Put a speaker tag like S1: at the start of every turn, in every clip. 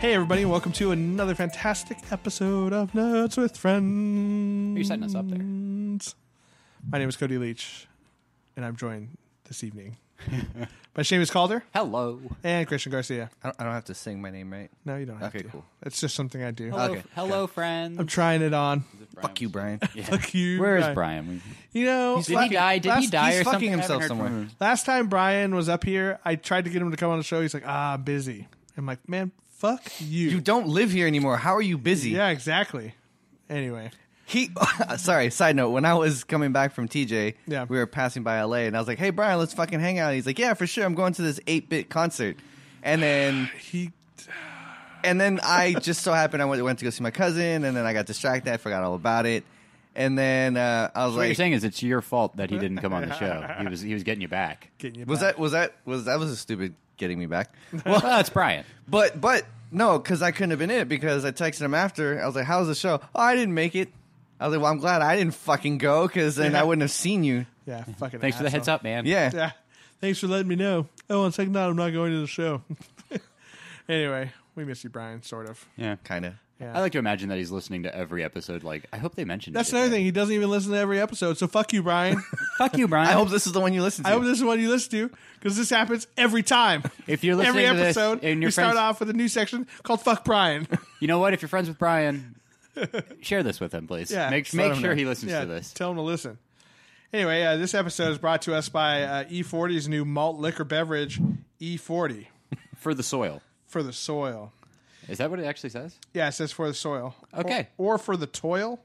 S1: Hey, everybody, and welcome to another fantastic episode of Nerds with Friends.
S2: You're setting us up there.
S1: My name is Cody Leach, and I'm joined this evening by Seamus Calder
S2: Hello.
S1: and Christian Garcia.
S3: I don't, I don't have to sing my name, right?
S1: No, you don't have
S3: Okay,
S1: to.
S3: cool.
S1: It's just something I do.
S2: Hello,
S3: Okay.
S2: hello friends.
S1: I'm trying it on.
S3: Fuck you, Brian.
S1: Fuck you.
S2: Where is Brian? We-
S1: You know,
S2: Did he die? Did he
S3: Last-
S2: die
S3: he's
S2: or something? I
S3: fucking
S2: haven't
S3: himself
S2: heard
S3: somewhere.
S2: from him.
S1: Last time Brian was up here, I tried to get him to come on the show. He's like, ah, I'm busy. I'm like, man, fuck you.
S3: You don't live here anymore. How are you busy?
S1: yeah, exactly. Anyway,
S3: He. sorry. Side note. When I was coming back from TJ,
S1: Yeah.
S3: we were passing by LA, and I was like, "Hey, Brian, let's fucking hang out." He's like, "Yeah, for sure. I'm going to this eight bit concert." And then
S1: he
S3: and then I just so happened I went, went to go see my cousin, and then I got distracted. I forgot all about it. And then uh, I was
S2: What you're
S3: like,
S2: saying is it's your fault that he didn't come on the show. He was he was getting you back.
S1: getting you
S3: "Was
S1: back.
S3: that was that was that was a stupid getting me back?"
S2: Well, that's Brian.
S3: But but no, because I couldn't have been it because I texted him after. I was like, "How's the show?" Oh, I didn't make it. I was like, "Well, I'm glad I didn't fucking go because then I wouldn't have seen you."
S1: Yeah, fucking.
S2: Thanks for the heads
S1: asshole.
S2: up, man.
S3: Yeah.
S1: Yeah, thanks for letting me know. Oh, on second thought, I'm not going to the show. anyway, we miss you, Brian. Sort of.
S2: yeah.
S3: kind of.
S2: I like to imagine that he's listening to every episode. Like, I hope they mentioned
S1: That's
S2: it.
S1: another thing. He doesn't even listen to every episode. So fuck you, Brian.
S2: Fuck you, Brian.
S3: I hope this is the one you listen to.
S1: I hope this is one you listen to because this happens every time.
S2: If you're listening
S1: every
S2: to this
S1: episode,
S2: and
S1: we
S2: your
S1: start
S2: friends-
S1: off with a new section called "Fuck Brian."
S2: you know what? If you're friends with Brian, share this with him, please.
S1: Yeah.
S2: Make
S1: Just
S2: make
S3: let him
S2: sure
S3: know.
S2: he listens
S1: yeah,
S2: to this.
S1: tell him to listen. Anyway, uh, this episode is brought to us by uh, E40's new malt liquor beverage, E40
S2: For the soil.
S1: for the soil.
S2: Is that what it actually says?
S1: Yeah, it says for the soil.
S2: Okay.
S1: Or, or for the toil,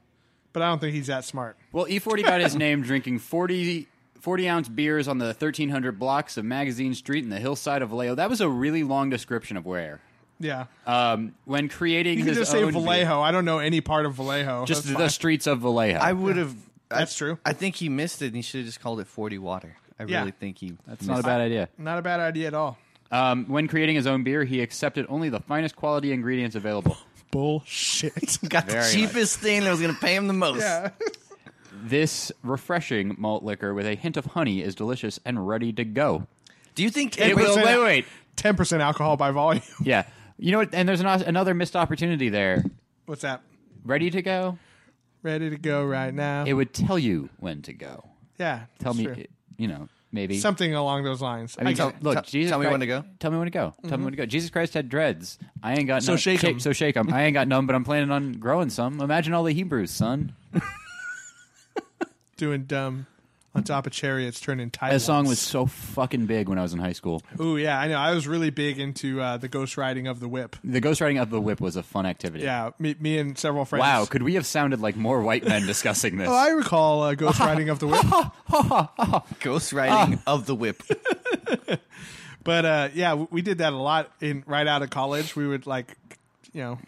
S1: but I don't think he's that smart.
S2: Well, E40 got his name drinking 40, 40 ounce beers on the 1300 blocks of Magazine Street in the hillside of Vallejo. That was a really long description of where.
S1: Yeah.
S2: Um, when creating
S1: you can
S2: his
S1: just say
S2: own
S1: Vallejo.
S2: beer-
S1: I don't know any part of Vallejo.
S2: just
S1: That's
S2: the
S1: fine.
S2: streets of Vallejo.
S3: I would have.
S1: That's true.
S3: I think he missed it, and he should have just called it Forty Water. I
S1: Yeah.
S3: really think he.
S2: That's not a bad idea.
S1: Not a bad idea at all.
S2: Um, when creating his own beer, he accepted only the finest quality ingredients available.
S1: Bullshit.
S3: Got the
S2: Very
S3: cheapest thing that was going to pay him the most.
S1: yeah.
S2: This refreshing malt liquor with a hint of honey is delicious and ready to go.
S3: Do you think
S2: It will,
S3: Wait,
S2: wait, wait.
S1: Ten percent alcohol by volume.
S2: Yeah. You know what? And there's an, another missed opportunity there.
S1: What's that?
S2: Ready to go?
S1: Ready to go right now.
S2: It would tell you when to go.
S1: yeah.
S2: Tell
S1: it's
S2: me,
S1: true.
S2: you know, maybe.
S1: something along those lines.
S2: I mean,
S1: get
S2: tell,
S1: it.
S2: look,
S3: Tell-
S2: Jesus
S3: tell me
S2: Christ-
S3: when to go.
S2: Tell me when to go. Tell me when to go. Jesus Christ had dreads. I ain't got
S1: So
S2: none.
S1: shake 'em.
S2: So shake 'em. I ain't got none, but I'm planning on growing some. Imagine all the Hebrews, son.
S1: doing dumb on top of chariots turning tight.
S2: That song was so fucking big when I was in high school.
S1: Ooh, yeah, I know. I was really big into uh, the ghost riding of the whip.
S2: The ghostwriting of the whip was a fun activity.
S1: Yeah, me, me and several friends.
S2: Wow, could we have sounded like more white men discussing this?
S1: Oh, I recall uh, ghost riding of the whip.
S3: Ghost riding of the whip.
S1: But uh, yeah, w- we did that a lot in right out of college. We would like, you know,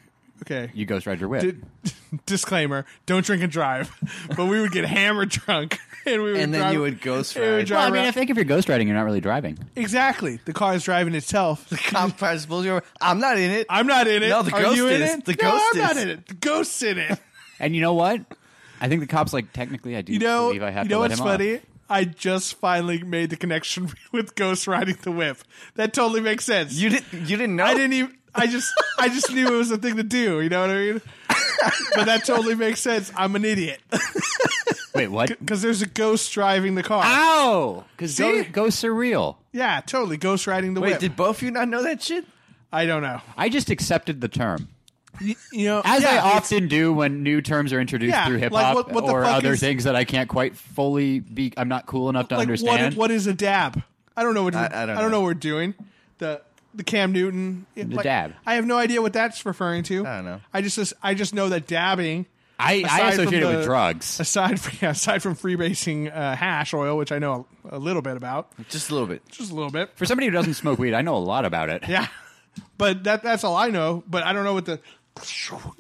S1: okay.
S2: you ghost ride your whip.
S1: Did, disclaimer: Don't drink and drive. But we would get hammered drunk, and we would
S3: And then
S1: drive-
S3: you would ghost
S1: and we would
S3: ride.
S1: drive
S2: well, I mean,
S1: around-
S2: I think if you're ghostwriting, you're not really driving.
S1: exactly. The car is driving itself.
S3: Cop tries to pull you over. I'm not in it.
S1: I'm not in it.
S3: No, the
S1: Are
S3: ghost
S1: you in
S3: is.
S1: it?
S3: The
S1: no,
S3: ghost
S1: I'm not
S3: is.
S1: in it. The ghost's in it.
S2: And you know what? I think the cops like technically I do
S1: You know,
S2: believe I have
S1: you
S2: to
S1: know
S2: let
S1: what's
S2: him off.
S1: funny? I just finally made the connection with Ghost riding the whip. That totally makes sense.
S3: You didn't. You didn't know.
S1: I didn't even. I just, I just knew it was a thing to do. You know what I mean? but that totally makes sense. I'm an idiot
S2: Wait, what?
S1: because there's a ghost driving the car.
S2: Ah. Ow! Because
S1: See?
S2: ghosts are real.
S1: Yeah, totally. Ghost riding the
S3: Wait,
S1: whip.
S3: did both of you not know that shit?
S1: I don't know.
S2: I just accepted the term.
S1: You, you know,
S2: As
S1: yeah,
S2: I
S1: it's-
S2: often do when new terms are introduced
S1: Yeah,
S2: through hip
S1: like,
S2: hop
S1: what- what the
S2: or
S1: fuck
S2: other
S1: is-
S2: things that I can't quite fully be, I'm not cool enough to
S1: like,
S2: understand.
S1: What, what is a dab? I don't know what.
S3: I- I don't
S1: know.
S3: know.
S1: what we're doing. The the Cam Newton the
S2: dab.
S1: I have no idea what that's referring to.
S3: I don't know.
S1: I just I just know that dabbing.
S2: I, I
S1: aside from
S2: associate it
S1: the-
S2: with drugs.
S1: Aside from yeah, aside from freebasing uh, hash oil, which I know a, a little bit about,
S3: Just a little bit.
S1: just a little bit.
S2: For somebody who doesn't smoke weed, I know a lot about it.
S1: Yeah, but that that's all I know. But I don't know what the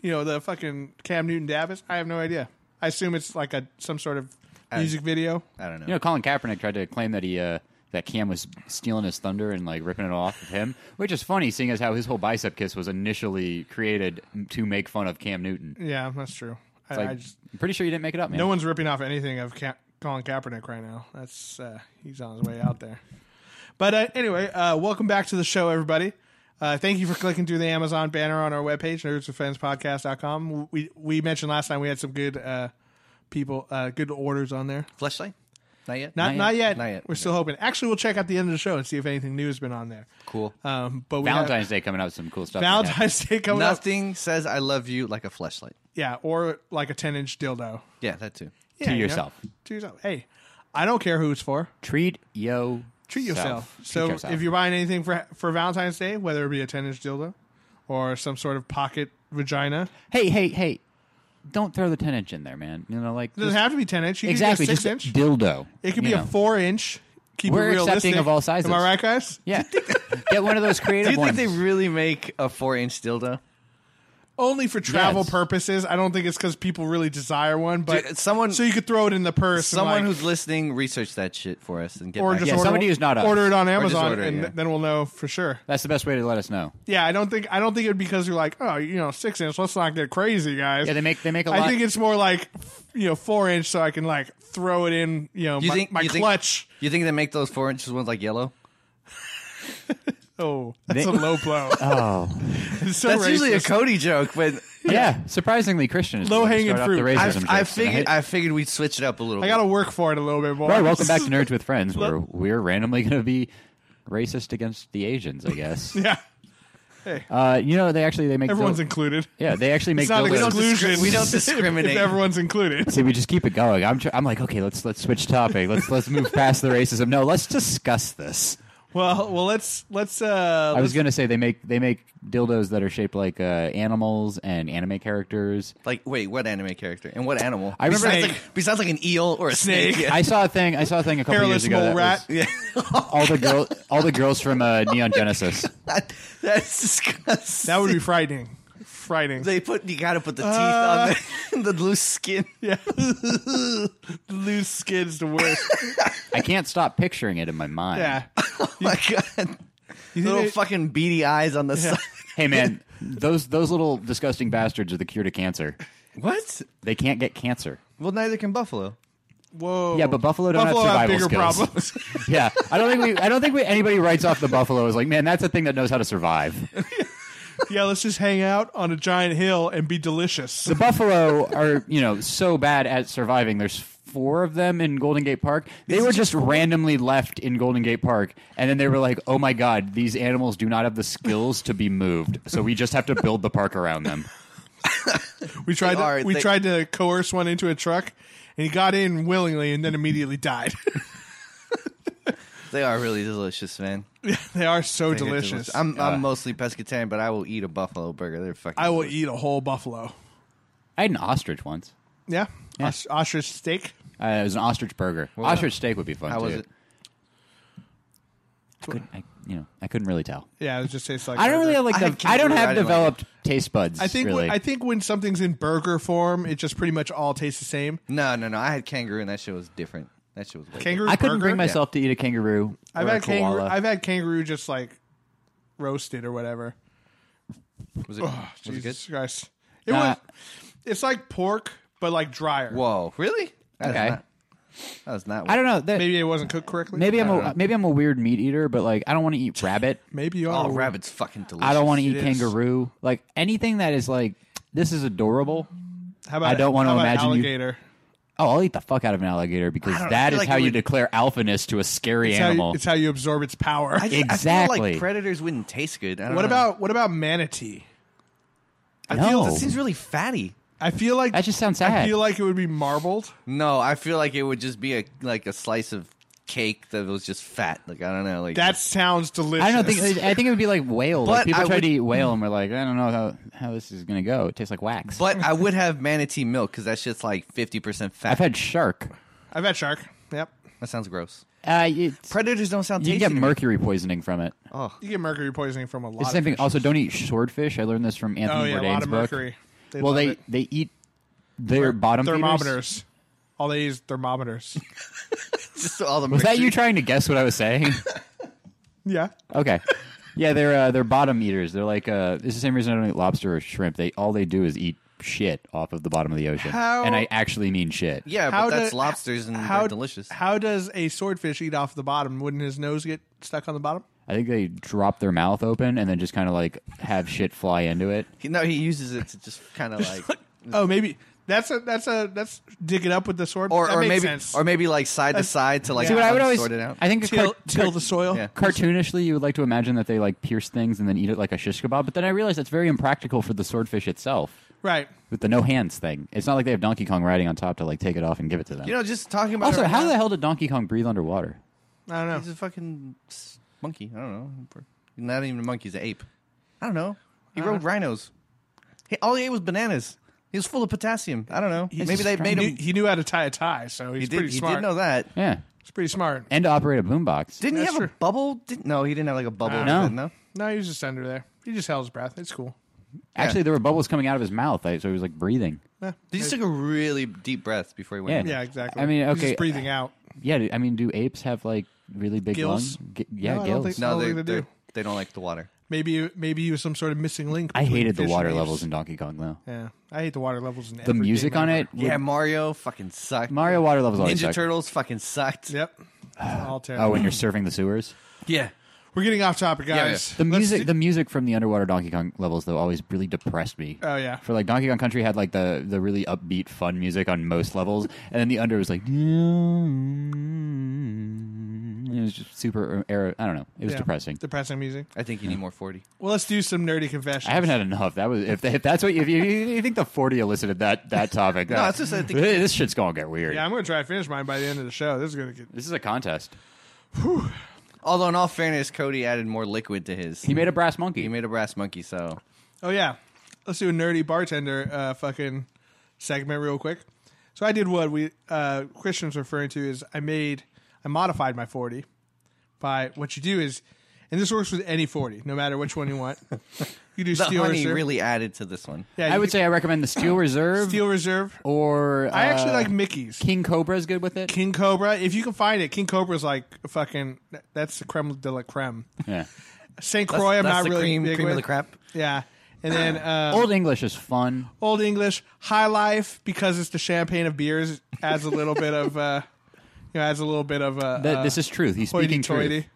S1: you know the fucking Cam Newton dab is. I have no idea. I assume it's like a some sort of music video.
S3: I don't know.
S2: You know, Colin Kaepernick tried to claim that he uh, that Cam was stealing his thunder and like ripping it off of him, which is funny, seeing as how his whole bicep kiss was initially created to make fun of Cam Newton.
S1: Yeah, that's true. I,
S2: It's like,
S1: I just,
S2: I'm pretty sure you didn't make it up, man.
S1: no one's ripping off anything of Ka- Colin Kaepernick right now. That's uh, he's on his way out there. But uh, anyway, uh, welcome back to the show, everybody. Uh, thank you for clicking through the Amazon banner on our webpage, nerdswithfanspodcast.com. We we mentioned last time we had some good uh, people, uh, good orders on there.
S3: Fleshlight? Not yet.
S1: Not, not, yet.
S3: Not yet.
S1: We're still hoping. Actually, we'll check out the end of the show and see if anything new has been on there.
S3: cool.
S1: Um, but we have-
S2: Valentine's Day coming up, with some cool stuff.
S1: Valentine's Day coming up.
S3: Nothing says I love you like a fleshlight.
S1: Yeah, or like a ten inch dildo
S3: Yeah, that too.
S1: yeah,
S2: To
S1: you know,
S2: yourself.
S1: to yourself. Hey, I don't care who it's for.
S2: Treat yo.
S1: Treat yourself. So if you're buying anything for for Valentine's Day, whether it be a ten inch dildo or some sort of pocket vagina,
S2: hey hey hey, don't throw the ten inch in there, man. You know, like
S1: it doesn't
S2: just-
S1: have to be ten inch. You
S2: exactly
S1: can get a
S2: just
S1: six inch.
S2: dildo.
S1: It could
S2: you
S1: be a
S2: know.
S1: four inch. Keep
S2: We're
S1: it realistic.
S2: accepting of all sizes.
S1: Am I right, guys?
S2: Yeah, get one of those creative
S3: Do you
S2: ones.
S3: think they really make a four inch dildo?
S1: Only for travel
S2: Yes.
S1: purposes. I don't think it's because people really desire one, but
S3: Dude, someone-
S1: so you could throw it in the purse. and,
S3: Someone
S1: like-
S3: who's listening, research that shit for us and get
S1: or
S3: back
S1: just
S3: to
S2: Yeah,
S3: us.
S1: order,
S2: somebody who's not us.
S1: order it on
S3: Or just
S1: Amazon,
S3: order it,
S1: and
S3: yeah.
S1: th- then we'll know for sure.
S2: That's the best way to let us know.
S1: Yeah, I don't think I don't think it'd be because you're like, oh, you know, six inch. Let's not get crazy, guys.
S2: Yeah, they make- they make a
S1: I
S2: lot-
S1: think it's more like, you know, four inch, so I can like throw it in. You know,
S3: You
S1: my,
S3: think
S1: my
S3: you think-
S1: clutch.
S3: you think they make those four inches ones like yellow?
S1: oh, that's
S2: They-
S1: a low blow.
S2: Oh,
S1: It's so
S3: That's usually a
S1: racist.
S3: Cody joke, but
S2: yeah. Surprisingly, Christian is
S1: Low-hanging
S2: start off the
S1: fruit.
S2: racism
S3: I,
S2: jokes,
S3: I
S2: and
S3: figured
S2: hate-
S3: I figured we'd switch it up a little.
S1: I gotta work for it a little bit more.
S2: All right, welcome back to Nerds with Friends, where we're randomly going to be racist against the Asians, I guess.
S1: yeah,
S2: uh, you know, they actually they make
S1: everyone's
S2: dil-
S1: included.
S2: yeah, they actually make
S1: It's not
S2: dildos.
S3: We don't
S1: exclusion.
S3: discri- we don't
S1: If
S3: discriminate.
S1: everyone's included.
S2: See, we just keep it going. I'm tr- I'm like, okay, let's let's switch topic. Let's let's move past the racism. No, let's discuss this.
S1: Well, well, let's let's. uh
S2: I was going to say they make they make dildos that are shaped like uh, animals and anime characters.
S3: Like, wait, what anime character and what animal?
S2: I remember-
S3: besides
S1: Snake.
S3: like, besides like an eel or a snake.
S1: Snake.
S3: Yeah.
S2: I saw a thing. I saw a thing a couple
S1: hairless
S2: years ago.
S1: mole
S2: that
S1: rat.
S2: was all the girl, all the girls from uh, Neon Genesis.
S3: That- that's disgusting.
S1: That would be frightening. Frightening.
S3: they put you gotta put the
S1: Uh,
S3: teeth on the, the loose skin.
S1: Yeah. Loose skin's the worst.
S2: I can't stop picturing it in my mind.
S1: Yeah.
S3: my god. Little
S1: they-
S3: fucking beady eyes on the side.
S2: Hey man, those those little disgusting bastards are the cure to cancer.
S3: What?
S2: They can't get cancer.
S3: Well, neither can buffalo.
S1: Whoa.
S2: Yeah, but buffalo don't have
S1: buffalo have,
S2: survival
S1: bigger
S2: skills.
S1: problems.
S2: Yeah, I don't think we I don't think we, anybody writes off the buffalo as like, man, that's a thing that knows how to survive.
S1: yeah, let's just hang out on a giant hill and be delicious.
S2: The buffalo are you know so bad at surviving. There's four of them in Golden Gate Park. They were just randomly left in Golden Gate Park, and then they were like, oh my god, these animals do not have the skills to be moved, so we just have to build the park around them.
S1: We tried to,
S3: are-
S1: we
S3: they-
S1: tried to coerce one into a truck and he got in willingly and then immediately died.
S3: They are really delicious, man.
S1: they are so
S3: They're
S1: delicious.
S3: I'm I'm mostly pescatarian, but I will eat a buffalo burger. They're fucking.
S1: I will eat a whole buffalo.
S2: I had an ostrich once.
S1: Yeah. Os- ostrich steak.
S2: Uh, it was an ostrich burger. ostrich steak would be fun
S3: How
S2: too.
S3: was it?
S2: I couldn't, I, you know, I couldn't really tell.
S1: Yeah, it just tastes like
S2: I don't really have like the,
S3: I had
S2: I don't
S3: kangaroo,
S2: have
S3: I didn't like
S2: developed taste buds.
S1: I think
S2: really.
S1: when, I think when something's in burger form, it just pretty much all tastes the same.
S3: No, no, no. I had kangaroo, and that shit was different. That shit was way
S1: Kangaroo
S2: I couldn't
S1: burger?
S2: bring myself to eat a kangaroo.
S1: I've
S2: or a
S1: had kangaroo.
S2: koala.
S1: I've had kangaroo just like roasted or whatever.
S3: different. Was it? was it good?
S1: oh, Jesus Christ! It
S2: Nah.
S1: was. It's like pork, but like drier.
S3: Whoa, really? That
S2: Okay.
S3: Was not, that was not.
S2: I don't know. That, maybe
S1: Maybe it wasn't cooked correctly.
S2: I'm a maybe I'm a weird meat eater, but like I don't want to eat rabbit.
S1: Maybe you are.
S3: Oh, rabbit's fucking delicious.
S2: I don't want to eat
S1: It is.
S2: kangaroo. Like anything that is like this is adorable.
S1: How about
S2: I don't want
S1: how
S2: to
S1: about
S2: imagine you-
S1: alligator.
S2: Oh, I'll eat the fuck out of an alligator because
S3: don't- I
S2: that
S3: feel
S2: is
S3: like
S2: how
S3: it
S2: you
S3: would-
S2: declare alphaness to a scary
S1: It's how, you,
S2: animal.
S1: it's how you absorb its power.
S3: I, just- I feel
S2: Exactly.
S3: like predators wouldn't taste good. I don't
S1: what
S3: know.
S1: about what about manatee?
S3: I
S2: No.
S3: feel, that seems really fatty.
S1: I feel like
S2: That just sounds
S1: I
S2: sad.
S1: feel like it would be marbled.
S3: No, I feel like it would just be a like a slice of cake that was just fat. Like I don't know. Like
S1: That sounds delicious.
S2: I don't think. I think it would be like whale.
S3: But
S2: Like people
S3: I
S2: try
S3: would-
S2: to eat whale and we're like, I don't know how, how this is gonna go. It tastes like wax.
S3: But I would have manatee milk because that shit's like fifty percent fat.
S2: I've had shark.
S1: I've had shark. Yep.
S3: that sounds gross.
S2: Uh, it's,
S3: Predators don't sound
S2: you
S3: tasty.
S2: can get
S3: to me.
S2: mercury poisoning from it.
S1: You get mercury poisoning from a lot.
S2: It's the
S1: of
S2: same thing.
S1: fish.
S2: Also, don't eat swordfish. I learned this from Anthony
S1: Oh yeah,
S2: Bourdain's
S1: a lot of
S2: book.
S1: mercury. They
S2: well,
S1: love
S2: they
S1: it.
S2: they eat their bottom feeders.
S1: thermometers. All they use is thermometers.
S3: Just all the
S2: Was that
S3: mercury.
S2: you trying to guess what I was saying?
S1: yeah.
S2: okay. Yeah, they're uh, they're bottom eaters. They're like uh, it's the same reason I don't eat lobster or shrimp. They all they do is eat shit off of the bottom of the ocean,
S1: How-
S2: and I actually mean shit.
S3: Yeah, but that's lobsters and
S1: how,
S3: they're delicious.
S1: How does a swordfish eat off the bottom? Wouldn't his nose get stuck on the bottom?
S2: I think they drop their mouth open and then just kind of like have shit fly into it.
S3: He- no, he uses it to just kind of like,
S1: Oh, maybe that's a that's a that's dig it up with the sword.
S3: or
S1: That
S3: or
S1: makes
S3: maybe
S1: sense.
S3: or maybe like side to side to like
S2: See what I would
S3: kinda
S2: always
S3: sort it out.
S2: I think it's
S1: till
S2: quite-
S1: till the soil.
S3: Yeah.
S2: cartoonishly you would like to imagine that they like pierce things and then eat it like a shish kebab but then i realized that's very impractical for the swordfish itself
S1: Right.
S2: with the no hands thing it's not like they have donkey kong riding on top to like take it off and give it to them
S3: you know, just talking about.
S2: also
S3: it right
S2: how
S3: now,
S2: the hell did donkey kong breathe underwater
S1: I don't
S3: He's
S1: know.
S3: a fucking s- monkey. I don't know. Not even a monkey. He's an ape. I don't know. He rode rhinos. He, all he ate was bananas. He was full of potassium. I don't know. Maybe
S2: just
S3: they made
S1: He
S3: him.
S1: knew, he knew how to tie a tie, so he's
S3: He did.
S1: pretty
S3: He
S1: smart.
S3: did know that.
S2: yeah
S1: He's pretty smart.
S2: and to operate a boombox
S3: Didn't
S1: That's
S3: he have
S1: true.
S3: a bubble? Didn't, no, he didn't have like a bubble.
S2: No.
S3: no.
S1: No, he was just under there. He just held his breath. It's cool.
S2: actually there were bubbles coming out of his mouth I- so he was like breathing
S3: He just took a really deep breath before he went.
S2: Yeah.
S1: Yeah, exactly.
S2: I mean,
S1: He's just
S2: okay.
S1: breathing out.
S2: yeah do- i mean do apes have like really big
S1: Gills?
S2: lungs G-
S1: No,
S2: yeah
S1: I don't
S2: gills
S1: think-
S3: No,
S1: All
S3: they,
S1: they
S3: they,
S1: could do.
S3: they don't like the water.
S1: Maybe maybe he was some sort of missing link.
S2: i
S1: between
S2: hated the
S1: fish
S2: water
S1: and apes.
S2: levels in donkey kong though
S1: Yeah, I hate the water levels in
S2: the music on it
S3: Yeah, Mario fucking sucked.
S2: mario water levels always
S3: Ninja
S2: suck.
S3: Turtles fucking sucked.
S1: Yep. All terrible.
S2: oh when you're surfing the sewers
S3: Yeah.
S1: We're getting off topic,
S3: Yeah,
S1: guys.
S2: The
S1: Let's
S2: music,
S1: do-
S2: the music from the underwater Donkey Kong levels, though, always really depressed me.
S1: Oh, yeah.
S2: for like Donkey Kong Country had like the the really upbeat, fun music on most levels, and then the under was like, it was just super. Era, I don't know. It was
S1: yeah,
S2: depressing.
S1: Depressing music.
S3: I think you need more 40.
S1: Well, let's do some nerdy confessions.
S2: I haven't had enough. That was if, if that's what you, if you, you think the forty elicited that that topic.
S3: No,
S2: that-
S3: it's just I think-
S2: this shit's gonna get weird.
S1: Yeah, I'm going to try to finish mine by the end of the show. This is going to get.
S2: This is a contest.
S3: Although, in all fairness, Cody added more liquid to his.
S2: He made a brass monkey.
S3: He made a brass monkey, so
S1: Oh yeah, let's do a nerdy bartender uh, fucking segment real quick. So I did what we uh, Christian's referring to is I made I modified my forty by what you do is, and this works with any forty, no matter which one you want. You do
S3: the
S1: steel
S3: honey
S1: reserve.
S3: really added to this one.
S1: yeah,
S2: I
S1: you
S2: would
S1: can-
S2: say I recommend the Steel Reserve
S1: steel reserve.
S2: or
S1: I actually
S2: uh,
S1: like Mickey's.
S2: King Cobra's good with it.
S1: King Cobra, if you can find it, King Cobra's like fucking. That's the creme de la creme.
S2: yeah.
S1: Saint
S3: That's,
S1: Croix, I'm
S3: that's
S1: not
S3: the
S1: really
S3: cream,
S1: big
S3: cream
S1: with.
S3: of the crap.
S1: Yeah, and then uh,
S2: Old English is fun.
S1: Old English, High Life, because it's the champagne of beers, it adds a little bit of, uh, you know, adds a little bit of. Uh,
S2: Th-
S1: uh,
S2: this is truth. He's speaking
S1: hoity-toity,
S2: truth.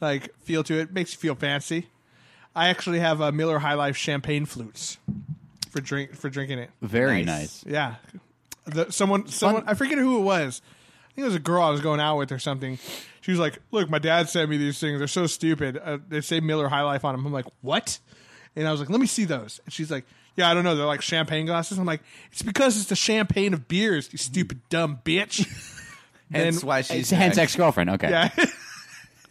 S1: Like feel to it makes you feel fancy. I actually have a Miller High Life champagne flutes for drink for drinking it.
S2: Very
S3: Nice.
S2: nice.
S1: Yeah, the, someone someone I forget who it was. I think it was a girl I was going out with or something. She was like, "Look, my dad sent me these things. They're so stupid. Uh, they say Miller High Life on them." I'm like, "What?" And I was like, "Let me see those." And she's like, "Yeah, I don't know. They're like champagne glasses." I'm like, "It's because it's the champagne of beers, you stupid dumb bitch."
S3: Hence
S1: And-
S3: why she's
S2: It's Hans
S3: back.
S2: ex girlfriend. Okay.
S1: yeah,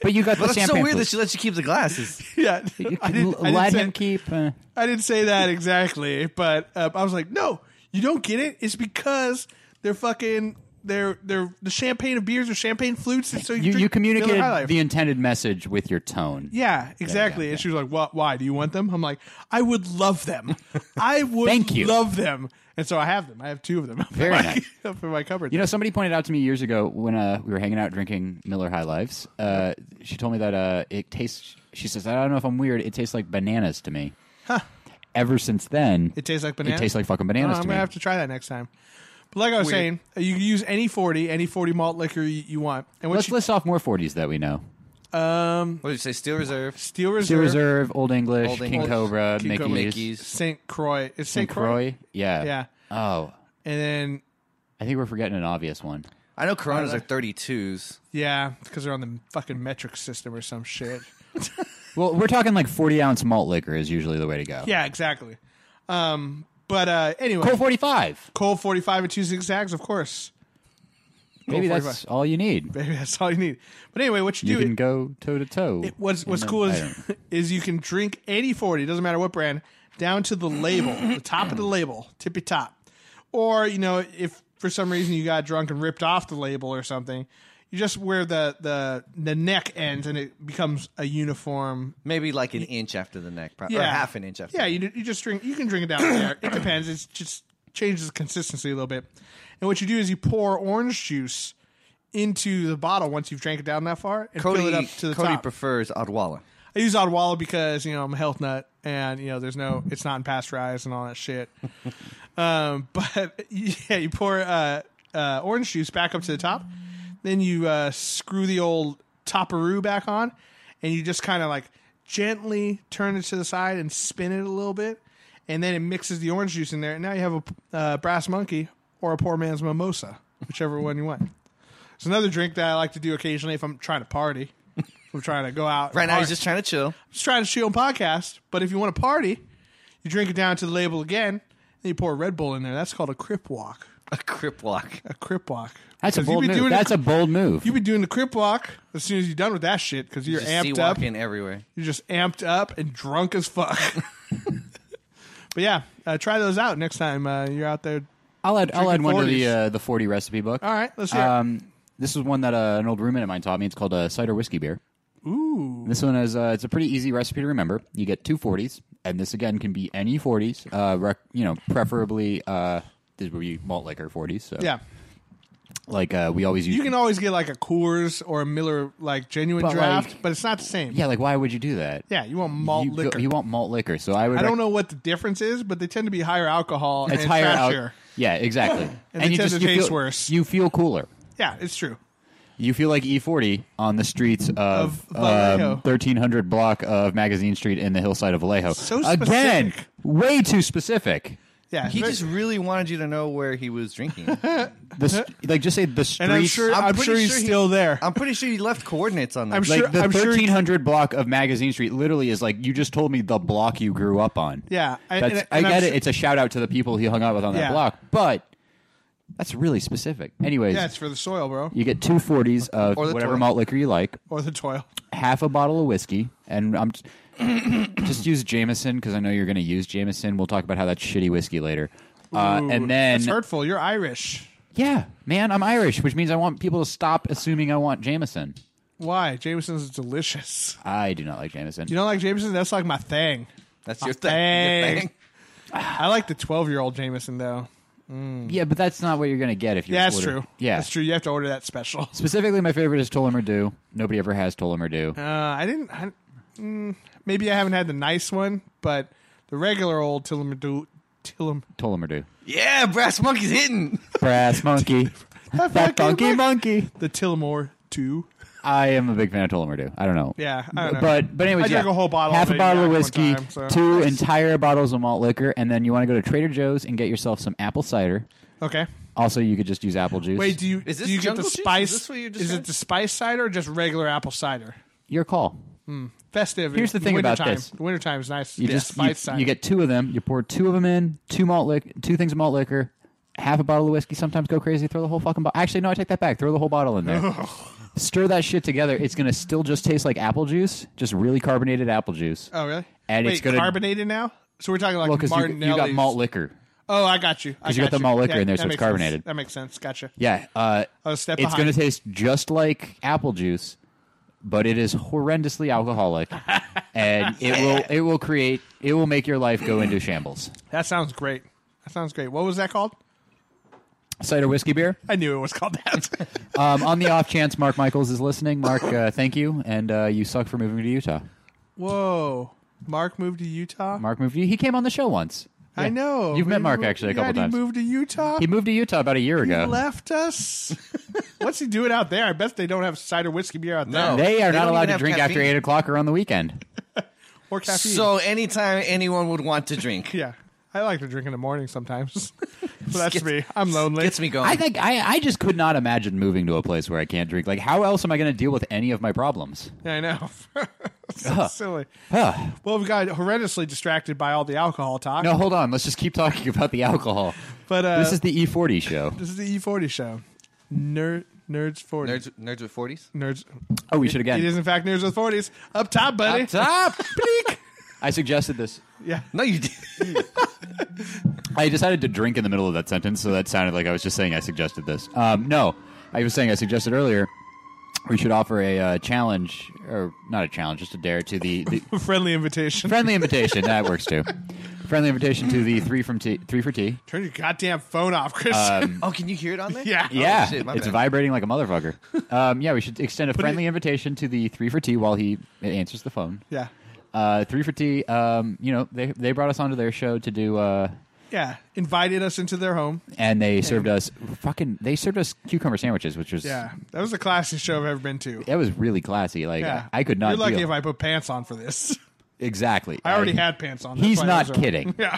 S2: But you got the
S3: But that's so
S2: champagne.
S3: weird that
S2: flute.
S3: she lets you keep the glasses.
S1: yeah.
S2: You
S1: I
S2: could
S1: didn't,
S2: l-
S1: I didn't
S2: let
S1: say,
S2: him keep. Uh,
S1: I didn't say that exactly, but uh, I was like, "No, you don't get it. It's because they're fucking." They're, they're the champagne of beers or champagne flutes, and so you
S2: you,
S1: drink
S2: you
S1: Miller
S2: communicated
S1: High Life.
S2: the intended message with your tone.
S1: Yeah, exactly. And she was like, "What? Why do you want them?" I'm like, "I would love them. I would
S2: Thank you.
S1: love them." And so I have them. I have two of them. Up in
S2: Very
S1: my,
S2: nice.
S1: Up in my cupboard.
S2: You know, somebody pointed out to me years ago when uh, we were hanging out drinking Miller High Lives. Uh, she told me that uh, it tastes. She says, "I don't know if I'm weird. It tastes like bananas to me." Ever since then,
S1: it tastes like bananas.
S2: It tastes like fucking
S1: Oh,
S2: bananas
S1: I'm
S2: to me.
S1: gonna have to try that next time. But like I was
S3: Weird.
S1: saying, you can use any forty, any forty malt liquor you, you want. And what
S2: Let's
S1: you,
S2: list off more 40s that we know:
S3: What did you say? Steel Reserve,
S1: Steel Reserve,
S2: Steel Reserve, Old English,
S3: Old
S2: King
S3: English,
S2: Cobra,
S1: King Cobra,
S2: Mickey's,
S3: Mickey's,
S1: Saint Croix. It's Saint
S2: St.
S1: Croix.
S2: Croix. Yeah.
S1: Yeah.
S2: Oh,
S1: And then
S2: I think we're forgetting an obvious one.
S3: I know Coronas are 32s.
S1: yeah, because they're on the fucking metric system or some shit.
S2: Well, we're talking like 40 ounce malt liquor is usually the way to go.
S1: yeah, exactly. Um, but uh, anyway,
S2: Cool 45.
S1: Cole 45 and two zigzags, of course.
S2: Maybe
S1: Go
S2: that's all you need.
S1: Maybe that's all you need. But anyway, what you,
S2: You
S1: do
S2: can go toe to toe.
S1: It- what's
S2: in
S1: what's
S2: the-
S1: cool
S2: I
S1: is
S2: don't-
S1: is you can drink 8040 doesn't matter what brand down to the label the top of the label tippy top or you know if for some reason you got drunk and ripped off the label or something you just wear the the the neck ends and it becomes a uniform
S3: Maybe like an inch after the neck, pro-
S1: yeah
S3: or half an inch after.
S1: yeah
S3: the
S1: you, do- you just drink you can drink it down there it depends it's just changes the consistency a little bit and what you do is you pour orange juice into the bottle once you've drank it down that far and
S3: Cody,
S1: fill it up to the
S3: Cody
S1: top.
S3: prefers Odwalla.
S1: I use Odwalla because you know I'm a health nut, and you know there's no, it's not in pasteurized and all that shit. um, but yeah, you pour uh, uh, orange juice back up to the top, then you uh, screw the old topperoo back on, and you just kind of like gently turn it to the side and spin it a little bit, and then it mixes the orange juice in there, and now you have a uh, brass monkey or a poor man's mimosa, whichever one you want. It's another drink that I like to do occasionally if I'm trying to party. if I'm trying to go out
S3: Right now,
S1: party
S3: he's just trying to chill.
S1: just trying to chill and podcast. But if you want to party, you drink it down to the label again, then you pour a Red Bull in there. That's called a crip walk.
S3: A crip walk.
S1: A crip walk.
S2: That's a
S1: 'Cause you
S2: bold
S1: be
S2: move.
S1: doing the
S2: That's a bold move.
S1: You've been doing the crip walk as soon as you're done with that shit because you're
S3: Just sea
S1: amped up.
S3: walking everywhere.
S1: You're just amped up and drunk as fuck. but yeah, uh, try those out next time uh, you're out there.
S2: I'll add, I'll add
S1: drinking
S2: one to the
S1: 40s.
S2: uh, the forty recipe book.
S1: All right, let's hear it.
S2: Um, this is one that uh, an old roommate of mine taught me. It's called uh, cider whiskey beer. Ooh. This one is uh, it's a pretty easy recipe to remember. You get two 40s, and this again can be any 40s. Uh, rec- you know, preferably uh, this would be malt liquor 40s. So
S1: Yeah.
S2: like uh, we always use.
S1: You can always get like a Coors or a Miller like genuine
S2: But,
S1: draft,
S2: like-
S1: but it's not the same.
S2: yeah, like why would you do that?
S1: Yeah, you want malt
S2: you, go-
S1: liquor.
S2: you want malt liquor, so I would.
S1: I
S2: rec-
S1: don't know what the difference is, but they tend to be higher alcohol.
S2: It's
S1: and
S2: higher out.
S1: trashier.
S2: Yeah, exactly. and
S1: they
S2: you
S1: tend
S2: just
S1: to
S2: you
S1: taste
S2: feel,
S1: worse.
S2: You feel cooler.
S1: Yeah, it's true.
S2: You feel like E40 on the streets of,
S1: Of Vallejo.
S2: um, 1300 block of Magazine Street in the hillside of Vallejo.
S1: So
S2: Again,
S1: specific.
S2: way too specific.
S1: Yeah,
S3: He
S1: but-
S3: just really wanted you to know where he was drinking.
S2: The st- like just say the streets.
S1: and I'm sure
S3: I'm
S1: I'm,
S3: pretty
S1: sure he's
S3: sure he-
S1: still there.
S3: I'm pretty sure he left coordinates on that.
S1: I'm
S2: like
S1: sure-
S2: the
S1: I'm sure-
S2: 1300 block of Magazine Street literally is like you just told me the block you grew up on.
S1: Yeah, I-
S2: That's,
S1: and-
S2: I
S1: and I'm
S2: get it.
S1: sure-
S2: It's a shout out to the people he hung out with on
S1: Yeah.
S2: that block, but that's really specific. Anyways,
S1: yeah, it's for the soil, bro,
S2: you get two 40s of
S3: Or the
S2: whatever
S3: toilet.
S2: malt liquor you like.
S1: or the toil.
S2: half a bottle of whiskey, and I'm t- just use Jameson because I know you're going to use Jameson. We'll talk about how that's shitty whiskey later. Uh, and then,
S1: It's hurtful. You're Irish.
S2: yeah, man, I'm Irish, which means I want people to stop assuming I want Jameson.
S1: Why? Jameson's delicious.
S2: I do not like Jameson.
S1: You don't like Jameson? That's like my thing.
S3: That's your thing.
S1: Dang.
S3: Your thing.
S1: I like the 12 year old Jameson though.
S2: yeah, but that's not what you're going to get if you.
S1: Yeah, that's
S2: order-
S1: true.
S2: Yeah,
S1: that's true. You have to order that special.
S2: Specifically, my favorite is Tullamore Dew. Nobody ever has Tullamore Dew.
S1: Uh, I didn't. I, mm, maybe I haven't had the nice one, but the regular old Tillamadu. Tillam.
S2: Tullamore Dew.
S3: Yeah, brass monkey's hitting.
S2: Brass monkey. that funky monkey.
S1: The Tillamore two.
S2: I am a big fan of Tullamore Dew. I don't know.
S1: Yeah, I don't know.
S2: But but anyways,
S1: I drank
S2: yeah,
S1: a whole bottle
S2: half
S1: of
S2: a
S1: it
S2: bottle of
S1: back one
S2: whiskey,
S1: time, so-
S2: two entire bottles of malt liquor, and then you want to go to Trader Joe's and get yourself some apple cider.
S1: Okay.
S2: Also, you could just use apple juice.
S1: Wait, do you
S3: Is this
S1: do you get
S3: jungle
S1: the
S3: juice? Is
S1: spice?
S3: this what you
S1: is
S3: described?
S1: it the spice cider or just regular apple cider?
S2: your call.
S1: Festive.
S2: Here's the thing about
S1: wintertime.
S2: this.
S1: Wintertime is nice.
S2: You
S1: Yeah.
S2: just you,
S1: spice cider.
S2: you get two of them. You pour two of them in, two malt liquor, two things of malt liquor, half a bottle of whiskey. Sometimes go crazy, throw the whole fucking bottle. Actually, no, I take that back. Throw the whole bottle in there. Stir that shit together. It's gonna still just taste like apple juice, just really carbonated apple juice.
S1: oh really?
S2: and
S1: Wait,
S2: it's gonna-
S1: carbonated now. So we're talking like
S2: well, because you, you
S1: Martinelli's.
S2: got malt liquor.
S1: Oh, I got you. Because
S2: you got the malt liquor in there, so it's carbonated.
S1: That makes sense. Gotcha.
S2: Yeah, uh,
S1: I was a step
S2: it's
S1: behind.
S2: going to taste just like apple juice, but it is horrendously alcoholic, and it will it will create it will make your life go into shambles.
S1: That sounds great. That sounds great. What was that called?
S2: Cider whiskey beer.
S1: I knew it was called that.
S2: Um, on the off chance Mark Michaels is listening, Mark, uh, thank you, and uh, you suck for moving to Utah.
S1: Whoa. Mark moved to Utah.
S2: Mark moved. He came on the show once.
S1: I know.
S2: You've met
S1: He
S2: Mark,
S1: moved-
S2: actually, a
S1: yeah,
S2: couple times.
S1: He moved to Utah.
S2: He moved to Utah about a year
S1: He
S2: ago.
S1: left us. What's he doing out there? I bet they don't have cider whiskey beer out there.
S3: No.
S2: They are
S3: They
S2: not
S3: don't
S2: allowed
S3: even
S2: to
S3: have
S2: drink after
S3: caffeine.
S2: eight o'clock or on the weekend.
S1: Or caffeine.
S3: So anytime anyone would want to drink
S1: Yeah. I like to drink in the morning sometimes. but that's
S3: Gets-
S1: me. I'm lonely.
S3: gets me going.
S2: I think I, I just could not imagine moving to a place where I can't drink. Like, how else am I going to deal with any of my problems?
S1: Yeah, I know. so silly.
S2: Huh.
S1: Well, we got horrendously distracted by all the alcohol talk.
S2: No, hold on. Let's just keep talking about the alcohol.
S1: But uh, E
S2: this is the E40 show.
S1: this is the E40 show. Nerd Nerds 40.
S3: Nerds, nerds with forties.
S1: Nerds-
S2: Oh, we should again.
S1: It is, in fact, Nerds with 40s. Up top, buddy.
S2: Up top. Bleak. I suggested this.
S1: Yeah.
S3: No, you did.
S2: I decided to drink in the middle of that sentence, so that sounded like I was just saying I suggested this. Um, no, I was saying I suggested earlier we should offer a uh, challenge, or not a challenge, just a dare to the, the
S1: Friendly invitation.
S2: friendly invitation. That works too. Friendly invitation to the three from tea, three for tea.
S1: Turn your goddamn phone off, Chris.
S3: Oh, can you hear it on there?
S1: yeah.
S2: Yeah,
S3: shit, my
S2: it's
S3: bad.
S2: vibrating like a motherfucker. Um, yeah, we should extend a friendly invitation to the three for tea while he answers the phone.
S1: Yeah.
S2: Uh, three for tea. Um, you know, they they brought us onto their show to do. Uh,
S1: Yeah. Invited us into their home.
S2: and they served us fucking. They served us cucumber sandwiches, which was
S1: Yeah. That was the classiest show I've ever been to.
S2: That was really classy. Like
S1: Yeah.
S2: I, I could not.
S1: You're lucky
S2: deal-
S1: if I put pants on for this.
S2: exactly.
S1: I already had pants on. That's
S2: He's
S1: why I
S2: not
S1: was-
S2: kidding.
S1: Yeah.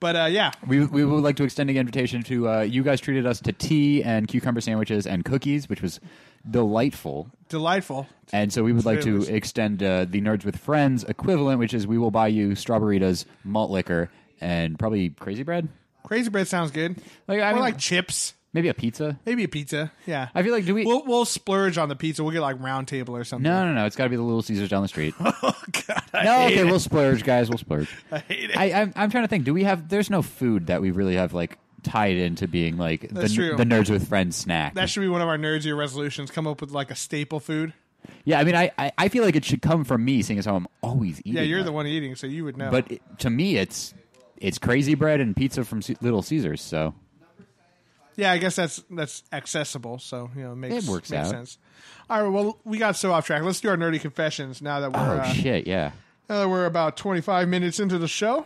S1: but uh, yeah.
S2: We, we would like to extend an invitation to uh, you guys. Treated us to tea and cucumber sandwiches and cookies, which was delightful.
S1: Delightful.
S2: And so we would like to
S1: Delicious.
S2: extend uh, the Nerds with Friends equivalent, which is we will buy you strawberritas, malt liquor, and probably crazy bread.
S1: Crazy bread sounds good.
S2: Like, I
S1: or
S2: mean-
S1: like chips.
S2: Maybe a pizza.
S1: Maybe a pizza. Yeah.
S2: I feel like do we?
S1: we'll we'll splurge on the pizza. We'll get like round table or something.
S2: no, no, no. It's got to be the Little Caesars down the street.
S1: God, I
S2: no,
S1: hate
S2: okay,
S1: it.
S2: we'll splurge, guys. We'll splurge.
S1: I hate it.
S2: I, I'm, I'm trying to think. Do we have? There's no food that we really have like tied into being like the,
S1: That's true.
S2: the nerds with friends snack.
S1: that should be one of our nerds year resolutions. Come up with like a staple food.
S2: yeah, I mean, I, I I feel like it should come from me, seeing as how I'm always eating.
S1: Yeah, you're
S2: that.
S1: the one eating, so you would know.
S2: But it- to me, it's it's crazy bread and pizza from C- Little Caesars. So
S1: yeah, I guess that's that's accessible, so you know it makes
S2: It works
S1: makes
S2: out.
S1: sense. All right, well we got so off track. Let's do our nerdy confessions now that we're
S2: oh
S1: uh,
S2: shit, yeah.
S1: now that Uh, we're about 25 minutes into the show.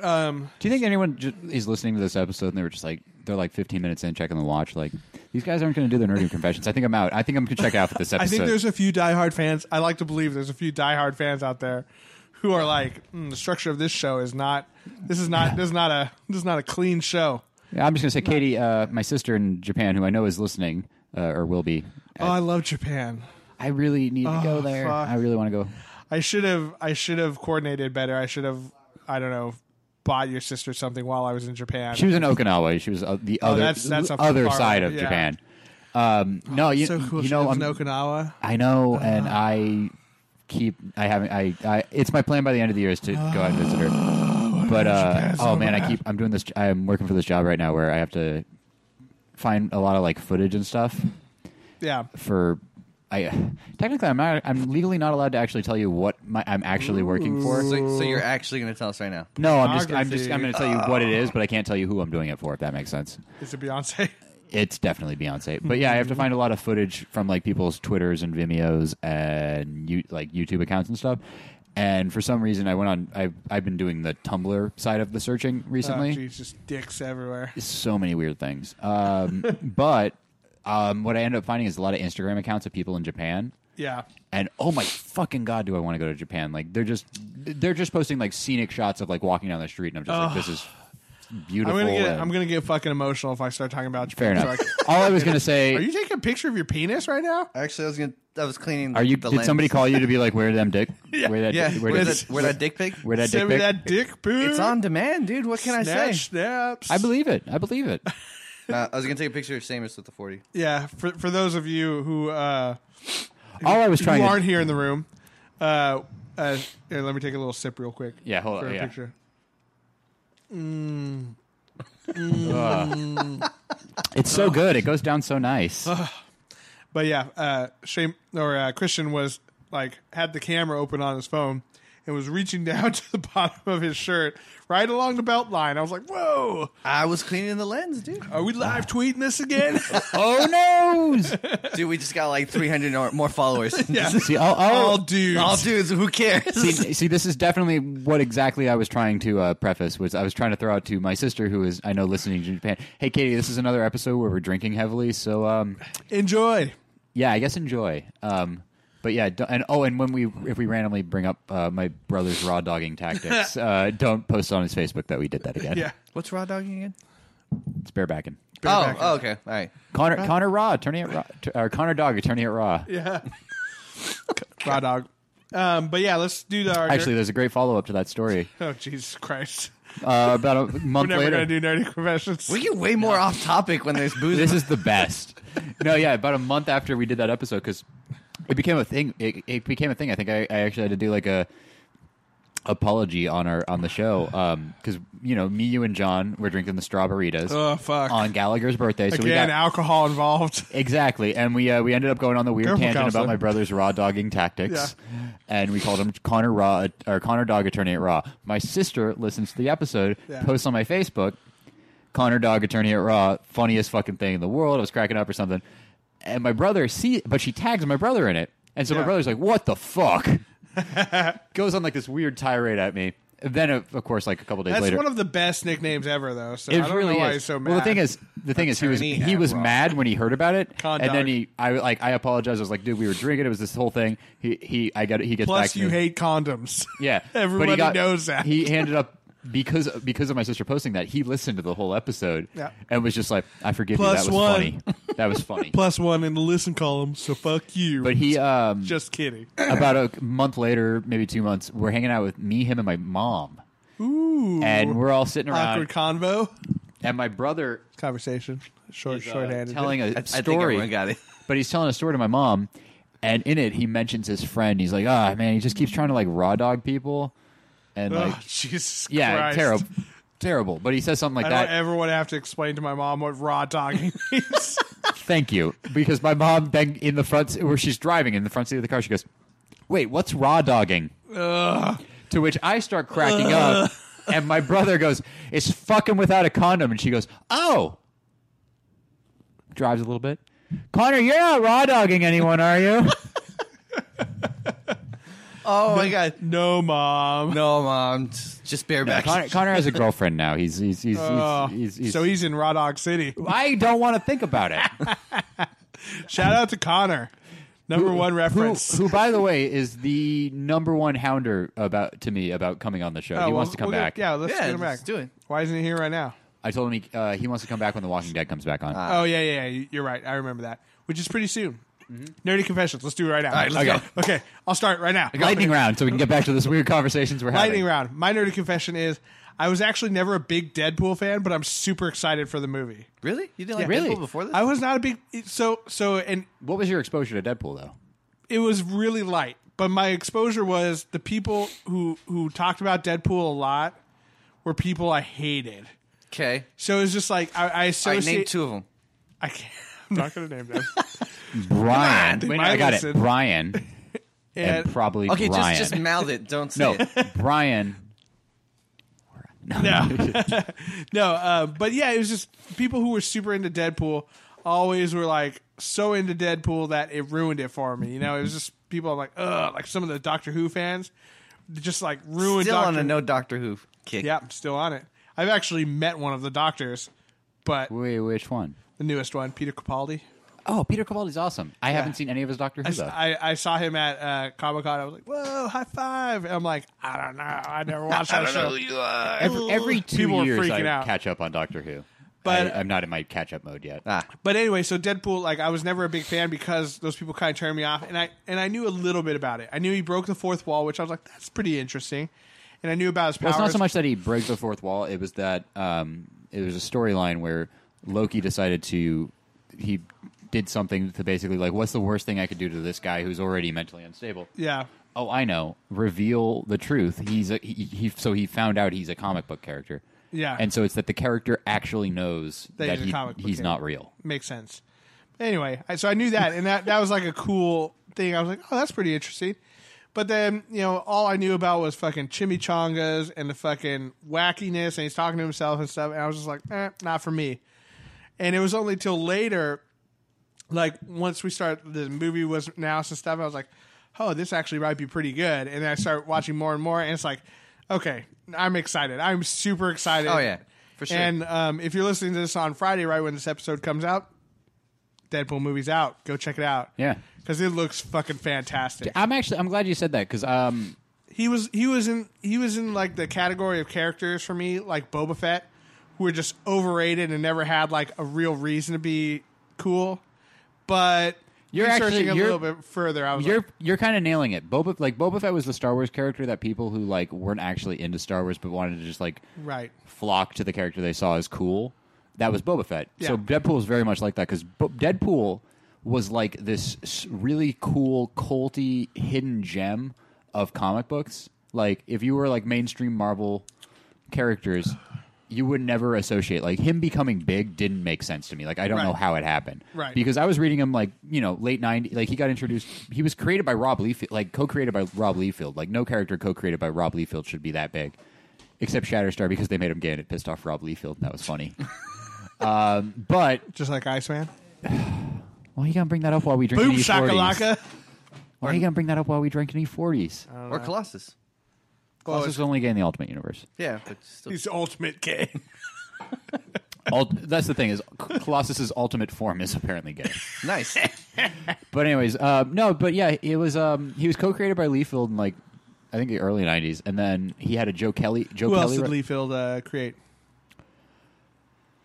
S2: Do you think anyone ju- is listening to this episode and they were just like they're like 15 minutes in checking the watch like these guys aren't going to do their nerdy confessions. I think I'm out. I think I'm going to check out for this episode.
S1: I think there's a few diehard fans. I like to believe there's a few diehard fans out there who are like, mm, the structure of this show is not. This is not. This is not a. This is not a clean show.
S2: I'm just going to say, Katie, uh, my sister in Japan, who I know is listening uh, or will be.
S1: Oh, I love Japan.
S2: I really need to go
S1: Oh,
S2: there.
S1: fuck.
S2: I really want to go.
S1: I should have I should have coordinated better. I should have I don't know bought your sister something while I was in Japan.
S2: She was in Okinawa. She was uh, the other
S1: Oh, that's- that's up
S2: other
S1: far
S2: side
S1: away.
S2: of
S1: Yeah.
S2: Japan. Um, no, you,
S1: so cool.
S2: you
S1: she
S2: know,
S1: lives in
S2: I'm-
S1: Okinawa. Uh.
S2: I know, and I keep I haven't I, I it's my plan by the end of the year is to go out and visit her. But uh, oh man, I keep I'm doing this. I'm working for this job right now where I have to find a lot of like footage and stuff
S1: Yeah.
S2: for. I technically I'm not I'm legally not allowed to actually tell you what my, I'm actually working for.
S3: So, so you're actually going to tell us right now?
S2: No, I'm just I'm just
S1: Pornography.
S2: I'm going to tell you what it is, but I can't tell you who I'm doing it for. If that makes sense.
S1: Is it Beyonce? Uh,
S2: It's definitely Beyonce. But yeah, I have to find a lot of footage from like people's Twitters and Vimeos and you, like YouTube accounts and stuff. And for some reason, I went on. I've I've been doing the Tumblr side of the searching
S1: Oh,
S2: recently.
S1: geez, just dicks everywhere.
S2: so many weird things. Um, but um, what I end up finding is a lot of Instagram accounts of people in Japan.
S1: Yeah.
S2: And oh my fucking god, do I want to go to Japan? Like they're just they're just posting like scenic shots of like walking down the street, and I'm just like, this is
S1: I'm
S2: beautiful.
S1: gonna get
S2: and-
S1: I'm gonna get fucking emotional if I start talking about
S2: Fair
S1: Japan.
S2: enough.
S1: So I-
S2: All I was gonna say.
S1: are you taking a picture of your penis right now?
S3: Actually, I was going. to I was cleaning.
S2: Are you?
S3: The
S2: did
S3: lens.
S2: somebody call you to be like, where them dick? Where that?
S3: Yeah,
S2: Where,
S3: where
S2: that-
S3: that, where that dick pic?
S2: where that dick
S1: Send me
S2: pic?
S1: that dick pic.
S3: It's on demand, dude. What can I
S1: Snatch
S3: say?
S1: snaps.
S2: I believe it. I believe it.
S3: Uh, I was gonna take a picture of Samus with the forty.
S1: yeah. For for those of you who uh,
S2: All I was
S1: who
S2: trying.
S1: aren't
S2: to,
S1: here in the room, uh, uh, here, let me take a little sip real quick.
S2: Yeah, hold
S1: for
S2: on.
S1: a
S2: Yeah.
S1: picture.
S2: It's so good. It goes down so nice.
S1: But yeah, uh, Shane or uh, Christian was like had the camera open on his phone and was reaching down to the bottom of his shirt, right along the belt line. I was like, "Whoa,
S3: I was cleaning the lens, dude.
S1: are we live tweeting this again?"
S2: oh no!
S3: dude, we just got like three hundred or more followers.
S1: yeah,
S2: See, I'll, I'll-
S1: all dudes.
S3: All dudes, who cares?
S2: see, see, this is definitely what exactly I was trying to uh, preface. Was I was trying to throw out to my sister, who is I know listening to Japan. Hey, Katie, this is another episode where we're drinking heavily. So, um,
S1: Enjoy.
S2: yeah, I guess enjoy. Um, but yeah, don't, and oh, and when we if we randomly bring up uh, my brother's raw dogging tactics, uh, don't post on his Facebook that we did that again.
S1: Yeah,
S3: What's raw dogging again?
S2: it's barebacking.
S3: Oh, oh, okay, all right.
S2: Connor Connor Raw attorney at Raw, t- or Connor Dog attorney at Raw.
S1: yeah. Raw dog. Um, but yeah, let's do the. Our
S2: Actually, there's a great follow up to that story.
S1: oh Jesus Christ!
S2: Uh, about a
S1: We're
S2: month
S1: never
S2: later,
S1: gonna do nerdy confessions.
S3: We get way more off topic when there's booze.
S2: this is the best. no, yeah, about a month after we did that episode, because it became a thing. It, it became a thing. I think I, I actually had to do like a apology on our on the show because you know me, you, and John were drinking the strawberries
S1: Oh, fuck.
S2: on Gallagher's birthday. So we
S1: Again,
S2: got
S1: alcohol involved.
S2: exactly, and we uh, we ended up going on the weird
S1: Careful,
S2: tangent
S1: counselor.
S2: about my brother's raw dogging tactics, and we called him Connor Raw uh, or Connor Dog Attorney at Raw. My sister listens to the episode,
S1: Yeah.
S2: posts on my Facebook. Connor Dog Attorney at Raw, funniest fucking thing in the world. I was cracking up or something. And my brother see but she tags my brother in it. And so
S1: Yeah.
S2: my brother's like, What the fuck? Goes on like this weird tirade at me. And then of of course like a couple days
S1: That's
S2: later.
S1: one of the best nicknames ever, though. So
S2: it
S1: I don't
S2: really
S1: know why
S2: is.
S1: he's so mad.
S2: Well, the thing is, the thing is, he was
S1: Attorney
S2: he
S1: at
S2: was
S1: Raw.
S2: mad when he heard about it,
S1: Con
S2: and
S1: dog.
S2: then he, I like, I apologized. I was like, dude, we were drinking. It was this whole thing. He, he, I got, he gets back
S1: Plus,
S2: to
S1: you
S2: me.
S1: hate condoms.
S2: Yeah, but he
S1: everybody
S2: got-
S1: knows that.
S2: He ended up because because of my sister posting that he listened to the whole episode
S1: Yeah.
S2: and was just like, "I forgive
S1: Plus
S2: you. That was
S1: one.
S2: funny. That was funny."
S1: Plus one in the listen column. So fuck you.
S2: but he um,
S1: just kidding.
S2: about a month later, maybe two months, we're hanging out with me, him, and my mom. Ooh, and we're all sitting around,
S1: Awkward convo
S2: and my brother
S1: conversation. Short,
S2: is, uh,
S1: shorthanded.
S2: telling a
S3: I think
S2: story.
S3: everyone got it.
S2: but he's telling a story to my mom, and in it he mentions his friend. He's like, "Ah, man, he just keeps trying to like raw dog people," and
S1: oh,
S2: like,
S1: Jesus
S2: yeah,
S1: Christ.
S2: terrible, terrible. But he says something like
S1: I
S2: that.
S1: don't ever want to have to explain to my mom what raw dogging means.
S2: Thank you. Because my mom then in the front where she's driving in the front seat of the car, she goes, Wait, what's raw dogging? To which I start cracking up and my brother goes, It's fucking without a condom and she goes, Oh drives a little bit. Connor, you're not raw dogging anyone, are you?
S3: Oh my god.
S1: no, mom.
S3: No, mom. Just, just bareback.
S2: Connor, Connor has a girlfriend now. He's he's he's,
S1: Uh,
S2: he's, he's, he's
S1: so he's in Raw Dog City.
S2: I don't want to think about it.
S1: Shout out to Connor. Number one reference.
S2: Who, who, by the way, is the number one hounder about to me about coming on the show.
S1: Oh,
S2: he
S1: we'll-
S2: wants to come
S1: we'll get-
S2: back.
S1: yeah, let's
S3: Yeah,
S1: get him back.
S3: let's do it.
S1: Why isn't he here right now?
S2: I told him he, uh, he wants to come back when The Walking Dead comes back on.
S1: Oh yeah, yeah, yeah, you're right. I remember that, which is pretty soon. Nerdy confessions. Let's do it right now.
S3: Mm-hmm. right, let's
S1: okay. okay, I'll start right now.
S2: Lightning round, so we can get back to this weird conversations we're having.
S1: Lightning round. My nerdy confession is I was actually never a big Deadpool fan, but I'm super excited for the movie.
S3: Really? You did like
S2: Yeah.
S3: Deadpool
S2: Really?
S3: before this?
S1: I was not a big so so, and
S2: What was your exposure to Deadpool though?
S1: it was really light. But my exposure was the people who who talked about Deadpool a lot were people I hated.
S3: okay.
S1: So it was just like I, I
S3: All right,
S1: associate.
S3: name two of them.
S1: I can't. I'm not going to name them.
S2: Brian.
S1: Come on,
S2: Wait,
S1: my
S2: I got
S1: listen.
S2: it. Brian and,
S1: And-
S2: probably
S3: Okay,
S2: Brian.
S3: just just mouth it. Don't say
S2: no,
S3: it.
S2: Brian. No.
S1: No, uh, but yeah, it was just people who were super into Deadpool always were like so into Deadpool that it ruined it for me. You know, it was just people like, ugh, like some of the Doctor Who fans just like ruined.
S3: Still
S1: Doctor
S3: on a no Doctor Who kick.
S1: Yeah, I'm still on it. I've actually met one of the doctors, but
S2: Wait, which one?
S1: the newest one, Peter Capaldi.
S2: Oh, Peter Capaldi's awesome. I haven't seen any of his Doctor
S1: I,
S2: Who
S1: s-
S2: though.
S1: I, I saw him at uh, Comic Con. I was like, whoa, high five. And I'm like, I don't know. I never watched
S3: Oh,
S1: that show.
S2: every, every two
S1: People are
S2: years, I
S1: freaking out.
S2: catch up on Doctor Who.
S1: But-
S2: I, am not in my catch up mode yet.
S3: Ah,
S1: But anyway, so Deadpool, like I was never a big fan because those people kind of turned me off, and I and I knew a little bit about it. I knew he broke the fourth wall, which I was like, that's pretty interesting, and I knew about his
S2: Well,
S1: powers.
S2: it's not so much that he broke the fourth wall. It was that um, it was a storyline where Loki decided to he did something to basically like, what's the worst thing I could do to this guy who's already mentally unstable?
S1: yeah,
S2: Oh, I know. Reveal the truth. He's a, he, he. So he found out he's a comic book character.
S1: Yeah.
S2: And so it's that the character actually knows
S1: That
S2: that,
S1: he's a
S2: he,
S1: comic book
S2: he's not
S1: character.
S2: real.
S1: makes sense. Anyway, I, so I knew that, and that that was like a cool thing. I was like, oh, that's pretty interesting. But then you know, all I knew about was fucking chimichangas and the fucking wackiness, and he's talking to himself and stuff, and I was just like, eh, not for me. And it was only till later like once we start the movie was announced and stuff, I was like, oh, this actually might be pretty good. And then I start watching more and more, and it's like, okay, I'm excited. I'm super excited.
S3: Oh, yeah. For sure.
S1: And um, if you're listening to this on Friday, right when this episode comes out, Deadpool movie's out. Go check it out.
S2: Yeah.
S1: because it looks fucking fantastic.
S2: I'm actually. I'm glad you said that because um,
S1: He was he was in he was in like the category of characters for me like Boba Fett, who were just overrated and never had like a real reason to be cool. But
S2: You're
S1: researching
S2: actually-
S1: a
S2: you're-
S1: little bit further, I was
S2: you're
S1: like,
S2: you're kind of nailing it. Boba like Boba Fett was the Star Wars character that people who like weren't actually into Star Wars but wanted to just like
S1: right.
S2: flock to the character they saw as cool. that was Boba Fett. So
S1: Yeah.
S2: Deadpool is very much like that because Deadpool was like this s- really cool, culty, hidden gem of comic books. Like if you were like mainstream Marvel characters, you would never associate like him becoming big didn't make sense to me. Like I don't
S1: Right.
S2: know how it happened.
S1: Right.
S2: Because I was reading him like you know late '90s. Like he got introduced. He was created by Rob Liefeld, like co-created by Rob Liefeld. Like no character co-created by Rob Liefeld should be that big, except Shatterstar because they made him gay and it pissed off Rob Liefeld. That was funny. um, but
S1: Just like Iceman.
S2: why are you gonna bring that up while we drink
S1: Boom
S2: an E40s?
S1: shakalaka. Uh,
S2: Why are you gonna bring that up while we drink an E40s?
S3: or Colossus.
S2: Colossus is only gay in the Ultimate Universe.
S3: Yeah, but still.
S1: He's ultimate gay.
S2: Ult- that's the thing is Colossus's ultimate form is apparently gay.
S3: nice.
S2: But anyways, uh, no, but yeah, it was um, he was co-created by Liefeld in like I think the early '90s, and then he had a Joe Kelly. Joe
S1: Who else
S2: Kelly
S1: did
S2: wrote-
S1: Leafield uh, create?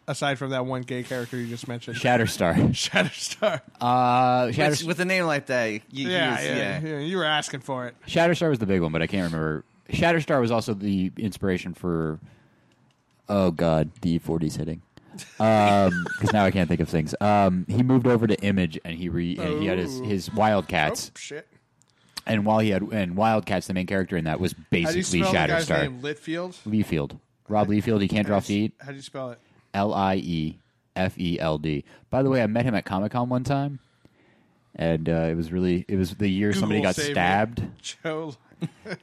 S1: Aside from that one gay character you just mentioned,
S2: Shatterstar.
S1: Shatterstar.
S2: Uh,
S3: With,
S2: Shatters-
S3: with a name like that, you, he
S1: yeah,
S3: is-
S1: yeah, yeah, You were asking for it.
S2: Shatterstar was the big one, but I can't remember. Shatterstar was also the inspiration for. Oh God, the E40s hitting. Because now I can't think of things. Um, he moved over to Image, and he re- and he had his, his Wildcats,
S1: Oh shit!
S2: and while he had and Wildcats, the main character in that was
S1: How do you
S2: basically
S1: spell the guy's name?
S2: Shatterstar.
S1: Litfield.
S2: Leafield, Rob Leafield. He can't draw feet.
S1: How do you spell it?
S2: L I E F E L D. By the way, I met him at Comic Con one time, and uh, it was really it was the year somebody
S1: Google
S2: got
S1: save me.
S2: stabbed.
S1: Joe.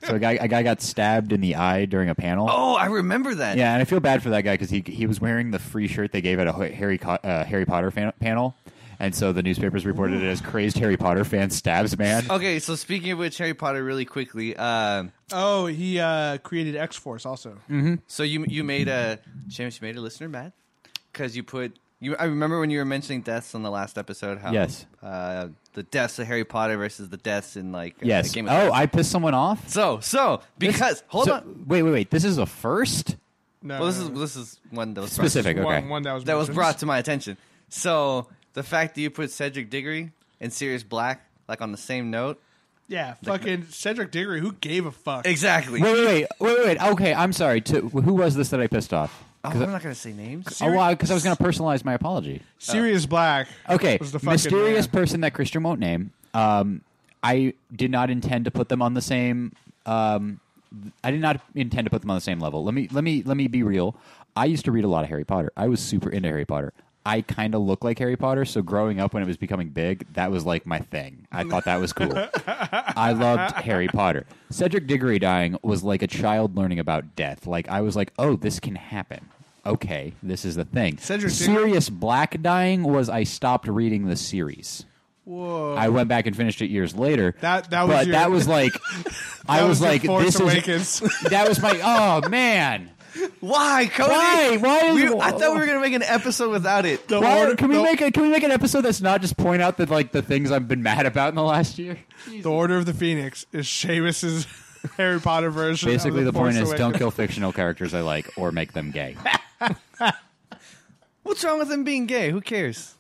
S2: So a guy a guy got stabbed in the eye during a panel.
S3: Oh, I remember that.
S2: Yeah, and I feel bad for that guy because he he was wearing the free shirt they gave at a Ho- Harry Co- uh, Harry Potter fan- panel, and so the newspapers reported it as crazed Harry Potter fan stabs man.
S3: Okay, so speaking of which, Harry Potter, really quickly. Um,
S1: Oh, he uh, created X Force also.
S2: Mm.
S3: so you you made a James, you made a listener mad because you put you. I remember when you were mentioning deaths on the last episode. How
S2: Yes.
S3: uh, the deaths of Harry Potter versus the deaths in like uh,
S2: Yes.
S3: Game of
S2: Oh,
S3: Thrones.
S2: I pissed someone off.
S3: so so because hold
S2: So-
S3: on.
S2: Wait, wait, wait. This is a first
S1: No,
S3: Well, this
S1: no,
S3: is
S1: no.
S3: this is one that was brought-
S2: specific. Okay.
S1: one, one that was
S3: that was
S1: mentioned.
S3: brought to my attention. So the fact that you put Cedric Diggory and Sirius Black like on the same note.
S1: Yeah, fucking
S2: uh,
S1: Cedric Diggory. Who gave a fuck?
S3: Exactly.
S2: Wait, wait, wait, wait, wait. Okay, I'm sorry. To, who was this that I pissed off?
S3: Oh, I'm not gonna say names.
S2: Oh, well, because I was going to personalize my apology.
S1: Sirius Black.
S2: uh, Okay,
S1: was the fucking
S2: mysterious
S1: man.
S2: person that Christian won't name. Um, I did not intend to put them on the same. Um, I did not intend to put them on the same level. Let me let me let me be real. I used to read a lot of Harry Potter. I was super into Harry Potter. I kind of look like Harry Potter, so growing up when it was becoming big, that was like my thing. I thought that was cool. I loved Harry Potter. Cedric Diggory dying was like a child learning about death. Like I was like, oh, this can happen. Okay, this is the thing.
S1: Cedric Diggory-
S2: Sirius Black dying was I stopped reading the series. Whoa! I went back and finished it years later.
S1: That- that was
S2: but
S1: your-
S2: that was like I
S1: That was
S2: was,
S1: your
S2: like
S1: Force
S2: this
S1: Awakens.
S2: is that was my oh man.
S3: Why, Cody?
S2: Why? Why is-
S3: We- I thought we were gonna make an episode without it.
S1: The
S2: Why-
S1: order,
S2: can we
S1: the,
S2: make a can we make an episode that's not just point out that like the things I've been mad about in the last year?
S1: the Order of the Phoenix is Seamus's Harry Potter version. of
S2: Basically, the,
S1: Force
S2: point is don't
S1: Awakens.
S2: kill fictional characters I like or make them gay.
S3: What's wrong with him being gay? Who cares?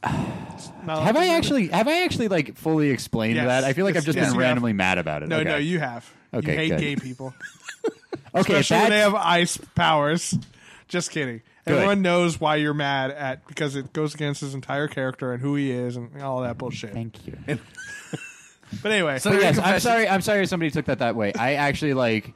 S1: No,
S2: Have I actually have I actually like fully explained
S1: Yes.
S2: that? I feel like
S1: Yes,
S2: I've just
S1: yes,
S2: been
S1: you have.
S2: randomly mad about it.
S1: No,
S2: okay.
S1: no, you have.
S2: Okay,
S1: you hate
S2: good.
S1: gay people,
S2: Okay,
S1: especially when they
S2: that's-
S1: have ice powers. Just kidding.
S2: Good.
S1: Everyone knows why you're mad at because it goes against his entire character and who he is and all that bullshit.
S2: Thank you.
S1: But anyway,
S3: So-
S2: But yes, I'm
S3: confessions.
S2: sorry. I'm sorry if somebody took that that way. I actually like.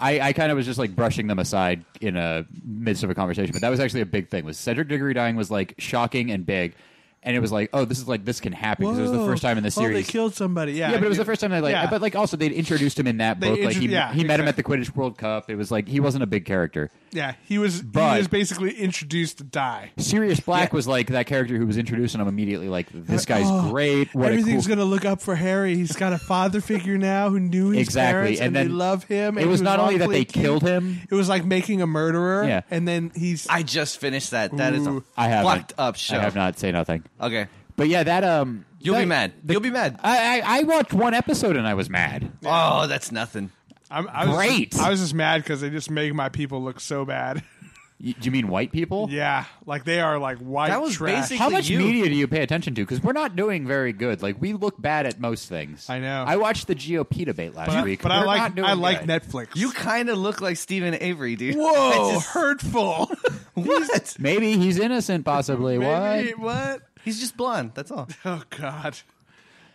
S2: I, I kind of was just like brushing them aside in a midst of a conversation, but that was actually a big thing. Was Cedric Diggory dying was like shocking and big, and it was like, oh, this is like this can happen because it was the first time in the
S1: Oh, they
S2: series.
S1: killed somebody. Yeah,
S2: yeah, but it was the first time they like,
S1: Yeah.
S2: but like also they introduced him in that
S1: They
S2: book. Like he,
S1: intro- yeah,
S2: he met him at the Quidditch World Cup. It was like he wasn't a big character.
S1: Yeah, he was.
S2: But-
S1: he was basically introduced to die.
S2: Sirius Black was like that character who was introduced, and I'm immediately like, this guy's
S1: Oh,
S2: great. What
S1: Everything's
S2: a cool.
S1: gonna look up for Harry. He's got a father figure now who knew his
S2: Exactly,
S1: parents
S2: and
S1: and, they
S2: then
S1: love him.
S2: it
S1: and he
S2: was not only that
S1: wrongfully
S2: they killed him.
S1: It was like making a murderer.
S2: Yeah.
S1: and then he's
S3: I just finished that. That is
S1: Ooh.
S3: a
S2: I have
S3: fucked up show.
S2: I have not say nothing.
S3: Okay.
S2: But yeah, that um,
S3: You'll be
S2: that-
S3: mad. You'll be mad.
S2: I, I I watched one episode and I was mad.
S3: Oh, that's nothing.
S1: I'm, I was
S2: Great.
S1: I was just mad because they just make my people look so bad.
S2: You, do you mean white people?
S1: yeah, like they are like white
S3: That was
S1: trash.
S3: basic-
S2: How much
S3: You-
S2: media do you pay attention to? Because we're not doing very good. Like we look bad at most things.
S1: I know.
S2: I watched the GOP debate last
S1: But, I-
S2: week.
S1: but I
S2: We're not
S1: like
S2: doing
S1: I like
S2: good.
S1: Netflix.
S3: You kind of look like Stephen Avery, dude.
S1: whoa
S3: I just-
S1: hurtful.
S3: What?
S2: Maybe he's innocent, possibly.
S1: Maybe-
S2: What?
S1: What?
S3: He's just blonde. That's all.
S1: Oh God,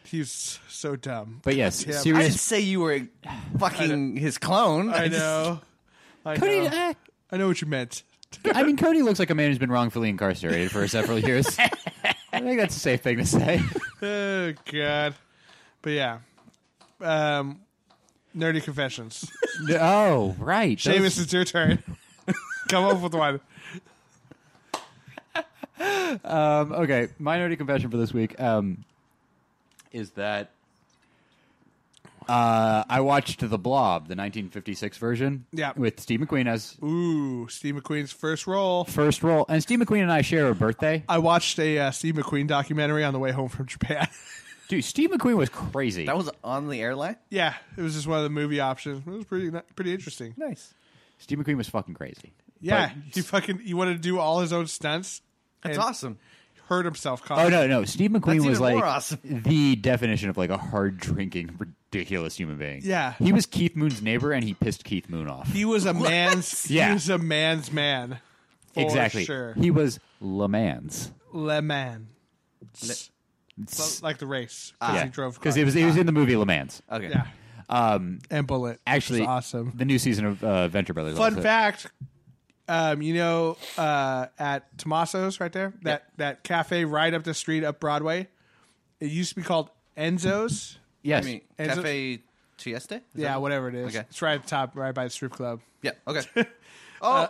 S1: he's so dumb.
S2: But yes,
S1: Yeah,
S3: I
S2: serious.
S3: didn't say you were fucking his clone.
S1: I
S3: just-
S1: know. I
S2: Cody,
S1: know.
S2: eh,
S1: I know what you meant.
S2: I mean, Cody looks like a man who's been wrongfully incarcerated for several years. I think that's a safe thing to say.
S1: Oh God. But yeah, um, nerdy confessions.
S2: oh, right.
S1: Davis, it's your turn. Come up with one.
S2: Um, okay, my nerdy confession for this week um, is that uh, I watched The Blob, the 1956 version,
S1: Yeah.
S2: with Steve McQueen as
S1: Ooh, Steve McQueen's first role.
S2: first role, and Steve McQueen and I share a birthday.
S1: I watched a uh, Steve McQueen documentary on the way home from Japan.
S2: Dude, Steve McQueen was crazy.
S3: That was on the airline?
S1: yeah, it was just one of the movie options. It was pretty pretty interesting.
S3: Nice.
S2: Steve McQueen was fucking crazy.
S1: Yeah,
S2: But-
S1: he fucking he wanted to do all his own stunts.
S3: That's
S1: and
S3: awesome.
S1: Hurt himself.
S2: Oh
S1: Constantly.
S2: no, no. Steve McQueen
S3: even
S2: was like
S3: more awesome.
S2: the definition of like a hard drinking, ridiculous human being.
S1: Yeah.
S2: he was Keith Moon's neighbor, and he pissed Keith Moon off.
S1: He was a man's. He
S2: Yeah.
S1: was a man's man. For
S2: exactly.
S1: Sure.
S2: He was Le Mans.
S1: Le man. like the race because
S2: Yeah.
S1: he drove
S2: because it was he was in the movie Le Mans.
S3: Okay.
S1: yeah. Um, and bullet.
S2: Actually,
S1: It's awesome.
S2: The new season of uh, Venture Brothers.
S1: Fun
S2: also.
S1: fact. Um, you know, uh, at Tommaso's right there, that that cafe right up the street up Broadway, it used to be called Enzo's.
S2: Yes.
S3: I mean,
S1: And so-
S3: Cafe Chieste? Is
S1: Yeah,
S3: that-
S1: whatever it is.
S3: Okay.
S1: It's right at the top, right by the strip club.
S3: Yeah. Okay. Oh,
S1: Uh,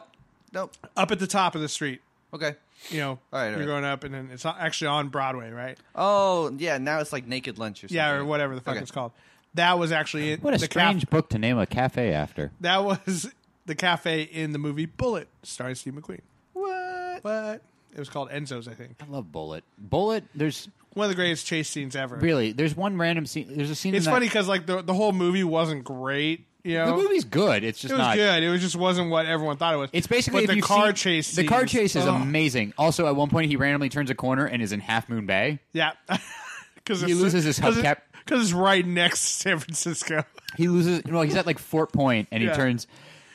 S3: nope.
S1: Up at the top of the street.
S3: Okay.
S1: You know,
S3: All right, all
S1: you're
S3: right.
S1: going up, and then it's actually on Broadway, right?
S3: Oh, yeah. Now it's like Naked Lunch or something.
S1: Yeah, or whatever the fuck
S3: Okay.
S1: it's called. That was actually it.
S2: what a
S1: the
S2: strange
S1: Caf-
S2: book to name a cafe after.
S1: that was the cafe in the movie Bullet, starring Steve McQueen.
S3: What?
S1: But it was called Enzo's, I think.
S2: I love Bullet. Bullet. There's
S1: One of the greatest chase scenes ever.
S2: really there's one random scene. There's a scene.
S1: It's
S2: in that-
S1: funny because like the the whole movie wasn't great. You know,
S2: The movie's good. It's just
S1: it was
S2: not
S1: good. It was just wasn't what everyone thought it was.
S2: It's basically
S1: but
S2: if
S1: the
S2: you
S1: car
S2: see-
S1: chase.
S2: The car
S1: scenes- Oh.
S2: chase is
S1: Ugh.
S2: amazing. Also, at one point, he randomly turns a corner and is in Half Moon Bay.
S1: Yeah, because
S2: He loses his hubcap.
S1: because it's right next to San Francisco.
S2: He loses. Well, he's at like Fort Point, and he
S1: Yeah.
S2: turns,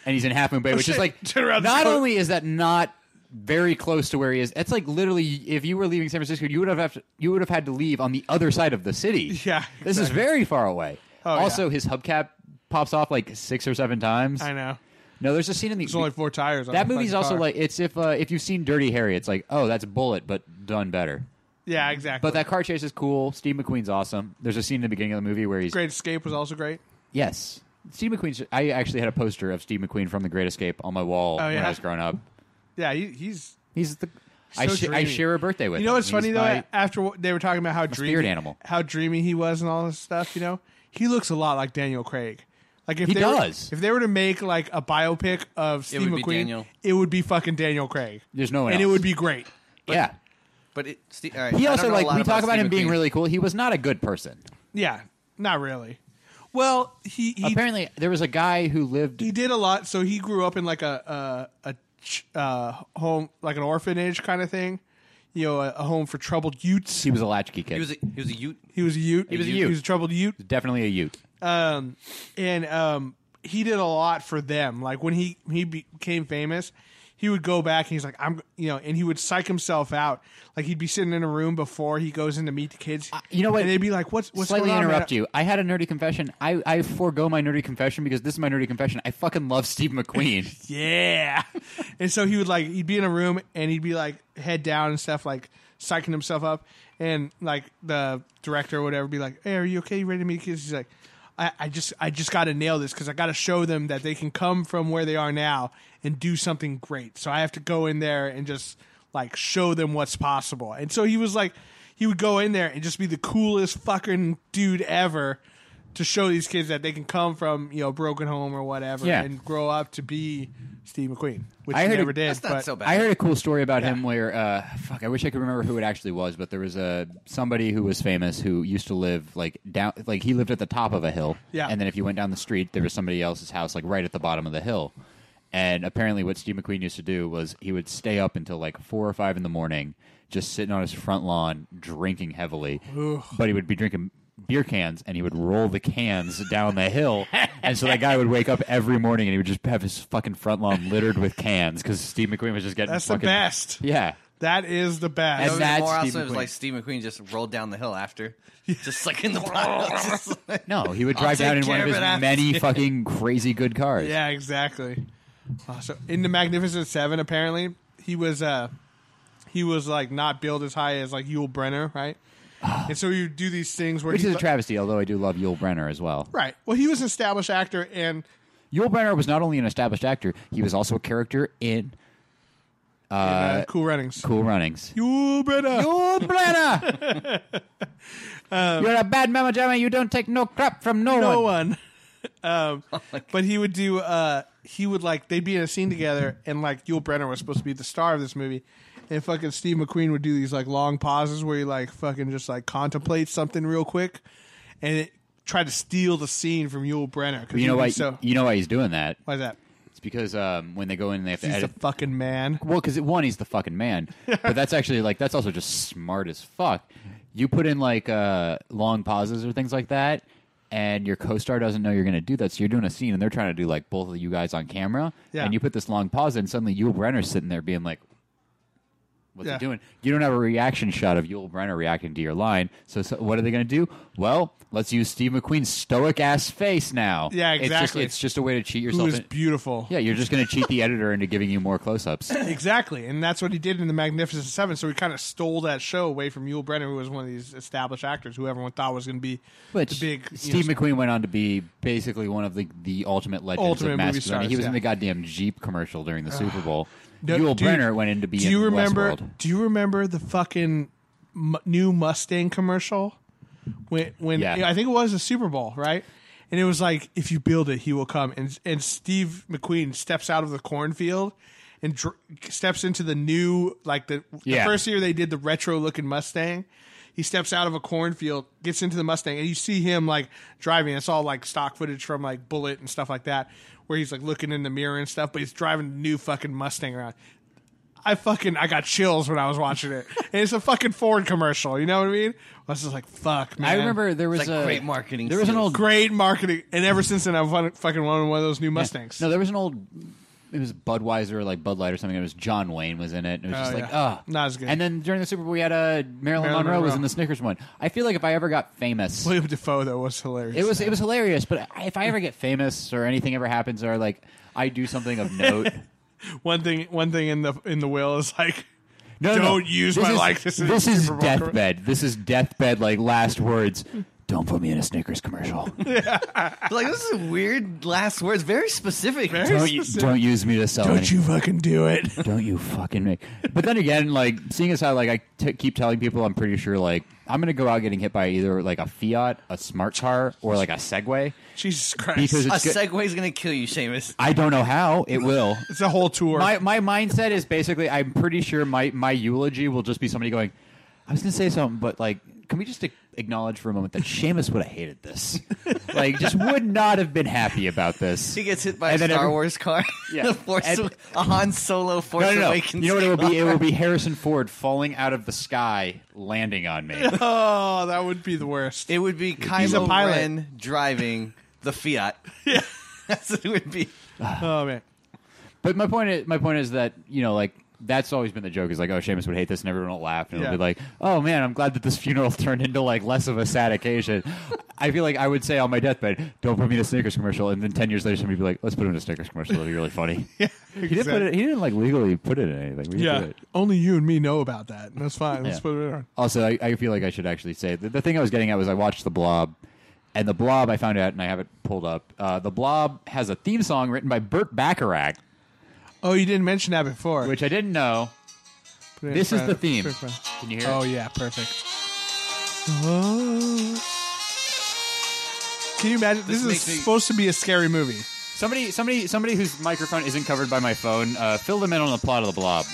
S2: and he's in Half Moon Bay, which is
S1: shit.
S2: like
S1: Turn around,
S2: not
S1: go-
S2: only is that not very close to where he is, that's like literally if you were leaving San Francisco, you would have, have to, you would have had to leave on the other side of the city.
S1: Yeah, Oh,
S2: this is very far away.
S1: yeah.
S2: also, his hubcap pops off like six or seven times.
S1: I know.
S2: No, there's a scene in the
S1: There's only four tires. on
S2: that
S1: the
S2: movie's
S1: fucking
S2: also
S1: car.
S2: like it's if uh, if you've seen Dirty Harry, it's like oh that's Bullet but done better.
S1: yeah, exactly.
S2: But that car chase is cool. Steve McQueen's awesome. There's a scene in the beginning of the movie where he's
S1: Great Escape was also great.
S2: yes. Steve McQueen's. I actually had a poster of Steve McQueen from The Great Escape on my wall when
S1: Oh, yeah.
S2: I was growing up.
S1: Yeah, he, he's.
S2: He's the. I,
S1: so
S2: sh- I
S1: dreamy.
S2: share a birthday with.
S1: You know
S2: him.
S1: what's funny
S2: He's
S1: though?
S2: my-
S1: After what they were talking about how dreamy,
S2: spirit animal.
S1: how dreamy he was and all this stuff, you know, he looks a lot like Daniel Craig. Like if
S2: He
S1: they
S2: does.
S1: Were, if they were to make like a biopic of Steve
S3: would be
S1: McQueen,
S3: Daniel.
S1: it would be fucking Daniel Craig.
S2: There's no one
S1: and it
S2: else.
S1: would be great.
S2: yeah.
S3: But it, Steve, all right,
S2: He
S3: I
S2: also
S3: don't know a
S2: like
S3: lot
S2: we talk about
S3: Steve
S2: him being
S3: McQueen.
S2: really cool. He was not a good person.
S1: Yeah, not really. Well, he he,
S2: Apparently, there was a guy who lived.
S1: he did a lot. So he grew up in like a a, a ch- uh, home, like an orphanage kind of thing. You know, a, a home for troubled Utes.
S2: He was a latchkey kid.
S3: He was a, he was a Ute.
S1: He was a Ute. He
S2: was a
S1: He
S2: Ute.
S1: was a troubled Ute.
S2: definitely a Ute.
S1: um, and um, he did a lot for them. Like when he he became famous, he would go back and he's like, I'm, you know, and he would psych himself out. Like he'd be sitting in a room before he goes in to meet the kids.
S2: Uh, you know what?
S1: And they'd be like, "What's what's
S2: Slightly
S1: going on, man?"
S2: interrupt you. I had a nerdy confession. I, I forego my nerdy confession because this is my nerdy confession. I fucking love Steve McQueen.
S1: Yeah. and so he would like he'd be in a room and he'd be like head down and stuff like psyching himself up and like the director or whatever would be like, "Hey, are you okay? You ready to meet kids?" He's like, "I, I just I just got to nail this because I got to show them that they can come from where they are now and do something great. So I have to go in there and just like show them what's possible." And so he was like, he would go in there and just be the coolest fucking dude ever. To show these kids that they can come from you know broken home or whatever,
S2: Yeah.
S1: and grow up to be Steve McQueen, which
S2: I
S1: he
S2: heard
S1: never
S2: it-
S1: did.
S3: That's not
S1: but
S3: so bad.
S2: I heard a cool story about him where, uh, fuck, I wish I could remember who it actually was, but there was a somebody who was famous who used to live like down, like he lived at the top of a hill,
S1: Yeah.
S2: And then if you went down the street, there was somebody else's house like right at the bottom of the hill. And apparently, what Steve McQueen used to do was he would stay up until like four or five in the morning, just sitting on his front lawn drinking heavily, but he would be drinking beer cans and he would roll the cans down the hill. And so that guy would wake up every morning and he would just have his fucking front lawn littered with cans because Steve McQueen was just getting
S1: That's the
S2: fucking,
S1: best.
S2: Yeah.
S1: That is the
S2: And
S1: best.
S3: And
S2: that's
S3: more
S2: Steve
S3: also it was
S2: McQueen.
S3: like Steve McQueen just rolled down the hill after, just like in the wild.
S2: No, he would drive
S3: take
S2: down in one
S3: care
S2: of
S3: of
S2: his
S3: it after.
S2: many fucking crazy good cars.
S1: Yeah, exactly. Wow, so in the Magnificent Seven, apparently he was uh he was like not billed as high as like Yul Brenner, right? and so you do these things where
S2: Which
S1: he
S2: is a travesty, although I do love Yul Brenner as well.
S1: right. Well, he was an established actor, and
S2: Yul Brenner was not only an established actor, he was also a character in
S1: uh, Cool Runnings.
S2: Cool Runnings.
S1: Yul Brenner.
S2: Yul Brenner! You're a bad mama jamma. You don't take no crap from no,
S1: no uh,
S2: one. Oh
S1: one. um, but he would do. Uh, he would like they'd be in a scene together, and like Yul Brenner was supposed to be the star of this movie, and fucking Steve McQueen would do these like long pauses where he like fucking just like contemplates something real quick, and it tried to steal the scene from Yul Brenner. 'cause
S2: You know
S1: he
S2: why?
S1: was So
S2: You know why he's doing that?
S1: why is that?
S2: It's because um, when they go in, they have to
S1: He's the
S2: edit.
S1: fucking man.
S2: Well, because one, he's the fucking man, but that's actually like that's also just smart as fuck. You put in like uh, long pauses or things like that, and your co-star doesn't know you're going to do that. So you're doing a scene, and they're trying to do like both of you guys on camera,
S1: Yeah.
S2: and you put this long pause, and suddenly Yul Brenner's sitting there being like. What's
S1: Yeah.
S2: he doing? You don't have a reaction shot of Yul Brenner reacting to your line. So, so what are they going to do? Well, let's use Steve McQueen's stoic ass face now.
S1: Yeah,
S2: It's just-
S1: exactly.
S2: It's just, a way to cheat
S1: Who
S2: yourself.
S1: is
S2: in-
S1: beautiful?
S2: yeah, you're just going to cheat the editor into giving you more close-ups.
S1: Exactly, and that's what he did in the Magnificent Seven. So he kind of stole that show away from Yul Brenner, who was one of these established actors who everyone thought was going to be
S2: Which
S1: the big you
S2: Steve
S1: know,
S2: McQueen went on to be basically one of the, the ultimate legends
S1: Ultimate
S2: of
S1: movie
S2: masculinity.
S1: stars,
S2: he was in
S1: yeah.
S2: the goddamn Jeep commercial during the Super Bowl.
S1: No,
S2: Yul
S1: do-
S2: Brenner went in to be
S1: Do
S2: in
S1: you remember?
S2: Westworld.
S1: Do you remember the fucking m- new Mustang commercial? When when
S2: Yeah.
S1: I think it was the Super Bowl, right? And it was like, if you build it, he will come. And and Steve McQueen steps out of the cornfield and dr- steps into the new like the,
S2: Yeah.
S1: the first year they did the retro looking Mustang. He steps out of a cornfield, gets into the Mustang, and you see him like driving. It's all like stock footage from like Bullet and stuff like that, where he's like looking in the mirror and stuff. But he's driving the new fucking Mustang around. I fucking I got chills when I was watching it. And it's a fucking Ford commercial, you know what I mean? I was just like, fuck, man.
S2: I remember there was
S3: like
S2: a
S3: great marketing
S2: There was an
S3: skills.
S2: old
S1: great marketing, and ever since then I've fun- fucking wanted one of those new Mustangs.
S2: No, there was an old. It was Budweiser, or like Bud Light, or something. It was John Wayne was in it. And it was just
S1: Oh,
S2: like,
S1: yeah.
S2: ah,
S1: Not as good.
S2: And then during the Super Bowl, we had a Marilyn,
S1: Marilyn
S2: Monroe, was
S1: Monroe.
S2: in the Snickers one. I feel like if I ever got famous,
S1: William Defoe though was hilarious.
S2: It was it was hilarious, but if I ever get famous or anything ever happens or like I do something of note,
S1: one thing. One thing in the in the will is like,
S2: no, no,
S1: Don't use
S2: this
S1: my
S2: is,
S1: likeness in
S2: This
S1: a
S2: is
S1: Super Bowl
S2: deathbed. This is deathbed. Like last words. Don't put me in a Snickers commercial.
S3: like this is a weird last words, very specific.
S2: Don't, u- don't use me to sell.
S1: don't
S2: anything.
S1: you fucking do it.
S2: Don't you fucking make. But then again, like seeing as how like I t- keep telling people, I'm pretty sure like I'm gonna go out getting hit by either like a Fiat, a smart car, or like a Segway
S1: Jesus Christ!
S2: because
S3: A
S2: it's. Go-
S3: Segway's gonna kill you, Seamus.
S2: I don't know how it will.
S1: it's a whole tour.
S2: My my mindset is basically I'm pretty sure my my eulogy will just be somebody going, I was gonna say something, but like, can we just a- acknowledge for a moment that Seamus would have hated this, like, just would not have been happy about this.
S3: He gets hit by
S2: And
S3: a
S2: then
S3: Star
S2: every-
S3: Wars car.
S2: Yeah.
S3: The Force
S2: And-
S3: Awa- a Han Solo Force
S2: No, no, no.
S3: Awakens.
S2: You know what it will be? It
S3: car.
S2: will be Harrison Ford falling out of the sky, landing on me.
S1: oh, that would be the worst.
S3: It would be
S1: He's a
S3: Kylo
S1: pilot.
S3: Ren driving the Fiat.
S1: Yeah.
S3: That's what it would be.
S1: oh man,
S2: But my point is, my point is that you know, like that's always been the joke is like, oh, Seamus would hate this, and everyone will laugh, and
S1: Yeah.
S2: it'll be like, oh man, I'm glad that this funeral turned into like less of a sad occasion. I feel like I would say on my deathbed, don't put me in a Snickers commercial, and then ten years later, somebody would be like, let's put him in a Snickers commercial. It'll be really funny. He didn't put it. He didn't like legally put it in anything. We didn't
S1: yeah.
S2: do it.
S1: Only you and me know about that. That's fine. Let's
S2: Yeah.
S1: put it on.
S2: Also, I, I feel like I should actually say the, the thing I was getting at was I watched The Blob, and The Blob I found out, and I have it pulled up. Uh, the Blob has a theme song written by Burt Bacharach,
S1: Oh, you didn't mention that before.
S2: which I didn't know.
S1: Put it in
S2: This is
S1: front-
S2: the theme.
S1: put it in front.
S2: Can you hear?
S1: Oh
S2: it?
S1: yeah, perfect. Oh. Can you imagine? This,
S3: This
S1: is
S3: makes me-
S1: supposed to be a scary movie.
S2: Somebody, somebody, somebody whose microphone isn't covered by my phone, uh, fill them in on the plot of the Blob.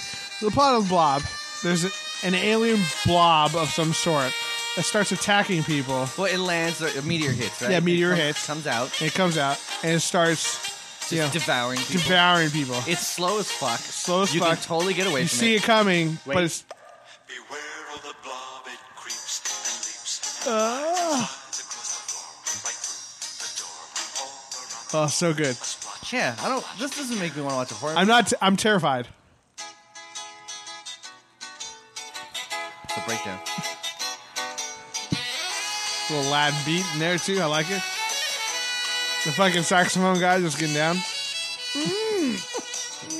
S1: The plot of the Blob: There's an alien blob of some sort that starts attacking people.
S3: Well, it lands, or a meteor hits, right?
S1: Yeah, meteor
S3: it comes,
S1: hits.
S3: Comes out,
S1: And it comes out and it starts
S3: just
S1: you know,
S3: devouring people.
S1: devouring people.
S3: It's slow as fuck.
S1: Slow as
S3: you
S1: fuck.
S3: can totally get away
S1: you
S3: from
S1: see it,
S3: it.
S1: coming,
S2: Wait.
S1: but it's Ah.
S4: Beware of the blob, it creeps and leaps. and climbs
S1: Oh, so good.
S3: Yeah, I don't. This doesn't make me want to watch a horror.
S1: I'm not. I'm terrified.
S3: It's a breakdown.
S1: little Latin beat in there too. I like it. The fucking saxophone guy just getting down.
S2: Mm.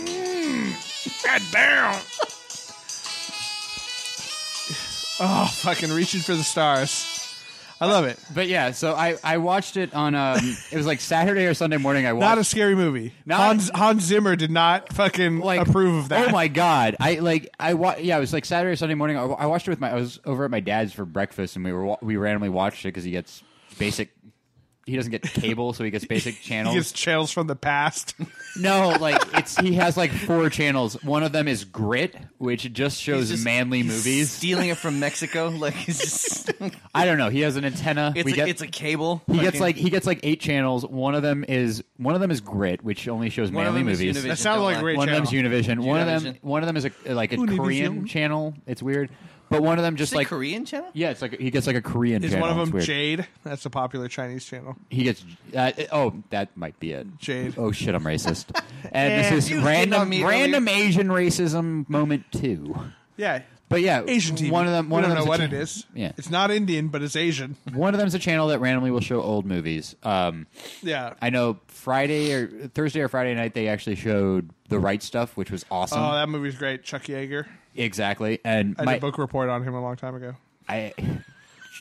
S1: Mm. God damn. oh, fucking reaching for the stars. I love it.
S2: But yeah, so I, I watched it on um it was like Saturday or Sunday morning. I watched
S1: Not a scary movie.
S2: Not-
S1: Hans, Hans Zimmer did not fucking
S2: like
S1: approve of that.
S2: Oh my god! I like I wa- yeah it was like Saturday or Sunday morning. I, wa- I watched it with my I was over at my dad's for breakfast and we were wa- we randomly watched it because he gets basic. He doesn't get cable, so he gets basic
S1: He
S2: channels.
S1: gets channels from the past.
S2: no, like it's he has like four channels. One of them is Grit, which just shows
S3: He's just-
S2: manly
S3: he's
S2: movies.
S3: stealing it from Mexico. Like he's just, it's,
S2: I don't know. He has an antenna.
S3: a,
S2: we get,
S3: it's a cable.
S2: he gets like he gets like eight channels. One of them is one of them is Grit, which only shows
S3: One of
S2: manly
S3: them is
S2: movies.
S3: Univision,
S1: That sounds
S3: don't
S1: like
S3: lie.
S1: great
S2: one
S1: channel.
S2: of them's Univision. One of them
S3: Univision.
S2: one of them is a like a
S1: Univision.
S2: Korean channel. It's weird, but one of them just
S3: Is it
S2: like
S3: Korean channel.
S2: yeah, it's like he gets like a Korean.
S1: Is
S2: channel.
S1: one of
S2: It's
S1: them
S2: weird.
S1: Jade? That's a popular Chinese channel.
S2: He gets uh, oh that might be it.
S1: Jade.
S2: Oh shit, I'm racist. and
S1: Yeah,
S2: this
S3: you
S2: is
S3: hit on
S2: random
S3: me
S2: random Asian racism moment two.
S1: Yeah.
S2: But yeah,
S1: Asian TV.
S2: One of them.
S1: We
S2: One
S1: don't
S2: of
S1: know
S2: them's
S1: what
S2: a
S1: it
S2: cha-
S1: is.
S2: Yeah,
S1: It's not Indian, but it's Asian.
S2: one of them's a channel that randomly will show old movies. Um,
S1: Yeah.
S2: I know Friday or Thursday or Friday night they actually showed the right stuff, which was awesome.
S1: Oh, that movie's great. Chuck Yeager.
S2: exactly, and
S1: I did
S2: Um, my
S1: a book report on him a long time ago.
S2: I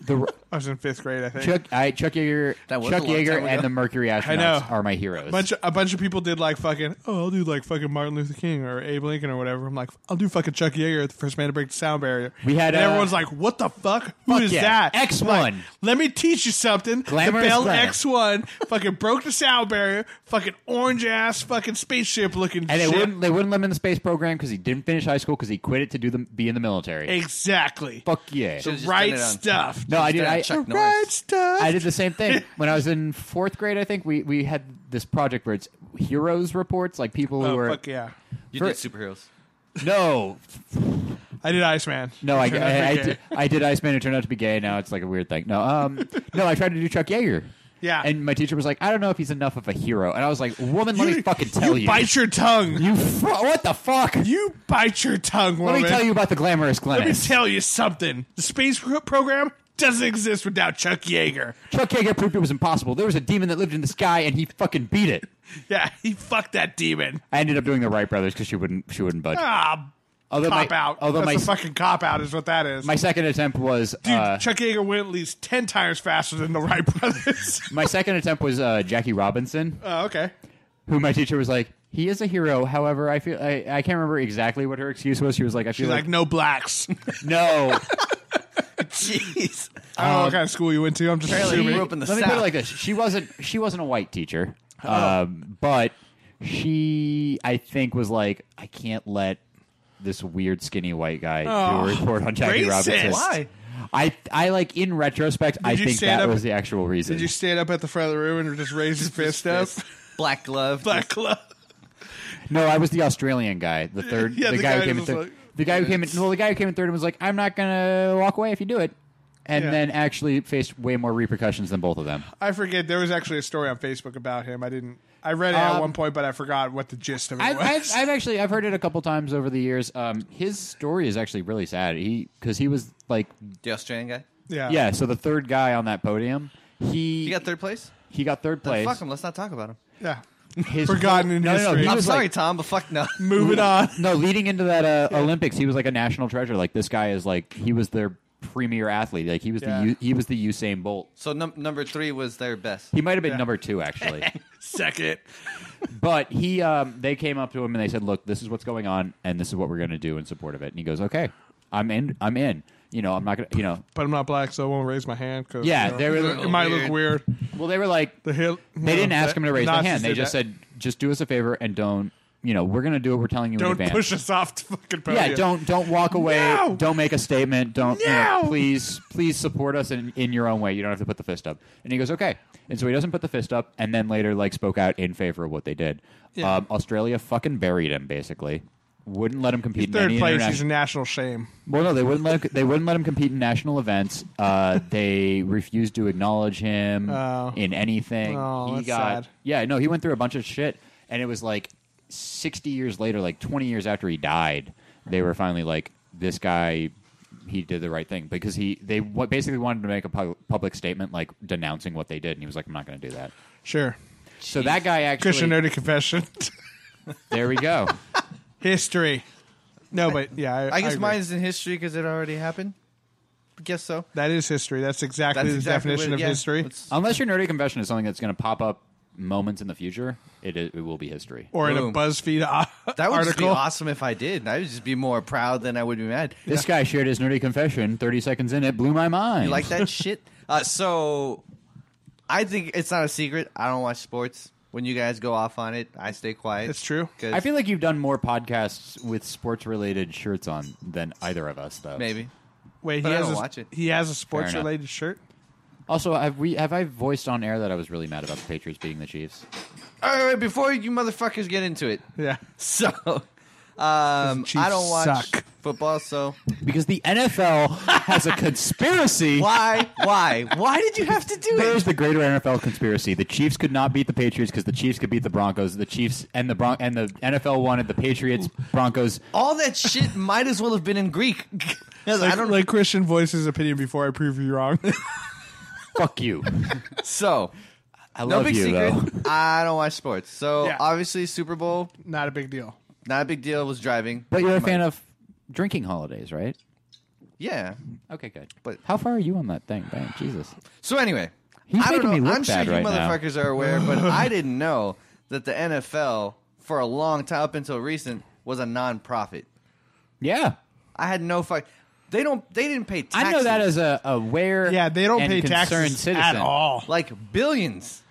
S2: the
S1: I was in fifth grade, I think.
S2: Chuck I Chuck Yeager
S3: That was
S2: Chuck
S3: a long
S2: Yeager
S3: time ago.
S2: and the Mercury
S1: I know.
S2: astronauts are my heroes.
S1: A bunch, a bunch of people did like fucking. Oh, I'll do like fucking Martin Luther King or Abe Lincoln or whatever. I'm like, I'll do fucking Chuck Yeager, the first man to break the sound barrier.
S2: We had,
S1: and
S2: uh,
S1: everyone's like, "What the fuck? Who is
S2: Fuck yeah.
S1: that?"
S2: X1.
S1: Like, Let me teach you something.
S2: Glamorous
S1: the Bell
S2: planet.
S1: X1 fucking broke the sound barrier. Fucking orange ass fucking spaceship looking.
S2: and they
S1: shit.
S2: wouldn't they wouldn't let him in the space program because he didn't finish high school because he quit it to do the be in the military.
S1: exactly
S2: Fuck yeah!
S1: the
S3: just
S1: right
S3: turned it on.
S1: stuff.
S2: no, I did.
S3: Just
S2: I,
S3: Chuck
S1: the
S3: Norris.
S1: right stuff.
S2: I did the same thing when I was in fourth grade. I think we we had this project where it's heroes reports, like people who
S1: Oh,
S2: were
S1: fuck yeah.
S3: You
S2: For-
S3: did superheroes.
S2: no
S1: I did Iceman.
S2: No, I, I,
S1: Turned out to
S2: I,
S1: be gay.
S2: did, I did Iceman. It turned out to be gay. Now it's like a weird thing. No, um, no, I tried to do Chuck Yeager.
S1: Yeah.
S2: And my teacher was like, I don't know if he's enough of a hero. And I was like, woman, let me fucking tell you.
S1: bite your tongue.
S2: You fu- what the fuck?
S1: You bite your tongue, woman.
S2: let me tell you about the glamorous
S1: Let me
S2: Glennis.
S1: tell you something. The space pro- program doesn't exist without Chuck Yeager.
S2: Chuck Yeager proved it was impossible. There was a demon that lived in the sky, and he fucking beat it.
S1: Yeah, he fucked that demon.
S2: I ended up doing the Wright brothers because she wouldn't she wouldn't budge.
S1: Ah,
S2: although
S1: cop
S2: my,
S1: out.
S2: Although
S1: That's
S2: my
S1: a fucking cop out, is what that is.
S2: my second attempt was
S1: Dude,
S2: uh,
S1: Chuck Yeager went at least ten times faster than the Wright brothers.
S2: my second attempt was uh, Jackie Robinson.
S1: oh, okay.
S2: who my teacher was like, he is a hero. However, I feel I, I can't remember exactly what her excuse was. She was like, I feel
S1: She's like,
S2: like,
S1: no blacks.
S2: no.
S3: Jeez.
S1: I
S2: Um,
S1: don't know what kind of school you went to. I'm just
S3: Apparently
S1: assuming.
S3: grew up in the
S2: Let me
S3: South.
S2: put it like this: she wasn't she wasn't a white teacher,
S1: Oh.
S2: um, but she I think was like, I can't let this weird skinny white guy do a report on Jackie
S1: Oh, racist.
S2: Robinson.
S1: Why?
S2: I I like in retrospect, I
S1: you
S2: think
S1: stand
S2: that
S1: up-
S2: was the actual reason.
S1: Did you stand up at the front of the room and just raise your fist up?
S3: Black glove.
S1: Black glove.
S2: No, I was the Australian guy, the third,
S1: Yeah,
S2: the,
S1: the
S2: guy,
S1: guy
S2: who came in
S1: was
S2: third.
S1: like-
S2: the guy who came in, well, the guy who came in third and was like, "I'm not gonna walk away if you do it," and
S1: Yeah.
S2: then actually faced way more repercussions than both of them.
S1: I forget. There was actually a story on Facebook about him. I didn't. I read it at
S2: Um,
S1: one point, but I forgot what the gist of it
S2: I've,
S1: was.
S2: I've, I've actually I've heard it a couple times over the years. Um, his story is actually really sad. He because he was like,
S3: The Australian guy.
S1: yeah.
S2: yeah, so the third guy on that podium, he
S3: You got third place.
S2: he got third
S3: Then
S2: place.
S3: fuck him. Let's not talk about him.
S1: Yeah.
S2: His
S1: Forgotten
S2: whole-
S1: in
S2: no, no, no,
S1: history.
S2: he
S3: I'm
S2: was,
S3: sorry,
S2: like-
S3: Tom, but fuck no.
S1: Moving on.
S2: no, leading into that uh, Olympics, he was like a national treasure. Like this guy is like he was their premier athlete. Like he was
S1: Yeah.
S2: the U- he was the Usain Bolt.
S3: So num- number three was their best.
S2: He might have been number two actually,
S1: Second.
S2: but he um, they came up to him and they said, "Look, this is what's going on, and this is what we're going to do in support of it." And he goes, "Okay, I'm in. I'm in. You know, I'm not gonna. You know,
S1: But I'm not black, so I won't raise my hand. Cause,
S2: Yeah,
S1: you
S2: they were-
S1: it might look weird.
S2: well, they were like,
S1: The hill.
S2: they didn't ask him to raise their hand. They just said, just do us a favor and don't. You know, we're going to do what we're telling you in
S1: "Don't
S2: advance.
S1: push us off to fucking podium."
S2: yeah, don't don't walk away.
S1: No!
S2: Don't make a statement. Don't you know,
S1: No!
S2: please please support us in, in your own way. You don't have to put the fist up. And he goes, okay. And so he doesn't put the fist up, and then later like spoke out in favor of what they did. Um, Australia fucking buried him basically. wouldn't let him compete in
S1: Third
S2: any
S1: place,
S2: international-
S1: he's a national shame.
S2: Well, no, they wouldn't let they wouldn't let him compete in national events. Uh, they refused to acknowledge him
S1: Oh.
S2: in anything.
S1: Oh,
S2: he
S1: that's
S2: got
S1: sad.
S2: yeah, no, he went through a bunch of shit, and it was like sixty years later, like twenty years after he died, they were finally like, this guy, he did the right thing because he they wa- basically wanted to make a pu- public statement like denouncing what they did, and he was like, I'm not going to do that.
S1: Sure.
S2: So that guy actually,
S1: Christian nerdy confession.
S2: there we go.
S1: History. No, but yeah, I,
S3: I guess
S1: agree.
S3: mine is in history because it already happened. guess so.
S1: That is history. That's exactly
S3: That's
S1: the
S3: exactly
S1: definition
S3: what-
S1: of
S3: yeah,
S1: history.
S3: let's-
S2: Unless your nerdy confession is something that's going to pop up moments in the future, it, it will be history.
S1: Or in a
S3: Boom.
S1: BuzzFeed o-
S3: That would just be
S1: article.
S3: awesome if I did. I would just be more proud than I would be mad.
S2: This guy shared his nerdy confession. Thirty seconds in, it blew my mind.
S3: You like that shit? Uh, so, I think it's not a secret. I don't watch sports. When you guys go off on it, I stay quiet.
S1: That's true.
S3: 'Cause
S2: I feel like you've done more podcasts with sports-related shirts on than either of us, though.
S3: maybe.
S1: Wait, he
S3: But I
S1: has,
S3: don't
S1: a,
S3: watch it.
S1: he has a sports
S2: enough.
S1: related shirt.
S2: Also, have we have I voiced on air that I was really mad about the Patriots beating the Chiefs?
S3: All right, before you motherfuckers get into it,
S1: Yeah.
S3: so um, I don't watch
S1: suck.
S3: football. So
S2: Because the NFL has a conspiracy.
S3: why, why, why did you have to do
S2: There's
S3: it?
S2: the greater NFL conspiracy. The Chiefs could not beat the Patriots because the Chiefs could beat the Broncos. The Chiefs and the Bron- and the NFL wanted the Patriots Broncos.
S3: All that shit might as well have been in Greek.
S1: Like,
S3: I don't
S1: like Christian voice's opinion before I prove you wrong.
S2: Fuck you.
S3: Oh so.
S2: I
S3: No
S2: love
S3: big
S2: you
S3: secret.
S2: though.
S3: I don't watch sports, so
S1: Yeah.
S3: obviously Super Bowl
S1: Not a big deal.
S3: not a big deal. Was driving,
S2: But you're a fan of drinking holidays, right?
S3: yeah.
S2: Okay, good.
S3: But-
S2: how far are you on that thing, Bang? Jesus.
S3: So anyway,
S2: He's
S3: I don't
S2: making
S3: know.
S2: me look
S3: I'm
S2: bad
S3: sure
S2: right
S3: you
S2: now.
S3: motherfuckers are aware, but I didn't know that the NFL for a long time up until recent was a non-profit.
S2: Yeah.
S3: I had no fuck. They don't. They didn't pay taxes.
S2: I know that as a aware
S1: Yeah, they don't
S2: and
S1: pay
S2: concerned
S1: taxes
S2: citizen.
S1: at all.
S3: like billions,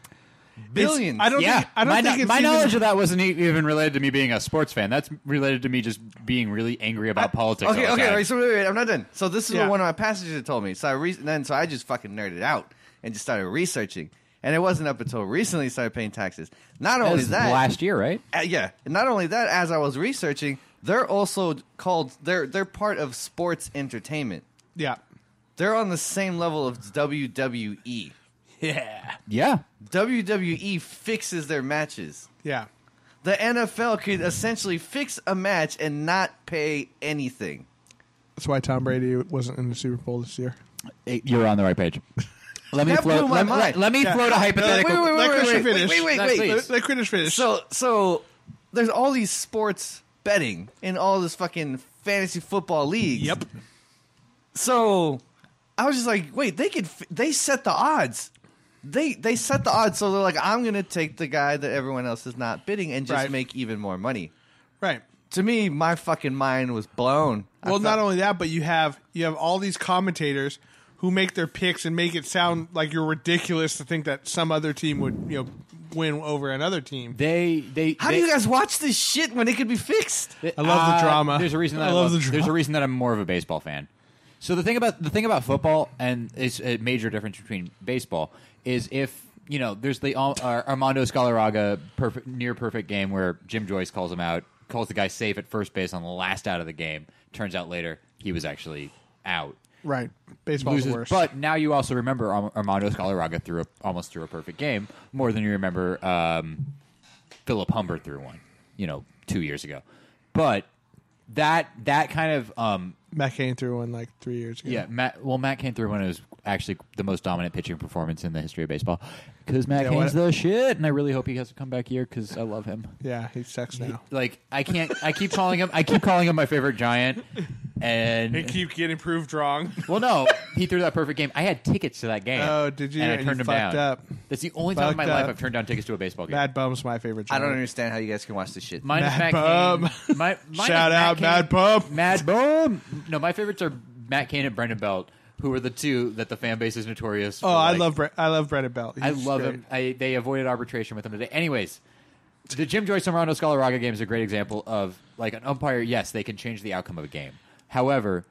S3: billions.
S1: I don't
S2: Yeah,
S1: think I don't
S2: my,
S1: think
S2: kno-
S1: it's
S2: my
S1: even-
S2: knowledge of that wasn't e- even related to me being a sports fan. That's related to me just being really angry about politics.
S3: Okay,
S2: all the
S3: okay,
S2: time.
S3: wait, so wait, wait, I'm not done. So this is
S1: Yeah.
S3: what one of my passengers had told me. So I re- then so I just fucking nerded out and just started researching. And it wasn't up until recently I started paying taxes. Not
S2: That
S3: only
S2: was
S3: that,
S2: last year, right?
S3: uh, yeah, not only that, as I was researching, they're also called they're they're part of sports entertainment.
S1: Yeah.
S3: They're on the same level of E. WWE.
S1: Yeah.
S2: Yeah.
S3: WWE E fixes their matches.
S1: Yeah.
S3: The NFL could essentially fix a match and not pay anything.
S1: That's why Tom Brady wasn't in the Super Bowl this year.
S2: It- you're on the right page. Let me
S3: That
S2: float.
S3: blew my
S2: Let,
S3: mind.
S2: let- let me
S1: Yeah.
S2: float a hypothetical.
S3: wait, wait,
S1: Let Christian
S3: wait,
S1: finish.
S3: wait, wait,
S2: No,
S3: wait.
S2: please.
S1: Let, let Christian finish.
S3: So so there's all these sports betting in all this fucking fantasy football leagues.
S1: yep.
S3: So I was just like, wait, they could f- they set the odds. They they set the odds so they're like, I'm gonna take the guy that everyone else is not bidding and just
S1: Right.
S3: make even more money.
S1: Right.
S3: To me, my fucking mind was blown. I
S1: Well,
S3: thought-
S1: not only that, but you have you have all these commentators who make their picks and make it sound like you're ridiculous to think that some other team would you know win over another team.
S2: They they.
S3: how
S2: they,
S3: do you guys watch this shit when it could be fixed?
S2: Th-
S1: I love the
S2: uh,
S1: drama.
S2: There's a reason that
S1: I
S2: I,
S1: love
S2: love
S1: the drama.
S2: There's a reason that I'm more of a baseball fan. So the thing about the thing about football and it's a major difference between baseball is if you know there's the Al- uh, Armando Scalaraga perfect, near perfect game where Jim Joyce calls him out, calls the guy safe at first base on the last out of the game. Turns out later he was actually out.
S1: Right. Baseball's
S2: Loses-
S1: worse.
S2: But now you also remember Ar- Armando Scalaraga threw a, almost threw a perfect game more than you remember um, Philip Humber threw one, you know, two years ago. But that that kind of um,
S1: Matt Cain threw one like three years ago.
S2: yeah, Matt. Well, Matt Cain threw one. It was actually the most dominant pitching performance in the history of baseball because Matt
S1: Yeah,
S2: Cain's
S1: what-
S2: the shit, and I really hope he has a comeback year because I love him.
S1: Yeah, he sucks now.
S2: Like I can't. I keep calling him. I keep calling him my favorite giant. And
S1: keep getting proved wrong.
S2: Well, no, he threw that perfect game. I had tickets to that game.
S1: Oh, did you?
S2: And I
S1: And you
S2: turned them
S1: fucked
S2: down.
S1: up.
S2: That's the only time in my
S1: Fucked
S2: life
S1: up.
S2: I've turned down tickets to a baseball game.
S1: Mad Bum's my favorite.
S3: I don't
S1: genre.
S3: understand how you guys can watch this shit.
S2: Mine is
S1: Mad
S2: Matt
S1: Bum.
S2: Cain. My,
S1: Shout
S2: mine is Matt
S1: out
S2: Cain.
S1: Mad Bum.
S2: Mad Bum. No, my favorites are Matt Cain and Brendan Belt, who are the two that the fan base is notorious. for,
S1: Oh, I
S2: like-
S1: love Bre- I love Brendan Belt.
S2: I
S1: He's
S2: love
S1: great.
S2: him. I, they avoided arbitration with him today. Anyways, the Jim Joyce and Rondo Scalaraga game is a great example of like an umpire. Yes, they can change the outcome of a game. However,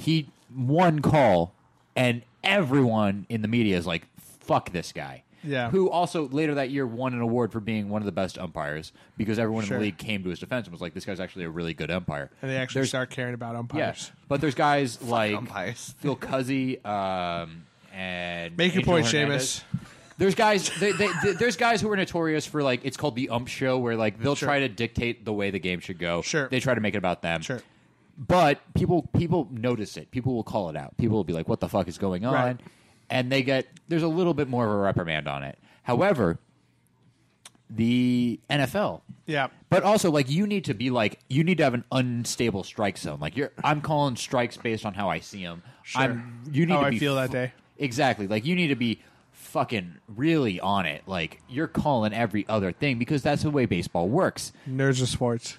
S2: he one call, and everyone in the media is like, "Fuck this guy."
S1: Yeah.
S2: who also later that year won an award for being one of the best umpires because everyone
S1: Sure.
S2: in the league came to his defense and was like, "This guy's actually a really good umpire."
S1: And they actually
S2: There's-
S1: start caring about umpires.
S2: Yes, but there's guys like
S3: umpires.
S2: Phil Cuzzy, um, and
S1: Make your
S2: Angel
S1: point,
S2: Hernandez.
S1: Seamus.
S2: There's guys. They, they, they- there's guys who are notorious for like it's called the ump show, where like they'll
S1: Sure.
S2: try to dictate the way the game should go.
S1: Sure.
S2: they try to make it about them.
S1: Sure.
S2: but people people notice it. People will call it out. People will be like, "What the fuck is going on?"
S1: Right.
S2: And they get there's a little bit more of a reprimand on it. However, the NFL
S1: Yeah.
S2: but also, like, you need to be like, you need to have an unstable strike zone. Like, you're, I'm calling strikes based on how I see them.
S1: Sure.
S2: I'm, you need
S1: How
S2: to
S1: I
S2: be
S1: feel that day.
S2: Exactly. Like, you need to be fucking really on it. Like, you're calling every other thing because that's the way baseball works.
S1: Nerds of sports.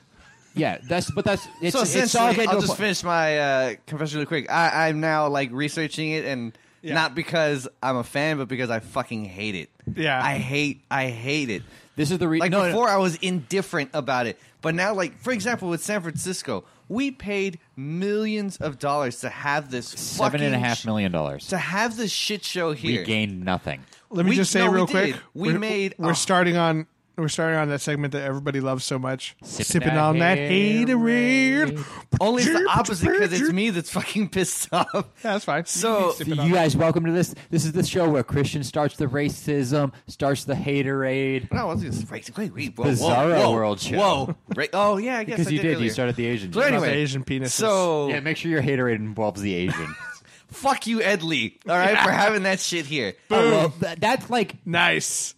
S2: Yeah. That's, but that's, it's,
S3: So
S2: it's all
S3: essentially,
S2: getting
S3: I'll
S2: to a
S3: just
S2: point-
S3: finish my uh, confession real quick. I, I'm now like researching it, and
S1: Yeah.
S3: not because I'm a fan, but because I fucking hate it.
S1: Yeah.
S3: I hate, I hate it.
S2: This is the reason.
S3: Like
S2: no, no.
S3: before, I was indifferent about it, but now, like for example, with San Francisco, we paid millions of dollars to have this
S2: seven and a
S3: fucking
S2: half
S3: sh-
S2: million dollars.
S3: to have this shit show here.
S2: We gained nothing.
S1: Let me
S3: We-
S1: just say
S3: no, we
S1: real
S3: did.
S1: quick.
S3: We
S1: we're-
S3: made
S1: We're
S3: a-
S1: starting on. We're starting on that segment that everybody loves so much. Sipping,
S2: Sipping that
S1: on that
S2: Haterade.
S1: haterade.
S3: Only it's the opposite because it's me that's fucking pissed off.
S1: Yeah, that's fine.
S3: So-
S1: Sipping on
S2: You guys, welcome to this. This is the show where Christian starts the racism, starts the haterade.
S3: No, I was just right. Wait, wait, whoa,
S2: Bizarro
S3: whoa, whoa,
S2: World show.
S3: Whoa, right, oh yeah, I guess
S2: Because
S3: I
S2: you did.
S3: earlier.
S2: You started the Asian.
S3: So
S2: joke.
S1: about
S3: anyway,
S1: the Asian penises.
S3: So
S2: Yeah, make sure your haterade involves the Asian.
S3: fuck you, Ed Lee. All right, for having that shit here.
S2: I love that. That's like
S1: nice.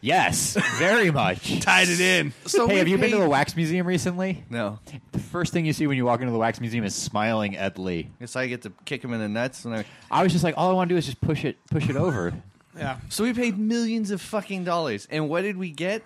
S2: yes, very much.
S1: Tied it in.
S3: So
S2: hey,
S3: we
S2: have you been to
S3: paid-
S2: the wax museum recently?
S3: No,
S2: The first thing you see when you walk into the wax museum is smiling Ed Lee.
S3: so I get to kick him in the nuts. And I...
S2: I was just like, all I want to do is just push it, push it over.
S1: Yeah.
S3: So we paid millions of fucking dollars, and what did we get?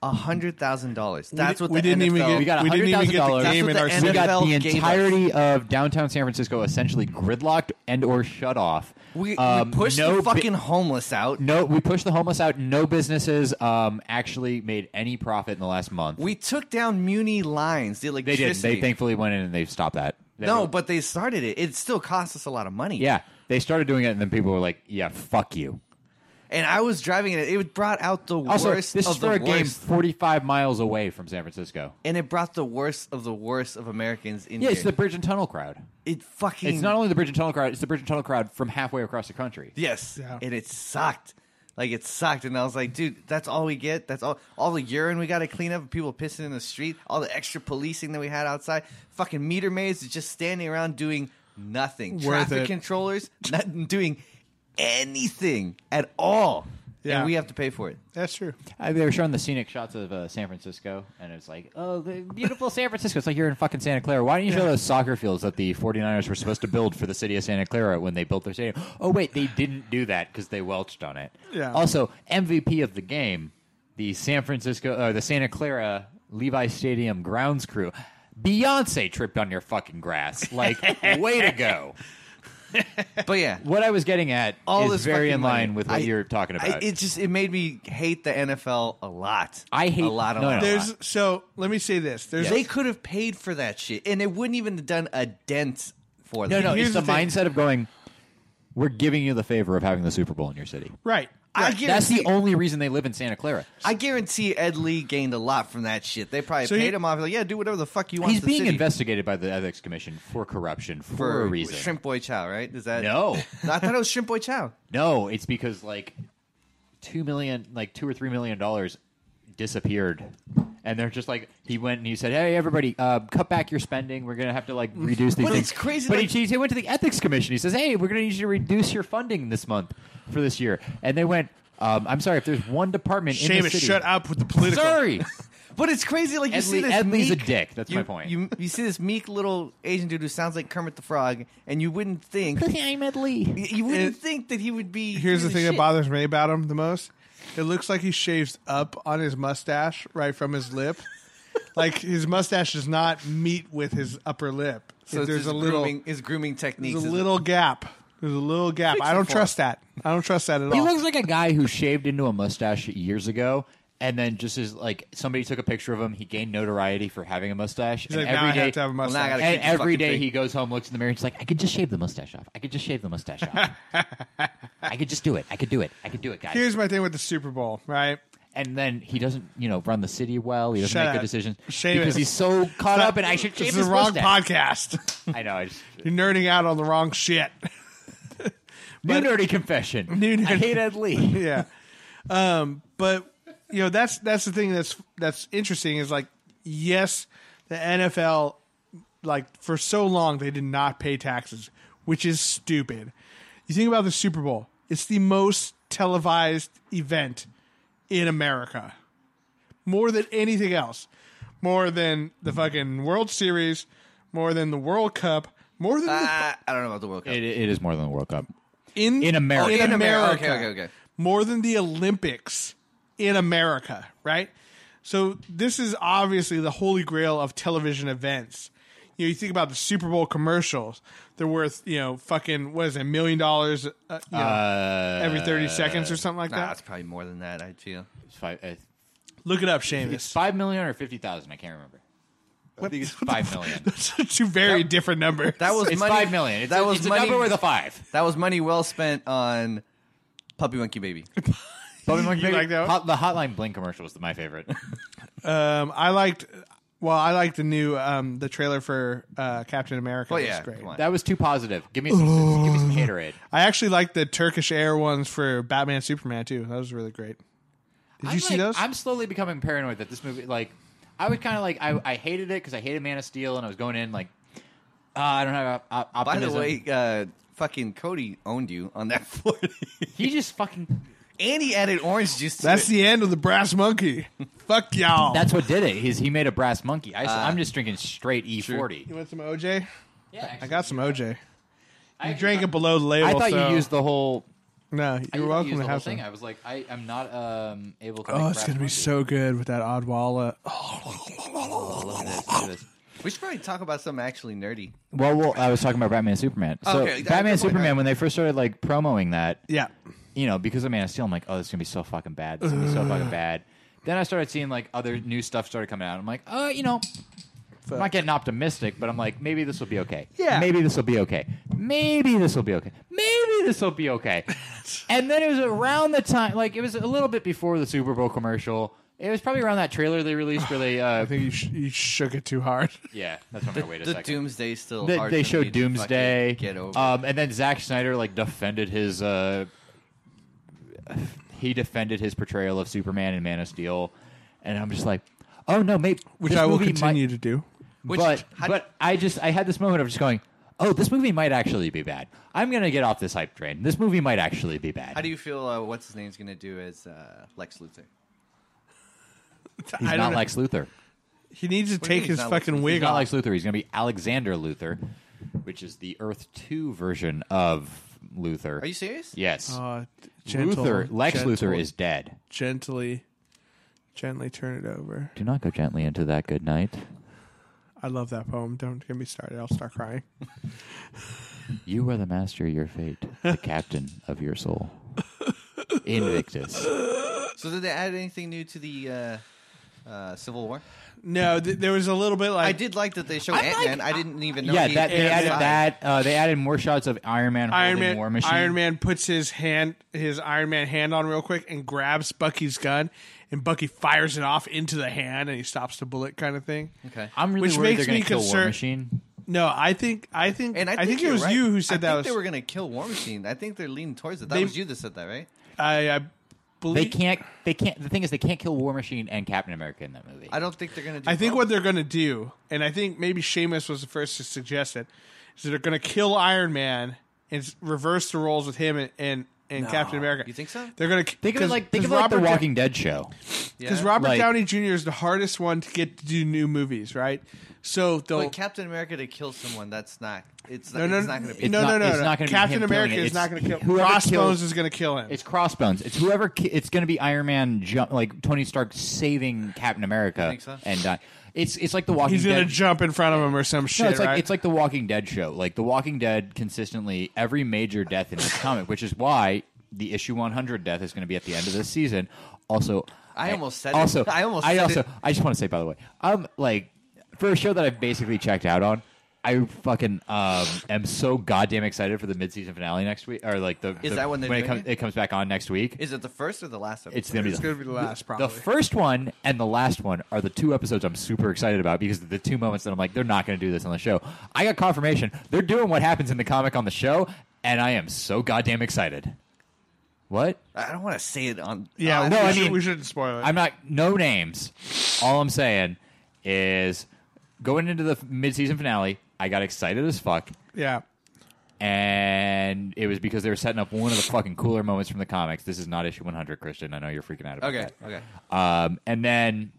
S3: A hundred thousand dollars. That's what the
S1: we didn't
S3: NFL,
S1: even get.
S2: We got
S1: we didn't even get the
S2: $100,000.
S1: game in
S3: That's
S1: our
S3: what
S2: We
S3: the
S1: city.
S2: got
S3: NFL
S2: the
S3: gave us-
S2: entirety of downtown San Francisco essentially gridlocked and or shut off.
S3: We,
S2: Um,
S3: we pushed
S2: no
S3: the
S2: bi-
S3: fucking homeless out.
S2: no, we pushed the homeless out. No businesses um, actually made any profit in the last month.
S3: We took down Muni lines. The
S2: they did.
S3: electricity.
S2: They thankfully went in and they stopped that. They-
S3: no, but they started it. It still cost us a lot of money.
S2: Yeah, they started doing it, and then people were like, "Yeah, fuck you."
S3: and I was driving it. It brought out the
S2: Also,
S3: worst
S2: this
S3: of
S2: is for
S3: the
S2: a game
S3: worst.
S2: 45 miles away from San Francisco.
S3: and it brought the worst of the worst of Americans in
S2: Yeah,
S3: here.
S2: it's the bridge and tunnel crowd.
S3: it fucking
S2: It's not only the bridge and tunnel crowd; it's the bridge and tunnel crowd from halfway across the country.
S3: yes,
S1: Yeah.
S3: and it sucked. Like it sucked, and I was like, dude, that's all we get. That's all all the urine we got to clean up, people pissing in the street, all the extra policing that we had outside. Fucking meter maids is just standing around doing nothing. Traffic
S1: it.
S3: controllers not doing anything at all.
S1: Yeah.
S3: And we have to pay for it.
S1: That's true.
S2: I they were showing the scenic shots of uh, San Francisco, and it's like, oh, the beautiful San Francisco. It's like you're in fucking Santa Clara. Why didn't you show those soccer fields that the 49ers were supposed to build for the city of Santa Clara when they built their stadium? Oh, wait, they didn't do that because they welched on it.
S1: Yeah.
S2: Also, MVP of the game, the San Francisco, uh, the Santa Clara Levi Stadium grounds crew. Beyonce tripped on your fucking grass. Like, way to go.
S3: But yeah,
S2: What I was getting at is
S3: all this
S2: very
S3: fucking
S2: in line
S3: money.
S2: with what
S3: I-
S2: you're talking
S3: I-
S2: about.
S3: it just it made me hate the NFL a lot.
S2: I hate-
S3: a lot. A
S2: no,
S3: lot.
S2: no.
S1: There's so. Let me say this. There's
S3: They could have paid for that shit, and it wouldn't even have done a dent for
S2: No,
S3: them.
S2: no,
S1: Here's
S2: it's the,
S1: the thing.
S2: mindset of going. We're giving you the favor of having the Super Bowl in your city.
S1: right.
S3: I
S1: right.
S3: guarantee,
S2: That's the only reason they live in Santa Clara.
S3: I guarantee Ed Lee gained a lot from that shit. They probably
S1: So
S3: paid
S1: he-
S3: him off. Like, yeah, do whatever the fuck you want.
S2: He's
S3: to the
S2: being
S3: city
S2: investigated by the Ethics Commission for corruption for,
S3: for
S2: a reason.
S3: Shrimp Boy Chow, right? Is that
S2: No.
S3: I thought it was Shrimp Boy Chow.
S2: No, it's because like two million, like two or three million dollars disappeared, and they're just like he went and he said, "Hey, everybody, uh, cut back your spending. We're gonna have to like reduce these
S3: But
S2: things."
S3: it's crazy,
S2: But
S3: like-
S2: he, he went to the ethics commission. He says, "Hey, we're gonna need you to reduce your funding this month for this year," and they went. Um, I'm sorry if there's one department in the
S1: Seamus,
S2: city.
S1: shut up with the political.
S2: Sorry.
S3: But it's crazy. Like you
S2: Ed
S3: see
S2: Lee-
S3: this
S2: Ed Lee's a
S3: meek-
S2: dick. That's
S3: you-
S2: my point.
S3: You you see this meek little Asian dude who sounds like Kermit the Frog, and you wouldn't think
S2: I'm Ed Lee.
S3: you
S1: It-
S3: wouldn't think that he would be.
S1: Here's the thing
S3: doing this
S1: that
S3: shit.
S1: bothers me about him the most. It looks like he shaves up on his mustache right from his lip. like his mustache does not meet with his upper lip.
S3: So
S1: So
S3: it's
S1: there's
S3: his
S1: a little
S3: grooming, his grooming techniques.
S1: there's a
S3: is-
S1: little gap. There's a little gap.
S3: Fix
S1: I
S3: it
S1: don't
S3: for
S1: trust that. I don't trust that at
S2: He
S1: all.
S2: looks like a guy who shaved into a mustache years ago and then just as like somebody took a picture of him, he gained notoriety for having a mustache.
S1: He's
S2: and
S1: like, now
S2: every
S1: I
S2: day-
S1: have to have a
S3: Well, now I
S1: mustache.
S3: gotta
S2: and
S3: keep the
S2: every
S3: fucking
S2: day
S3: thing.
S2: he goes home, looks in the mirror, and he's like, I could just shave the mustache off. I could just shave the mustache off. I could just do it. I could do it. I could do it, guys.
S1: Here's my thing with the Super Bowl, right?
S2: and then he doesn't, you know, run the city well. He doesn't
S1: Shut
S2: make
S1: up.
S2: good decisions
S1: Shave
S2: because
S1: it.
S2: he's so caught up in I should
S1: This
S2: shave
S1: is the
S2: his
S1: wrong
S2: mustache.
S1: podcast.
S2: I know. I just,
S1: You're nerding out on the wrong shit.
S2: new nerdy confession.
S1: New
S2: I
S1: nerdy-
S2: hate Ed Lee.
S1: yeah. Um, but you know that's that's the thing that's that's interesting is like yes, the NFL like for so long they did not pay taxes, which is stupid. You think about the Super Bowl; it's the most televised event in America, more than anything else, more than the fucking World Series, more than the World Cup, more than the
S3: I, I don't know about the World Cup.
S2: It, it is more than the World Cup.
S1: in
S2: In America.
S1: In
S3: In
S1: America.
S3: America. Okay, okay, okay.
S1: More than the Olympics in America, right? So this is obviously the holy grail of television events. You know, you think about the Super Bowl commercials. They're worth, you know, fucking what is it, a million dollars uh, you know, every thirty seconds or something like
S3: nah,
S1: that.
S3: it's probably more than that. I feel.
S2: Uh, It's five, uh,
S1: Look it up,
S2: it's
S1: Seamus.
S2: five million or fifty thousand. I can't remember. I think it's five million.
S1: Two very different numbers.
S3: That was
S2: It's
S3: money,
S2: five million. It's,
S3: that
S2: a,
S3: was
S2: it's a
S3: money.
S2: number with a five.
S3: that was money well spent on Puppy Monkey Baby.
S2: Bobby Monkey
S1: You
S2: Baby.
S1: like that one?
S2: Hot, the Hotline Bling commercial was my favorite.
S1: um, I liked. Well, I liked the new um, the trailer for uh, Captain America.
S3: Well,
S1: It was
S3: yeah,
S1: great.
S3: come on.
S2: that was too positive. Give me some, give me some Haterade.
S1: I actually like the Turkish Air ones for Batman Superman too. That was really great. Did
S2: I'm
S1: you see
S2: like-
S1: those?
S2: I'm slowly becoming paranoid that this movie, like, I was kind of like, I, I hated it because I hated Man of Steel, and I was going in like, uh, I don't have uh,
S3: By the
S2: optimism.
S3: way, uh, fucking Cody owned you on that forty,
S2: he just fucking.
S3: and he added orange juice. To
S1: That's
S3: it.
S1: the end of the Brass Monkey. Fuck y'all.
S2: That's what did it. He's, he made a brass monkey. I, am just drinking straight E40.
S1: you want some OJ?
S2: Yeah, actually,
S1: I got some OJ.
S2: I
S1: You drank it below the label.
S2: I thought
S1: so-
S2: you used the whole.
S1: No,
S2: I
S1: you're
S2: didn't
S1: welcome
S2: use
S1: to
S2: the whole
S1: have
S2: thing.
S1: some.
S2: I was like, I, I'm not um, able to.
S1: Oh,
S2: make
S1: it's
S2: brass
S1: gonna be
S2: monkey.
S1: so good with that odd oh, wallet.
S2: Look at this, look at this.
S3: We should probably talk about something actually nerdy.
S2: Well, well, I was talking about Batman and Superman. So
S3: Okay, that's
S2: Batman
S3: a
S2: and
S3: good point,
S2: Superman,
S3: right.
S2: when they first started like promoting that,
S1: Yeah.
S2: you know, because of Man of Steel, I'm like, oh, this is gonna be so fucking bad. This is gonna be so fucking bad. Then I started seeing like other new stuff started coming out. I'm like, oh, you know, I'm not getting optimistic, but I'm like, maybe this will be okay.
S1: Yeah.
S2: Maybe this will be okay. Maybe this will be okay. Maybe this will be okay. and then it was around the time, like it was a little bit before the Super Bowl commercial. It was probably around that trailer they released where they, uh,
S1: I think you, sh- you shook it too hard.
S2: yeah, that's what I'm gonna wait a
S3: The
S2: second.
S3: Doomsday still.
S2: They-
S3: hard
S2: they
S3: for me
S2: showed
S3: to fucking
S2: Doomsday.
S3: Get over.
S2: Um, and then Zack Snyder like defended his uh, he defended his portrayal of Superman in Man of Steel, and I'm just like, oh no, maybe
S1: Which
S2: this
S1: I will
S2: movie
S1: continue
S2: Might,
S1: to do.
S3: Which-
S2: but
S3: how do-
S2: but I just I had this moment of just going. Oh, this movie might actually be bad. I'm gonna get off this hype train. This movie might actually be bad.
S3: How do you feel? Uh, what's his name's going to do as uh, Lex Luthor?
S2: he's
S1: I
S2: not
S1: don't know.
S2: Lex Luthor.
S1: He needs to
S3: do you
S1: take his
S3: mean he's not
S1: fucking
S3: listening?
S2: He's
S1: wig
S2: not
S1: off.
S2: Lex Luthor. He's gonna be Alexander Luthor, which is the Earth Two version of Luthor.
S3: Are you Oh, serious?
S2: Yes.
S1: Uh, t- gentle,
S2: Luthor, Lex
S1: gentle,
S2: Luthor is dead.
S1: gently, gently turn it over.
S2: Do not go gently into that good night.
S1: I love that poem. Don't get me started. I'll start crying.
S2: You are the master of your fate, the captain of your soul. Invictus.
S3: So did they add anything new to the uh, uh, Civil War?
S1: No, th- there was a little bit like
S3: I did like that they showed Ant Man. I didn't even know.
S2: yeah,
S3: he-
S2: that, they
S3: Yeah,
S2: added
S3: yeah.
S2: that. Uh, they added more shots of Iron Man holding
S1: Iron Man.
S2: War Machine.
S1: Iron Man puts his hand, his Iron Man hand on real quick and grabs Bucky's gun, and Bucky fires it off into the hand, and he stops the bullet, kind of thing.
S3: Okay.
S2: I'm really
S1: Which
S2: worried
S1: makes
S2: they're going
S1: me
S2: to kill War
S1: concerned-
S2: Machine.
S1: No, I think, I think,
S3: And I think,
S1: it
S3: you're
S1: was
S3: right.
S1: you who
S3: I
S1: said
S3: think
S1: that.
S3: they
S1: Was,
S3: were going to kill War Machine. I think they're leaning towards it. That
S1: They-
S3: was you that said that, right?
S1: I, I
S2: They
S1: believe.
S2: can't. They can't. The thing is, they can't kill War Machine and Captain America in that movie.
S3: I don't think they're going to do.
S1: I think
S3: both.
S1: what they're going to do, and I think maybe Seamus was the first to suggest it, is that they're going to kill Iron Man and s- reverse the roles with him and and, and Captain America.
S3: You think so?
S1: They're going to
S2: Think of it like think of it like the Walking Dead show.
S1: Because
S3: Yeah.
S1: Robert
S2: Like-
S1: Downey Jr. is the hardest one to get to do new movies, right? So they'll
S3: But Captain America to kill someone, that's not. It's not,
S1: no, no,
S3: it's not going to be.
S1: no,
S2: It's
S1: no,
S2: not-
S1: no,
S2: it's
S1: no.
S2: not gonna be him
S1: Captain
S2: killing
S1: America
S2: it.
S1: is not going
S2: It's-
S1: to kill.
S2: whoever
S1: Crossbones
S2: kills-
S1: is going to kill him.
S2: It's Crossbones. It's whoever. Ki- it's going to be Iron Man, jump, like Tony Stark saving Captain America
S3: think so?
S2: and die. It's it's like the Walking
S1: He's going
S2: Dead.
S1: to jump in front of him or some shit,
S2: no, it's like
S1: right?
S2: it's like the Walking Dead show. Like the Walking Dead consistently every major death in this comic, which is why the issue 100 death is going to be at the end of this season. Also,
S3: I almost said
S2: also,
S3: it. I almost
S2: I
S3: said
S2: also,
S3: it.
S2: I just want to say, by the way, um, like for a show that I've basically checked out on, I fucking um am so goddamn excited for the midseason finale next week, or like the
S3: Is
S2: the-
S3: that when they're
S2: it
S3: doing
S2: comes
S3: it?
S2: it comes back on next week.
S3: Is it the first or the last episode?
S2: It's gonna be
S1: It's
S2: the,
S1: going to be the last, probably.
S2: the first one and the last one are the two episodes I'm super excited about because the two moments that I'm like, they're not going to do this on the show. I got confirmation they're doing what happens in the comic on the show, and I am so goddamn excited. What?
S3: I don't want to say it on.
S1: yeah,
S3: on-
S1: we,
S2: uh, no, I
S1: should,
S2: mean-
S1: we shouldn't spoil it.
S2: I'm not no names. All I'm saying is going into the midseason finale, I got excited as fuck,
S1: yeah.
S2: and it was because they were setting up one of the fucking cooler moments from the comics. This is not issue 100, Christian. I know you're freaking out about
S3: Okay.
S2: that.
S3: Okay.
S2: Um, and then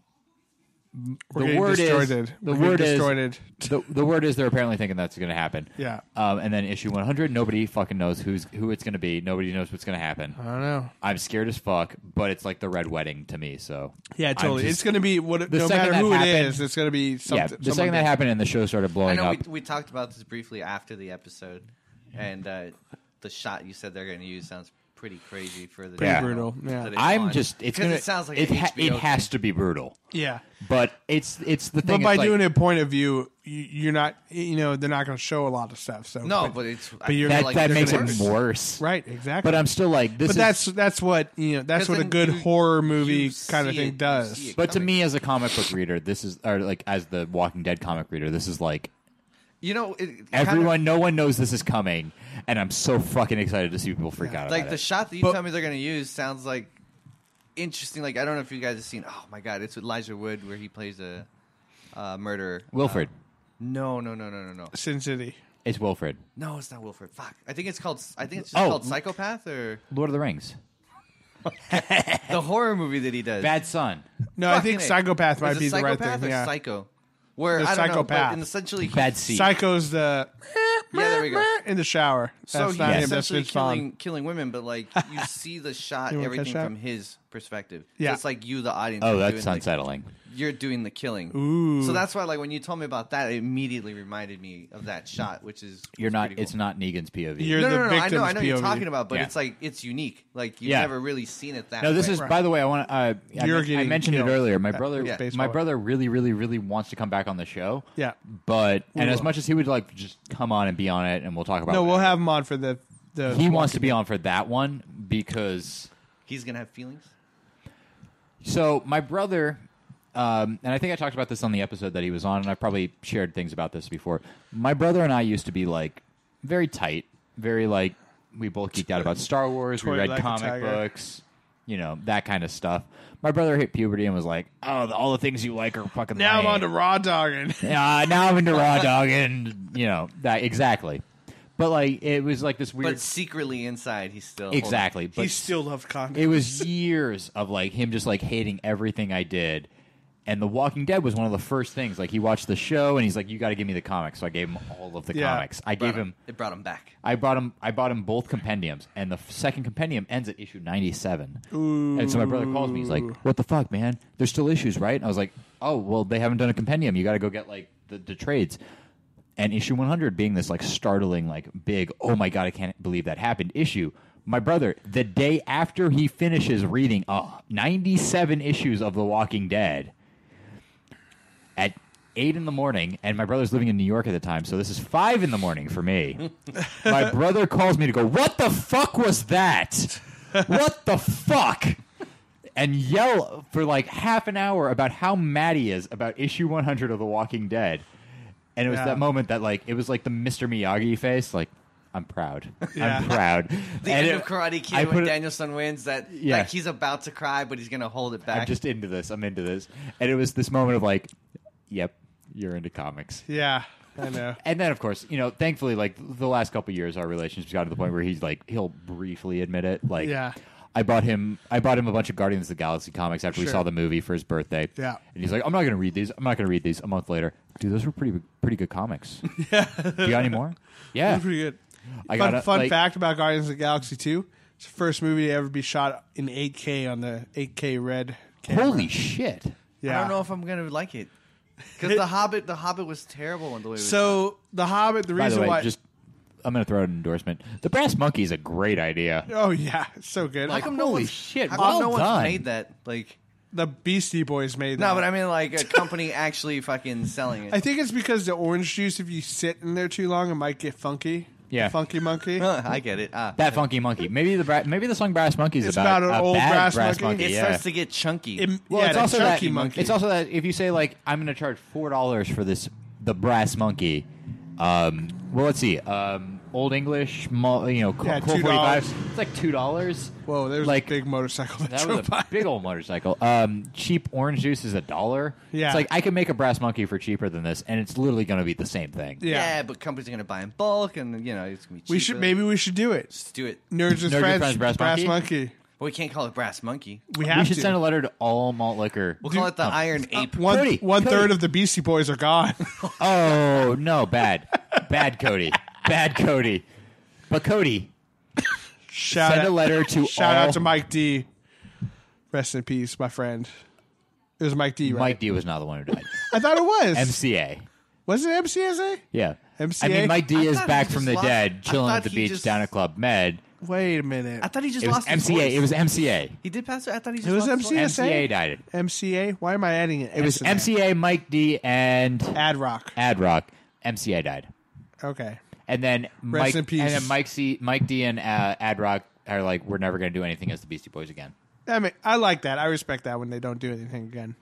S1: We're
S2: the
S1: getting
S2: word is-
S1: distorted.
S2: the
S1: We're getting
S2: word is-
S1: distorted.
S2: the, the word is they're apparently thinking that's going to happen.
S1: Yeah.
S2: Um, and then issue 100, nobody fucking knows who's who it's going to be. Nobody knows what's going to happen.
S1: I don't know.
S2: I'm scared as fuck, but it's like the red wedding to me. So
S1: Yeah,
S2: I'm
S1: totally.
S2: just-
S1: it's going to be what.
S2: The
S1: No
S2: second
S1: matter
S2: that
S1: who it
S2: happened-
S1: is, it's going to be
S2: yeah.
S1: something.
S2: The second that happened and the show started
S3: I
S2: blowing
S3: know
S2: up.
S3: we, we talked about this briefly after the episode, and uh, the shot you said they're going to use sounds pretty crazy for the.
S1: Pretty
S2: Yeah.
S1: brutal, yeah.
S3: that it's
S2: I'm
S3: on.
S2: just it's
S3: 'Cause
S2: gonna
S3: it sounds like
S2: it,
S3: an
S2: ha- it
S3: HBO
S2: has to be brutal,
S1: Yeah.
S2: but it's it's the thing.
S1: But by
S2: it's like-
S1: doing it point of view, you, you're not. You know, they're not going to show a lot of stuff. So
S3: No, but it's- I
S1: But you're
S3: feel
S2: that,
S3: like
S2: that
S3: they're
S2: makes
S3: gonna-
S2: it worse,
S1: right. Exactly.
S2: But I'm still like this.
S1: But
S2: is-
S1: that's that's what you know. That's
S3: 'Cause
S1: what a
S3: then
S1: good
S3: you-
S1: horror
S3: you
S1: movie kind of thing
S3: see it, you see
S1: does.
S3: it
S2: But to
S3: coming.
S2: me, as a comic book reader, this is or like as the Walking Dead comic reader, this is like
S3: you know, it, it kinda-
S2: everyone, no one knows this is coming, and I'm so fucking excited to see people freak out.
S3: like
S2: about
S3: the
S2: it.
S3: shot that you
S1: But-
S3: tell me they're going to use sounds like interesting. Like I don't know if you guys have seen. Oh my god, it's with Elijah Wood where he plays a uh, murderer.
S2: Wilfred,
S3: Uh, no, no, no, no, no, no.
S1: Sin City.
S2: it's Wilfred,
S3: No, it's not Wilfred. Fuck. I think it's called. I think it's just
S2: Oh.
S3: called Psychopath or
S2: Lord of the Rings,
S3: the horror movie that he does.
S2: Bad Son,
S1: No, I
S3: Fucking
S1: think
S3: A.
S1: psychopath
S3: Was
S1: might
S3: it
S1: be the right
S3: Psychopath
S1: thing.
S3: Or
S1: Yeah,
S3: Psycho. Where
S1: The
S3: I don't know, but
S1: psychopath.
S3: and essentially he-
S2: Bad Seed.
S1: psycho's the
S3: Yeah, there we go.
S1: in the shower.
S3: So
S1: That's
S3: he's
S1: not him. That's
S3: essentially
S1: Vince Vaughn.
S3: killing, killing women, but like you see the shot,
S1: You wanna
S3: everything
S1: catch
S3: from
S1: that?
S3: his perspective.
S1: Yeah.
S3: So it's like you, the audience.
S2: Oh,
S3: are
S2: that's
S3: doing, like,
S2: unsettling.
S3: you're doing the killing.
S1: Ooh.
S3: So that's why, like, when you told me about that, it immediately reminded me of that shot, which is
S2: You're
S3: was
S2: not.
S3: pretty cool.
S2: It's not Negan's POV.
S1: You're-
S3: No,
S1: the
S3: no, no, no. I know,
S1: victim's
S3: I know you're
S1: POV.
S3: talking about, but
S2: Yeah.
S3: it's like it's unique. Like you've
S2: Yeah.
S3: never really seen it that.
S2: no, this
S3: way.
S2: is. By the way, I want to. Uh, I,
S1: You're
S2: men- I
S1: getting
S2: mentioned
S1: killed.
S2: it earlier. My
S1: Yeah.
S2: brother,
S1: Yeah.
S2: my
S1: Baseball.
S2: brother, really, really, really wants to come back on the show.
S1: Yeah.
S2: but and
S1: We
S2: as
S1: will.
S2: much as he would like, just come on and be on it, and we'll talk about.
S1: No,
S2: it.
S1: we'll have him on for the the.
S2: He wants to be on for that one because.
S3: he's gonna have feelings.
S2: So my brother, um, and I think I talked about this on the episode that he was on, and I probably shared things about this before. My brother and I used to be like very tight, very like we both geeked out about Star Wars, we
S1: Toy
S2: read
S1: like a
S2: comic
S1: tiger.
S2: books, you know that kind of stuff. My brother hit puberty and was like, "Oh, the, all the things you like are fucking."
S1: Now I'm
S2: lame."
S1: on to raw dogging.
S2: Yeah, now I'm into raw dog, and you know that exactly. But like, it was like this weird.
S3: But secretly inside, he's still
S2: exactly, but
S1: he still loved condoms.
S2: it was years of like him just like hating everything I did. And The Walking Dead was one of the first things. Like he watched the show and he's like, "You got to give me the comics." So I gave him all of the
S1: Yeah.
S2: comics. I
S3: Brought
S2: gave him.
S3: It brought him back.
S2: I bought him. I bought him both compendiums, and the f- second compendium ends at issue ninety-seven. And so my brother calls me. He's like, "What the fuck, man? There's still issues, right?" And I was like, "Oh, well, they haven't done a compendium. You got to go get like the, the trades." And issue one hundred being this like startling, like big. Oh my god, I can't believe that happened. Issue. My brother, the day after he finishes reading uh, 97 issues of The Walking Dead, at eight in the morning, and my brother's living in New York at the time, so this is five in the morning for me. my brother calls me to go, What the fuck was that? What the fuck? And yell for like half an hour about how mad he is about issue 100 of The Walking Dead. And it was
S1: Yeah.
S2: that moment that, like, it was like the Mr. Miyagi face, like, I'm proud.
S1: Yeah.
S2: I'm proud.
S3: The
S2: And
S3: end
S2: it-
S3: of Karate
S2: I
S3: Kid
S2: put
S3: when
S2: it-
S3: Danielson wins that
S2: Yeah.
S3: like he's about to cry, but he's gonna hold it back.
S2: I'm just into this. I'm into this. And it was this moment of, like, Yep, you're into comics.
S1: yeah, I know.
S2: And then, of course, you know, thankfully, like the last couple years, our relationship's got to the point where he's like, he'll briefly admit it. Like,
S1: Yeah.
S2: I bought him, I bought him a bunch of Guardians of the Galaxy comics after we
S1: Sure.
S2: saw the movie for his birthday.
S1: Yeah.
S2: and he's like, I'm not going to read these. I'm not going to read these. A month later, dude, those were pretty, pretty good comics. Yeah, do you got any more? Yeah,
S1: That's pretty good.
S2: I
S1: fun
S2: gotta,
S1: fun
S2: like-
S1: fact about Guardians of the Galaxy 2. It's the first movie to ever be shot in 8K on the 8K red camera.
S2: holy shit.
S1: yeah.
S3: I don't know if I'm gonna like it because the Hobbit, the Hobbit was terrible in the way. It was
S1: So, The Hobbit, the
S2: By
S1: reason
S2: the way,
S1: why.
S2: just I'm going to throw out an endorsement. The Brass Monkey is a great idea.
S1: oh, yeah. It's so good.
S3: How come no
S2: holy
S3: one's
S2: shit,
S3: How come
S2: well
S3: no
S2: done.
S3: one's made that? Like
S1: The Beastie Boys made that.
S3: No, but I mean like a company actually fucking selling it.
S1: I think it's because the orange juice, if you sit in there too long, it might get funky.
S2: Yeah.
S1: The funky monkey.
S3: Huh, I get it. Ah.
S2: That funky monkey. Maybe the bra- maybe the song Brass Monkey is
S1: It's
S2: about,
S1: about an
S2: a
S1: old
S2: bad
S1: brass
S2: brass,
S1: monkey?
S2: monkey.
S3: it
S2: yeah.
S3: starts to get chunky.
S1: It-
S2: well,
S1: yeah,
S2: it's
S1: the
S2: also that
S1: chunky monkey.
S2: it's also that if you say like I'm going to charge four dollars for this the brass monkey, um, well let's see, um, Old English, mul- you know,
S1: Yeah,
S2: Col- Colt
S1: $2.
S2: 45, It's like two dollars.
S1: Whoa, there's
S2: like
S1: a big motorcycle that,
S2: that
S1: drove
S2: was a
S1: by.
S2: big old motorcycle. Um, cheap orange juice is a dollar.
S1: Yeah.
S2: it's like I can make a brass monkey for cheaper than this, and it's literally going to be the same thing.
S3: yeah.
S1: yeah.
S3: but companies are gonna buy in bulk, and you know it's gonna be. Cheaper.
S1: We should maybe we should do it.
S3: Let's do it.
S1: Nerds with
S2: Nerds with
S1: friends,
S2: Friends,
S1: brass,
S2: Brass
S1: monkey.
S2: Monkey?
S3: But we can't call it brass monkey.
S1: We
S2: we
S1: have
S2: should
S1: to.
S2: send a letter to all malt liquor.
S3: We'll call it the Iron Ape.
S1: one
S2: Cody,
S1: one
S2: Cody.
S1: third of the Beastie Boys are gone.
S2: Oh no, bad, bad Cody, bad Cody. But Cody,
S1: shout
S2: Send
S1: out,
S2: a letter to
S1: shout
S2: all-
S1: out to Mike D. Rest in peace, my friend. It was Mike D. Right?
S2: Mike D was not the one who died.
S1: I thought it was.
S2: MCA,
S1: was it MCSA?
S2: yeah. I
S1: MCA?
S2: mean, Mike D is
S3: thought
S2: back
S3: he
S2: from
S3: just
S2: the
S3: lost-
S2: dead,
S3: I
S2: chilling
S3: thought
S2: at the
S3: he
S2: beach
S3: just-
S2: down at Club Med.
S1: Wait a minute.
S3: I thought he just
S2: It was
S3: lost his
S2: MCA.
S3: voice.
S2: It was MCA.
S3: He did pass. I thought he just
S1: it was
S3: lost his voice.
S1: MCSA.
S2: MCA died.
S1: MCA. Why am I adding it?
S2: It was MCA, Mike D, and
S1: Ad Rock.
S2: Ad Rock. MCA died,
S1: Okay.
S2: and then Mike
S1: in peace.
S2: and then Mike C, Mike D, and uh, Ad Rock are like, we're never going to do anything as the Beastie Boys again.
S1: I mean, I like that. I respect that when they don't do anything again,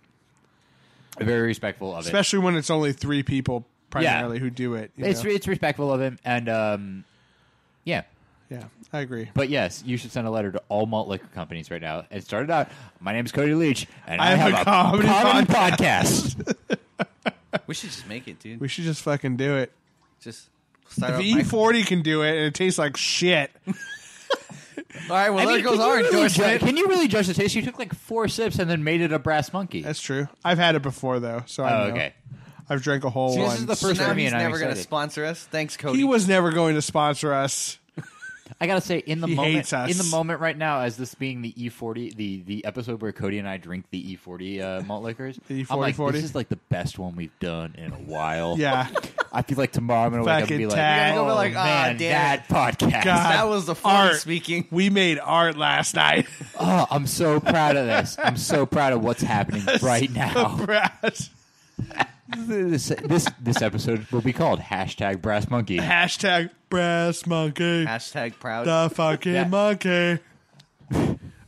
S2: Very respectful of it.
S1: especially when it's only three people primarily who do it. you
S2: it's
S1: know?
S2: it's respectful of him, and um, yeah.
S1: yeah, I agree.
S2: But yes, you should send a letter to all malt liquor companies right now. It started out. My name is Cody Leach, and I,
S1: I have
S2: have,
S1: a
S2: a,
S1: comedy
S2: comedy, podcast.
S3: We should just make it, dude.
S1: We should just fucking do it.
S3: just
S2: Uh,
S3: start
S1: If
S3: off.
S1: E
S3: Mike-
S1: forty can do it, and it tastes like shit.
S3: All right, well
S2: I
S3: there
S2: mean,
S3: goes
S2: can you
S3: our
S2: really
S3: endorsement.
S2: ju- can you really judge the taste? You took like four sips and then made it a brass monkey.
S1: That's true. I've had it before though, so
S2: oh,
S1: I know.
S2: okay.
S1: I've drank a whole
S2: See,
S1: one.
S2: this is the
S3: So
S2: first
S3: now
S2: time
S3: he's
S2: and I'm
S3: never gonna
S2: excited.
S3: sponsor us. Thanks, Cody.
S1: he was never going to sponsor us.
S2: I gotta say, in the
S1: He
S2: moment,
S1: hates us.
S2: in the moment right now, as this being the E40, the the episode where Cody and I drink the E40 uh, malt liquors,
S1: The E
S2: I'm like,
S1: E40?
S2: this is like the best one we've done in a while.
S1: Yeah,
S2: I feel like tomorrow I'm gonna wake up
S1: Fucking
S2: and be like,
S1: tag.
S2: oh,
S3: You're gonna be like, "Ah,
S2: man,
S3: damn
S2: that podcast.
S1: God,
S3: That was the
S1: art
S3: forty speaking.
S1: We made art last night.
S2: Oh, I'm so proud of this. I'm so proud of what's happening right now.
S1: Brass.
S2: This, this this episode will be called hashtag Brass Monkey.
S1: Hashtag brass monkey.
S3: Hashtag proud.
S1: The fucking
S2: Yeah.
S1: monkey.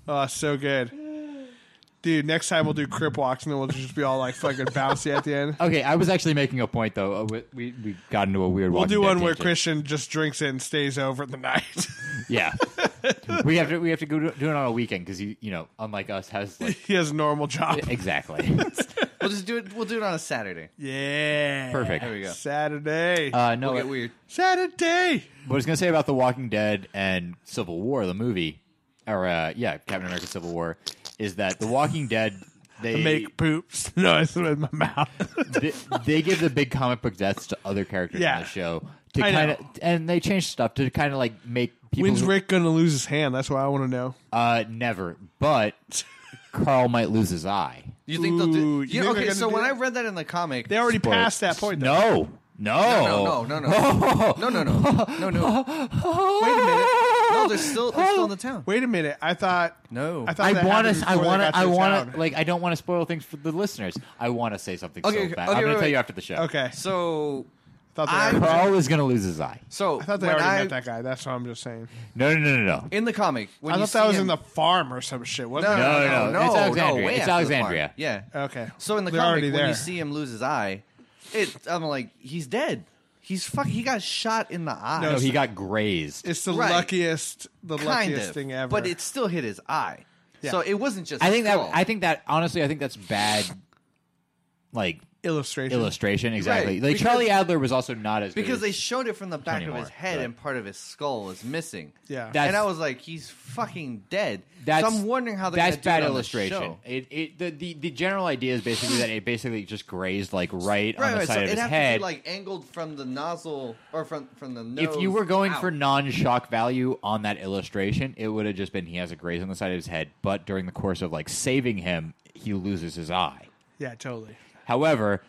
S1: Oh, so good. Dude, next time we'll do crip walks and then we'll just be all like fucking bouncy at the end.
S2: Okay, I was actually making a point though. Uh, We we, we got into a weird.
S1: We'll
S2: Walking
S1: do
S2: Dead
S1: one where
S2: tangent.
S1: Christian just drinks it and stays over the night.
S2: Yeah, we have to we have to go do, do it on a weekend because you you know unlike us has like
S1: he has a normal job.
S2: exactly
S3: We'll just do it. We'll do it on a Saturday.
S1: Yeah.
S2: perfect.
S3: There we go.
S1: Saturday.
S2: Uh, no,
S3: We'll
S2: uh,
S3: get weird.
S1: Saturday.
S2: what I was gonna say about The Walking Dead and Civil War, the movie, or uh, yeah, Captain America: Civil War, is that The Walking Dead they
S1: Make poops noise with my mouth.
S2: they, they give the big comic book deaths to other characters
S1: Yeah.
S2: in the show to
S1: I know.
S2: kind of, and they change stuff to kind of like make people
S1: When's Rick gonna lose his hand? That's what I want to know.
S2: uh never, but Carl might lose his eye.
S3: You think they'll
S1: Ooh,
S3: do?
S1: you
S3: Yeah,
S1: think they're
S3: okay,
S1: gonna
S3: so
S1: do
S3: when
S1: that?
S3: I read that in the comic,
S1: They already
S2: Spoil-
S1: passed that point. Though.
S2: No,
S3: no,
S2: no,
S3: no, no, no, no, no, no, no, no.
S1: Wait a minute.
S3: No, they're still they're still in the town.
S1: Wait a minute. I thought.
S3: No.
S1: I thought.
S2: I
S1: that
S2: want
S1: happened
S2: to. I
S1: before they
S2: want
S1: got
S2: to. I
S1: the
S2: want
S1: town.
S2: to. Like, I don't want to spoil things for the listeners. I want to say something
S3: Okay,
S2: so
S3: okay,
S2: bad.
S3: okay,
S2: I'm going to
S3: wait,
S2: tell
S3: wait.
S2: you after the show.
S1: Okay.
S3: So
S1: Thought they
S3: I-
S1: already-
S2: Carl is going to lose his eye.
S3: so
S1: I thought they
S3: when
S1: already
S3: I,
S1: met that guy. That's what I'm just saying.
S2: No, no, no, no, no.
S3: in the comic. When
S1: I
S3: you
S1: thought that
S3: see
S1: was
S3: him,
S1: in the farm or some shit.
S3: No,
S1: Wasn't
S3: no, no, no,
S2: no, no, it's
S3: no,
S2: Alexandria.
S3: way
S2: It's
S3: after the farm.
S2: Alexandria.
S3: Yeah.
S1: it? Okay.
S3: So in
S1: Uh,
S3: the
S1: They're
S3: comic,
S1: already
S3: when
S1: there.
S3: you see him lose his eye, it I'm like he's dead. He's fuck. He got shot in the eye.
S2: No, he got grazed.
S1: it's the
S3: Right.
S1: luckiest, the
S3: kind
S1: luckiest
S3: of,
S1: thing ever.
S3: but it still hit his eye. So it wasn't just.
S2: I think that.
S3: skull.
S2: I think that. Honestly, I think that's bad. Like
S1: illustration.
S2: illustration exactly.
S3: Right,
S2: Like
S3: because-
S2: Charlie Adler was also not as good
S3: because
S2: as-
S3: they showed it from the back of
S2: Moore,
S3: his head
S2: right.
S3: and part of his skull was missing.
S1: Yeah.
S2: That's-
S3: and I was like, he's fucking dead.
S2: that's,
S3: so I'm wondering how they're
S2: that's
S3: gonna
S2: bad
S3: do it on the
S2: illustration.
S3: show.
S2: It, it the, the the general idea is basically that it basically just grazed like right,
S3: Right,
S2: on the
S3: right.
S2: side
S3: So
S2: of
S3: it
S2: his
S3: have to
S2: head.
S3: be like angled from the nozzle or from from the nose.
S2: if you were going
S3: out.
S2: for non-shock value on that illustration, it would have just been he has a graze on the side of his head, but during the course of like saving him, he loses his eye.
S1: Yeah, totally.
S2: However,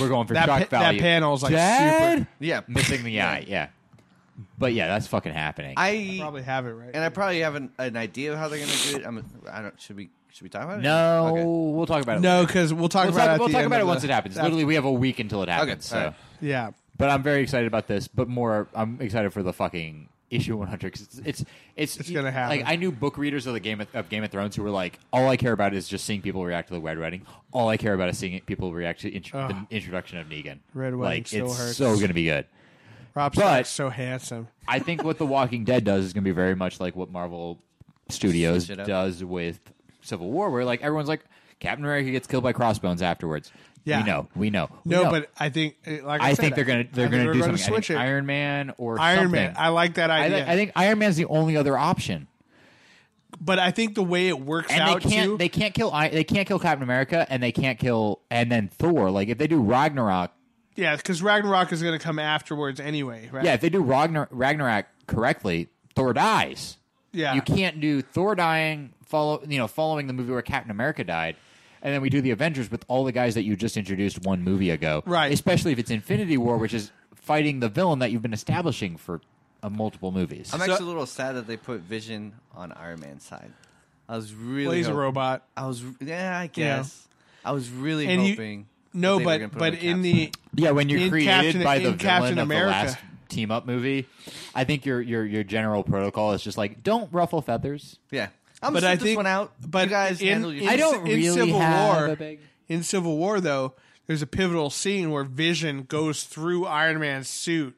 S2: we're going for
S1: That
S2: shock
S1: pa- that
S2: value.
S1: panel's, like,
S2: Dad?
S1: super-
S3: yeah,
S2: missing the eye. Yeah, but yeah, that's fucking happening.
S3: I
S1: Probably have it right.
S3: and I probably have an, an idea of how they're going to do it. I'm, I don't. Should we Should we talk about it?
S2: No,
S3: Okay.
S2: we'll talk about it.
S1: No, because we'll talk
S2: We'll
S1: about
S2: talk,
S1: it.
S2: we'll
S1: at the
S2: talk
S1: end
S2: about
S1: of
S2: it once
S1: the-
S2: it happens.
S1: after-
S2: Literally, we have a week until it happens.
S3: all
S2: so,
S3: right.
S1: Yeah.
S2: but I'm very excited about this. But more, I'm excited for the fucking issue 100 because it's it's
S1: It's gonna happen.
S2: Like I knew book readers of the Game of, of Game of Thrones who were like, all I care about is just seeing people react to the Red Wedding. All I care about is seeing people react to intro the introduction of Negan.
S1: Red Wedding
S2: like,
S1: still
S2: it's
S1: hurts.
S2: so gonna be good.
S1: Rob's
S2: But-
S1: so handsome.
S2: I think what The Walking Dead does is going to be very much like what Marvel Studios
S3: Switch it up.
S2: does with Civil War, where like everyone's like Captain America gets killed by crossbones afterwards.
S1: Yeah.
S2: we know, we know. we
S1: No,
S2: know.
S1: but I think, uh, like I,
S2: I
S1: said,
S2: think they're
S1: I
S2: gonna they're
S1: think
S2: gonna
S1: we're
S2: do
S1: gonna
S2: something. I
S1: Switch
S2: think
S1: it.
S2: Iron Man or
S1: Iron
S2: something.
S1: Man. I like that
S2: I,
S1: idea.
S2: thi- I think Iron Man's the only other option,
S1: but I think the way it works
S2: and
S1: out
S2: they can't
S1: too.
S2: they can't kill I- they can't kill Captain America, and they can't kill and then Thor. Like if they do Ragnarok,
S1: yeah, because Ragnarok is going to come afterwards anyway, right?
S2: yeah, if they do Ragnar- Ragnarok correctly, Thor dies.
S1: Yeah.
S2: You can't do Thor dying follow you know following the movie where Captain America died, and then we do the Avengers with all the guys that you just introduced one movie ago.
S1: Right.
S2: Especially if it's Infinity War, which is fighting the villain that you've been establishing for uh, multiple movies.
S3: I'm actually a little sad that they put Vision on Iron Man's side. I was really
S1: Well, he's a
S3: hope-
S1: robot.
S3: I was yeah, I guess. I was really
S1: And you-
S3: hoping.
S1: No,
S3: that they were gonna
S1: but but
S3: put him
S1: in
S3: Cap's
S1: the
S2: yeah, when you're
S1: in
S2: created
S1: Captain-
S2: by the
S1: in
S2: villain
S1: Captain
S2: of
S1: America.
S2: the last team up movie, I think your your your general protocol is just like don't ruffle feathers.
S3: yeah. I'm
S1: But
S3: gonna
S1: I
S3: this
S1: think-
S3: one out.
S1: but
S3: you guys
S1: in-
S3: handle your
S1: in-
S2: I don't
S1: in
S2: really
S1: Civil
S2: have
S1: War-
S2: a big.
S1: in Civil War though, there's a pivotal scene where Vision goes through Iron Man's suit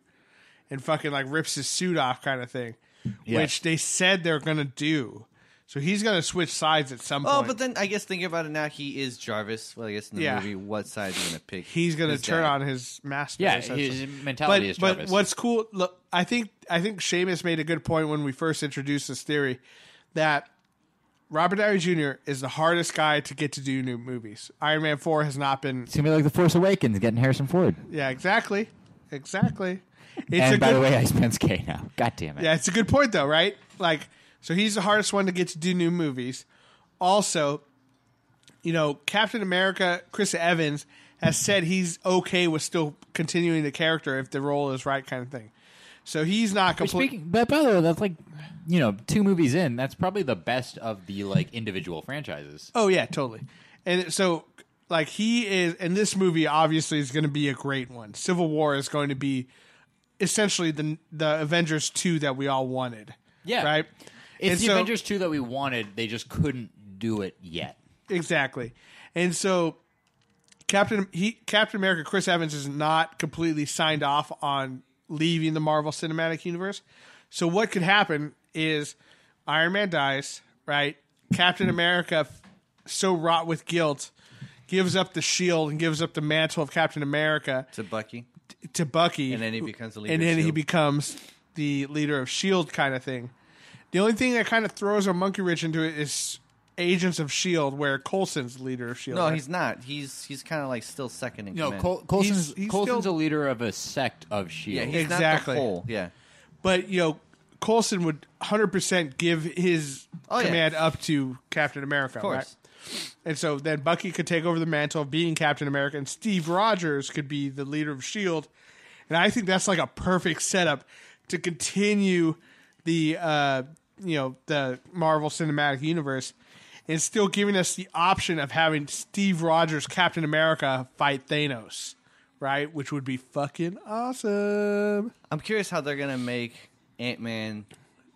S1: and fucking like rips his suit off, kind of thing, which they said they're gonna do. So he's gonna switch sides at some
S3: Oh,
S1: point.
S3: but then I guess thinking about it now, he is Jarvis. Well, I guess in the
S1: Yeah.
S3: movie, what side you gonna pick?
S1: he's gonna
S3: His
S1: turn
S3: dad.
S1: on his master.
S2: Yeah,
S1: essentially.
S2: his mentality
S1: but,
S2: is
S1: but
S2: Jarvis.
S1: what's cool? Look, I think I think Seamus made a good point when we first introduced this theory that Robert Downey Jr. is the hardest guy to get to do new movies. Iron Man Four has not been.
S2: It's gonna be like the Force Awakens getting Harrison Ford.
S1: Yeah, exactly, exactly. It's a
S2: and by
S1: good,
S2: the way, I spent K now. God damn it.
S1: yeah, it's a good point though, right? Like, so he's the hardest one to get to do new movies. Also, you know, Captain America, Chris Evans has said he's okay with still continuing the character if the role is right, kind of thing. So he's not
S2: But
S1: completely.
S2: Speaking, but by the way, that's like, you know, two movies in. That's probably the best of the like individual franchises.
S1: Oh yeah, totally. And so like he is and this movie obviously is going to be a great one. Civil War is going to be essentially the the Avengers 2 that we all wanted.
S2: Yeah.
S1: Right?
S2: It's
S1: And
S2: the
S1: so-
S2: Avengers two that we wanted. They just couldn't do it yet.
S1: Exactly. And so Captain he Captain America Chris Evans is not completely signed off on leaving the Marvel Cinematic Universe. So what could happen is Iron Man dies, right? Captain America f- so wrought with guilt gives up the shield and gives up the mantle of Captain America
S3: to Bucky.
S1: to Bucky,
S3: And then he becomes the leader
S1: and
S3: of
S1: then he
S3: S.H.I.E.L.D..
S1: becomes the leader of Shield, kind of thing. The only thing that kind of throws a monkey wrench into it is Agents of Shield, E where Colson's the leader of Shield.
S3: No,
S1: E right?
S3: he's not. He's he's kind of like still second in
S2: No,
S3: command.
S2: Col- Colson's,
S1: He's- he's
S2: Colson's
S1: still-
S2: a leader of a sect of
S3: yeah,
S2: Shield.
S3: he's
S1: Exactly.
S3: not the whole. Yeah,
S1: but you know Colson would 100 percent give his
S3: Oh, yeah.
S1: command up to Captain America,
S3: of course.
S1: right? And so then Bucky could take over the mantle of being Captain America, and Steve Rogers could be the leader of Shield. E And I think that's like a perfect setup to continue the uh, you know the Marvel Cinematic Universe, and still giving us the option of having Steve Rogers Captain America fight Thanos, right? Which would be fucking awesome,
S3: I'm curious how they're gonna make Ant Man.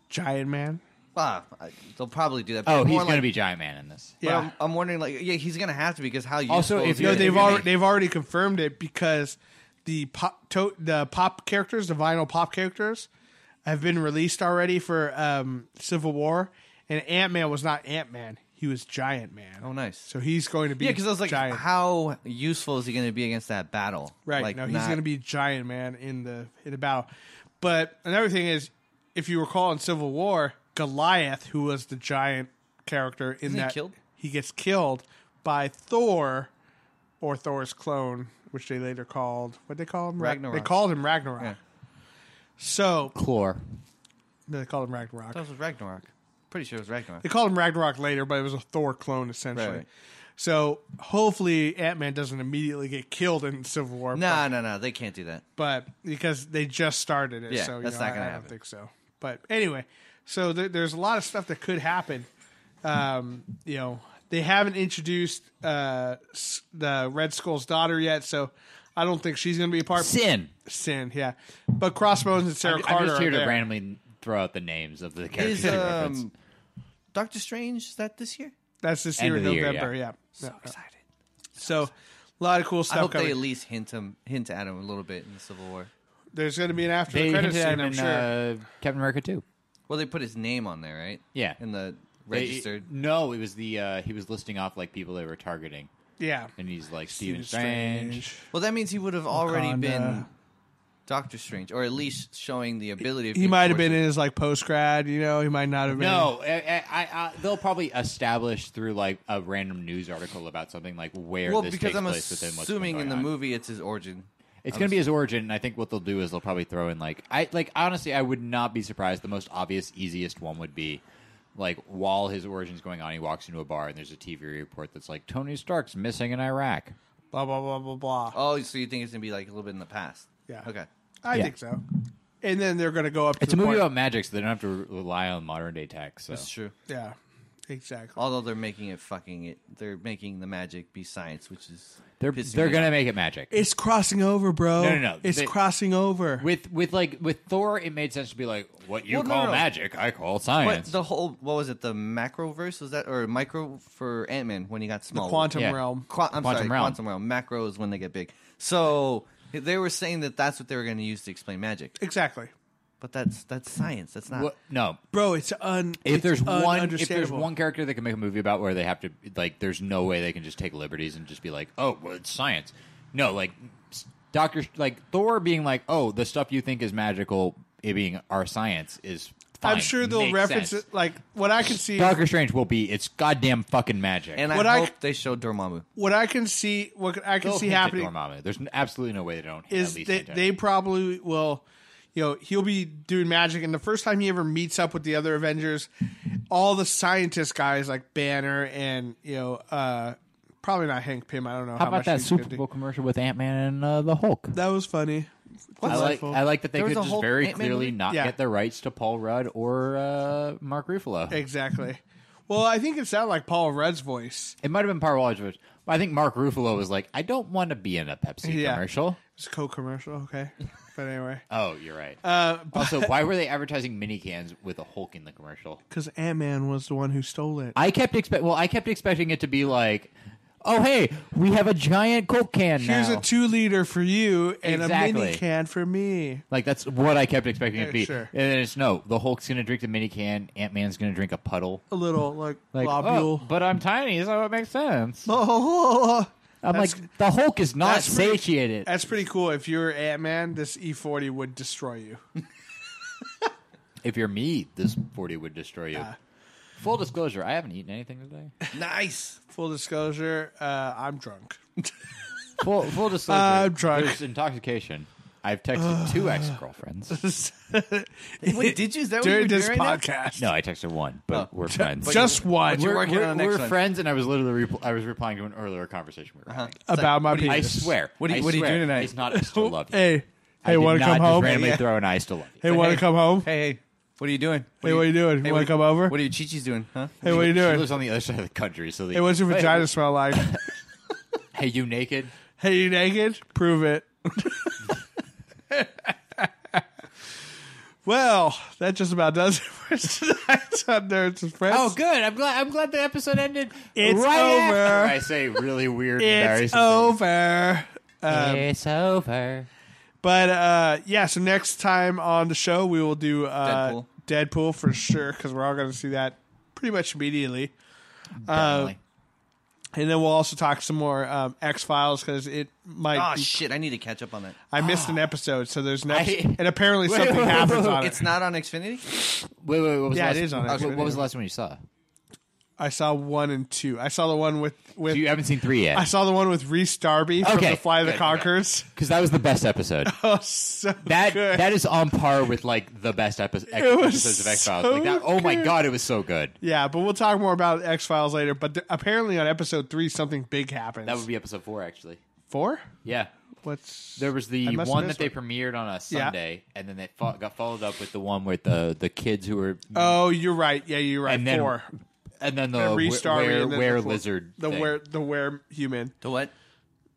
S1: Giant Man.
S3: Ah, I- they'll probably do that. but
S2: Oh,
S3: more
S2: he's
S3: like-
S2: gonna be Giant Man in this.
S3: But
S1: Yeah.
S3: I'm, I'm wondering, like, yeah, he's gonna have to because how useful
S2: Also, if
S3: is he
S2: you're-
S1: No,
S3: gonna
S1: they've
S3: be?
S1: already they've already confirmed it because the pop to- the pop characters, the vinyl pop characters, have been released already for um, Civil War, and Ant Man was not Ant Man; he was Giant Man.
S3: Oh, nice.
S1: So he's going to be
S3: yeah, because I was like,
S1: Giant.
S3: how useful is he gonna be against that battle?
S1: right?
S3: Like,
S1: no, he's
S3: not-
S1: going to be Giant Man in the in the battle. But another thing is, if you recall in Civil War, Goliath, who was the giant character in
S3: he
S1: that,
S3: killed?
S1: he gets killed by Thor or Thor's clone, which they later called what they call him Ra-
S3: Ragnarok.
S1: They called him Ragnarok.
S3: Yeah.
S1: So
S2: Chlor.
S1: no, they called him Ragnarok.
S3: That was Ragnarok. Pretty sure it was Ragnarok.
S1: They called him Ragnarok later, but it was a Thor clone essentially.
S3: Right, right.
S1: So hopefully Ant Man doesn't immediately get killed in Civil War.
S3: No, no, no. They can't do that.
S1: but because they just started it,
S3: Yeah,
S1: so you
S3: that's
S1: know,
S3: not
S1: I-
S3: gonna
S1: I, don't
S3: happen.
S1: think so. But anyway, so there, there's a lot of stuff that could happen. Um, you know, They haven't introduced uh, s- the Red Skull's daughter yet, so I don't think she's going to be a part.
S2: Sin.
S1: Sin, yeah. But Crossbones and Sarah Carter
S2: I'm just
S1: are
S2: here to
S1: there.
S2: randomly throw out the names of the characters.
S3: Is
S2: we reference.
S3: um, Doctor Strange is that this year?
S1: That's this
S2: End
S1: year,
S2: of the year,
S1: November.
S2: yeah.
S1: yeah. So,
S3: Excited.
S1: a lot of cool
S3: I
S1: stuff
S3: hope
S1: coming.
S3: they at least hint him, hint at him a little bit in the Civil War.
S1: There's going to be an after
S2: they
S1: the credits
S2: hinted at
S1: scene,
S2: him
S1: I'm
S2: in
S1: sure.
S2: uh, Captain America too.
S3: Well, they put his name on there, right?
S2: Yeah.
S3: in the
S2: They-
S3: registered.
S2: no, it was the uh, he was listing off like people they were targeting,
S1: yeah.
S2: and he's like Stephen Strange.
S3: well, that means he would have already
S1: Wakanda.
S3: been Doctor Strange, or at least showing the ability. of
S1: He
S3: being
S1: might have
S3: fortunate.
S1: been in his like post grad, you know. He might not have been.
S2: No, I, I, I, they'll probably establish through like a random news article about something like where
S3: Well,
S2: this
S3: because
S2: takes
S3: I'm
S2: place within what's been
S3: assuming in
S2: going
S3: the
S2: on.
S3: movie it's his origin.
S2: It's going to be his origin, and I think what they'll do is they'll probably throw in like I like honestly, I would not be surprised. The most obvious, easiest one would be like while his origin's going on, he walks into a bar and there's a TV report that's like Tony Stark's missing in Iraq.
S1: Blah blah blah blah blah.
S3: Oh, so you think it's gonna be like a little bit in the past?
S1: Yeah.
S3: Okay.
S1: I
S2: Yeah.
S1: think so. And then they're going to go up. To
S2: It's
S1: the
S2: a movie
S1: point-
S2: about magic, so they don't have to re- rely on modern day tech. So
S3: That's true.
S1: Yeah, exactly.
S3: Although they're making it fucking it, they're making the magic be science, which is
S2: they're
S3: pissing
S2: they're
S3: me
S2: gonna
S3: off.
S2: make it magic.
S1: It's crossing over, bro.
S2: No, no, no.
S1: It's
S2: They-
S1: crossing over.
S2: with with like with Thor, it made sense to be like what you
S3: Well, no,
S2: call
S3: no.
S2: magic, I call
S3: But
S2: science.
S3: the whole what was it? The macroverse was that or micro for Ant Man when he got
S1: the
S3: small.
S1: quantum
S2: yeah.
S1: realm.
S3: Qua- I'm
S2: Quantum
S3: sorry,
S2: realm.
S3: quantum realm. Macro is when they get big. So they were saying that that's what they were going to use to explain magic,
S1: Exactly,
S3: but that's that's science. That's not.
S2: What- no,
S1: bro. It's un.
S2: if
S1: it's
S2: there's one if there's
S1: ununderstandable.
S2: one character they can make a movie about where they have to like there's no way they can just take liberties and just be like oh well it's science no like doctor like thor being like oh the stuff you think is magical it being our science is fine.
S1: I'm sure they'll
S2: Makes
S1: reference
S2: sense.
S1: it. Like what I can see,
S2: doctor strange will be it's goddamn fucking magic
S3: and
S1: What
S3: I
S1: I-
S3: hope they showed Dormammu.
S1: what I can see, what I can
S2: They'll
S1: see
S2: hint at
S1: happening
S2: Dormammu. there's n- absolutely no way they don't
S1: is
S2: at least
S1: that
S2: hint at
S1: they
S2: it.
S1: probably will you know he'll be doing magic and the first time he ever meets up with the other avengers all the scientist guys like banner and you know uh probably not hank pym i don't know how,
S2: how about
S1: much
S2: that
S1: he's gonna
S2: Super
S1: do.
S2: Bowl commercial with Ant Man and uh, the Hulk?
S1: that was funny
S2: I like, I like that they
S3: There was
S2: could
S3: a
S2: just
S3: whole
S2: very
S3: Ant-Man
S2: clearly
S3: movie?
S2: not
S1: Yeah.
S2: get the rights to Paul Rudd or uh, Mark Ruffalo.
S1: exactly well i think it sounded like paul rudd's voice
S2: It might have been Power Wallage, but I think Mark Ruffalo was like, I don't want to be in a Pepsi
S1: Yeah.
S2: commercial.
S1: it's a co-commercial okay but anyway
S2: Oh, you're right. Uh, also, why were they advertising mini cans with a Hulk in the commercial?
S1: because ant-man was the one who stole it
S2: I kept expect. Well, I kept expecting it to be like, oh hey, we have a giant Coke can
S1: here's
S2: now.
S1: a two liter for you and a mini
S2: Exactly.
S1: can for me
S2: like that's what I kept expecting it
S1: Yeah,
S2: to be.
S1: sure.
S2: And then it's no, the Hulk's gonna drink the mini can. Ant Man's gonna drink a puddle.
S1: a little like,
S2: Like, oh,
S1: globule
S2: but I'm tiny, so it makes sense.
S1: oh.
S2: I'm
S1: That's-
S2: like, the Hulk is not
S1: That's pretty-
S2: satiated.
S1: That's pretty cool. If you're Ant Man, this E forty would destroy you.
S2: if you're me, this forty would destroy you. Full disclosure: I haven't eaten anything today.
S3: Nice.
S1: Full disclosure, uh, I'm drunk.
S2: full, full disclosure.
S1: I'm drunk.
S2: There's intoxication. I've texted two ex girlfriends.
S3: Wait, did you? Is that what
S1: During
S3: you're doing
S1: this
S3: right now?
S1: podcast,
S2: No, I texted one, but we're friends.
S1: Oh. just one Uh-huh.
S3: But you're
S2: we're,
S3: working
S2: we're-
S3: on the next
S2: we're
S3: one.
S2: friends, and I was literally repl- I was replying to an earlier conversation we were having.
S1: about my
S2: I
S1: penis.
S2: swear.
S3: What are you-
S2: I
S3: what are you
S2: swear,
S3: doing tonight?
S2: It's not. I still love you.
S1: Hey,
S2: I
S1: hey,
S2: did
S1: want to
S2: not
S1: come
S2: just
S1: home?
S2: randomly
S3: Yeah.
S2: throw an I still love you.
S1: Hey, want to come home?
S3: Hey, hey, what are you doing?
S1: Hey, what are you doing? You
S3: Hey,
S1: want to
S3: what-
S1: come over?
S3: What are your chichis doing? Huh?
S1: Hey, what are you
S2: She
S1: doing?
S2: lives on the other side of the country, so the,
S1: Hey, what's your
S2: Hey,
S1: vagina smell like?
S2: Hey, you naked?
S1: hey, you naked? Prove it. well, that just about does it for tonight's on Nerds and Friends.
S2: Oh, good. I'm glad. I'm glad the episode ended. Uh,
S1: It's
S2: right
S1: over.
S2: after I say really weird.
S1: it's
S2: embarrassing
S1: over.
S2: Things. It's over.
S1: But uh, yeah, so next time on the show we will do uh,
S3: Deadpool.
S1: Deadpool. for sure because we're all going to see that pretty much immediately, Uh,
S2: Definitely.
S1: and then we'll also talk some more um, X Files because it might.
S3: Oh
S1: be-
S3: shit! I need to catch up on that.
S1: I missed an episode, so there's no,
S2: Ah, I-
S1: and apparently
S2: Wait,
S1: something
S2: wait, wait,
S1: happens
S2: wait,
S1: on
S3: It's
S1: it.
S3: not on Xfinity.
S2: Wait, wait, wait. What was
S1: Yeah,
S2: the
S1: it
S2: last,
S1: is on
S2: uh,
S1: Xfinity.
S2: What was the last one you saw?
S1: I saw one and two. I saw the one with with.
S2: You haven't seen three
S1: I
S2: yet,
S1: saw the one with Reese Darby from
S2: Okay,
S1: the Fly of the
S2: good.
S1: Conchords.
S2: because that was the best episode.
S1: Oh, so
S2: That
S1: good.
S2: that is on par with like the best episode
S1: It was
S2: episodes of X Files.
S1: so
S2: like that. Oh my
S1: good.
S2: god, it was so good.
S1: yeah, but we'll talk more about X Files later. But th- apparently on episode three, something big happens.
S2: That would be episode four, actually.
S1: four.
S2: Yeah,
S1: What's
S2: there was
S1: I
S2: the
S1: must have
S2: one that
S1: missed
S2: they premiered on a
S1: Yeah.
S2: Sunday, and then they fo- got followed up with the one with the the kids who were
S1: Uh, Oh, you're right. Yeah, you're right.
S2: and then
S1: Four.
S2: and then the
S1: And
S2: we-
S1: restarring
S2: were-
S1: and then
S2: were
S1: the-
S2: lizard.
S1: The
S2: thing.
S1: where the where human.
S3: The what?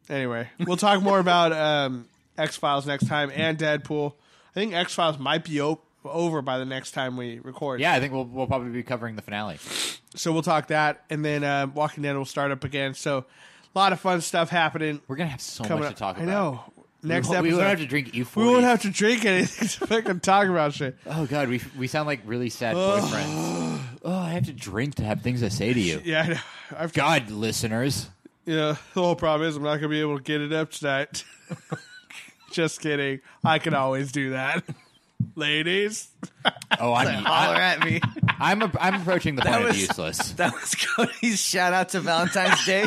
S1: Anyway, we'll talk more about um, X Files next time and Deadpool. I think X Files might be op- over by the next time we record.
S2: Yeah, I think we'll we'll probably be covering the finale.
S1: So we'll talk that, and then um, Walking Dead will start up again. So a lot of fun stuff happening.
S2: We're gonna have so
S1: coming
S2: much
S1: up.
S2: to talk about.
S1: I know. Next
S2: we, won't-
S1: episode,
S2: we won't have to drink E40.
S1: We won't have to drink anything to fucking talk about shit.
S2: Oh god, we we sound like really sad boyfriends. oh, I have to drink to have things to say to you.
S1: Yeah, I know. I've
S2: God, listeners.
S1: Yeah, the whole problem is I'm not gonna be able to get it up tonight. Just kidding. I can always do that, ladies.
S2: Oh, I'm
S3: Holler at me.
S2: I'm a, I'm approaching the point of
S3: was-
S2: useless.
S3: That was Cody's shout out to Valentine's Day.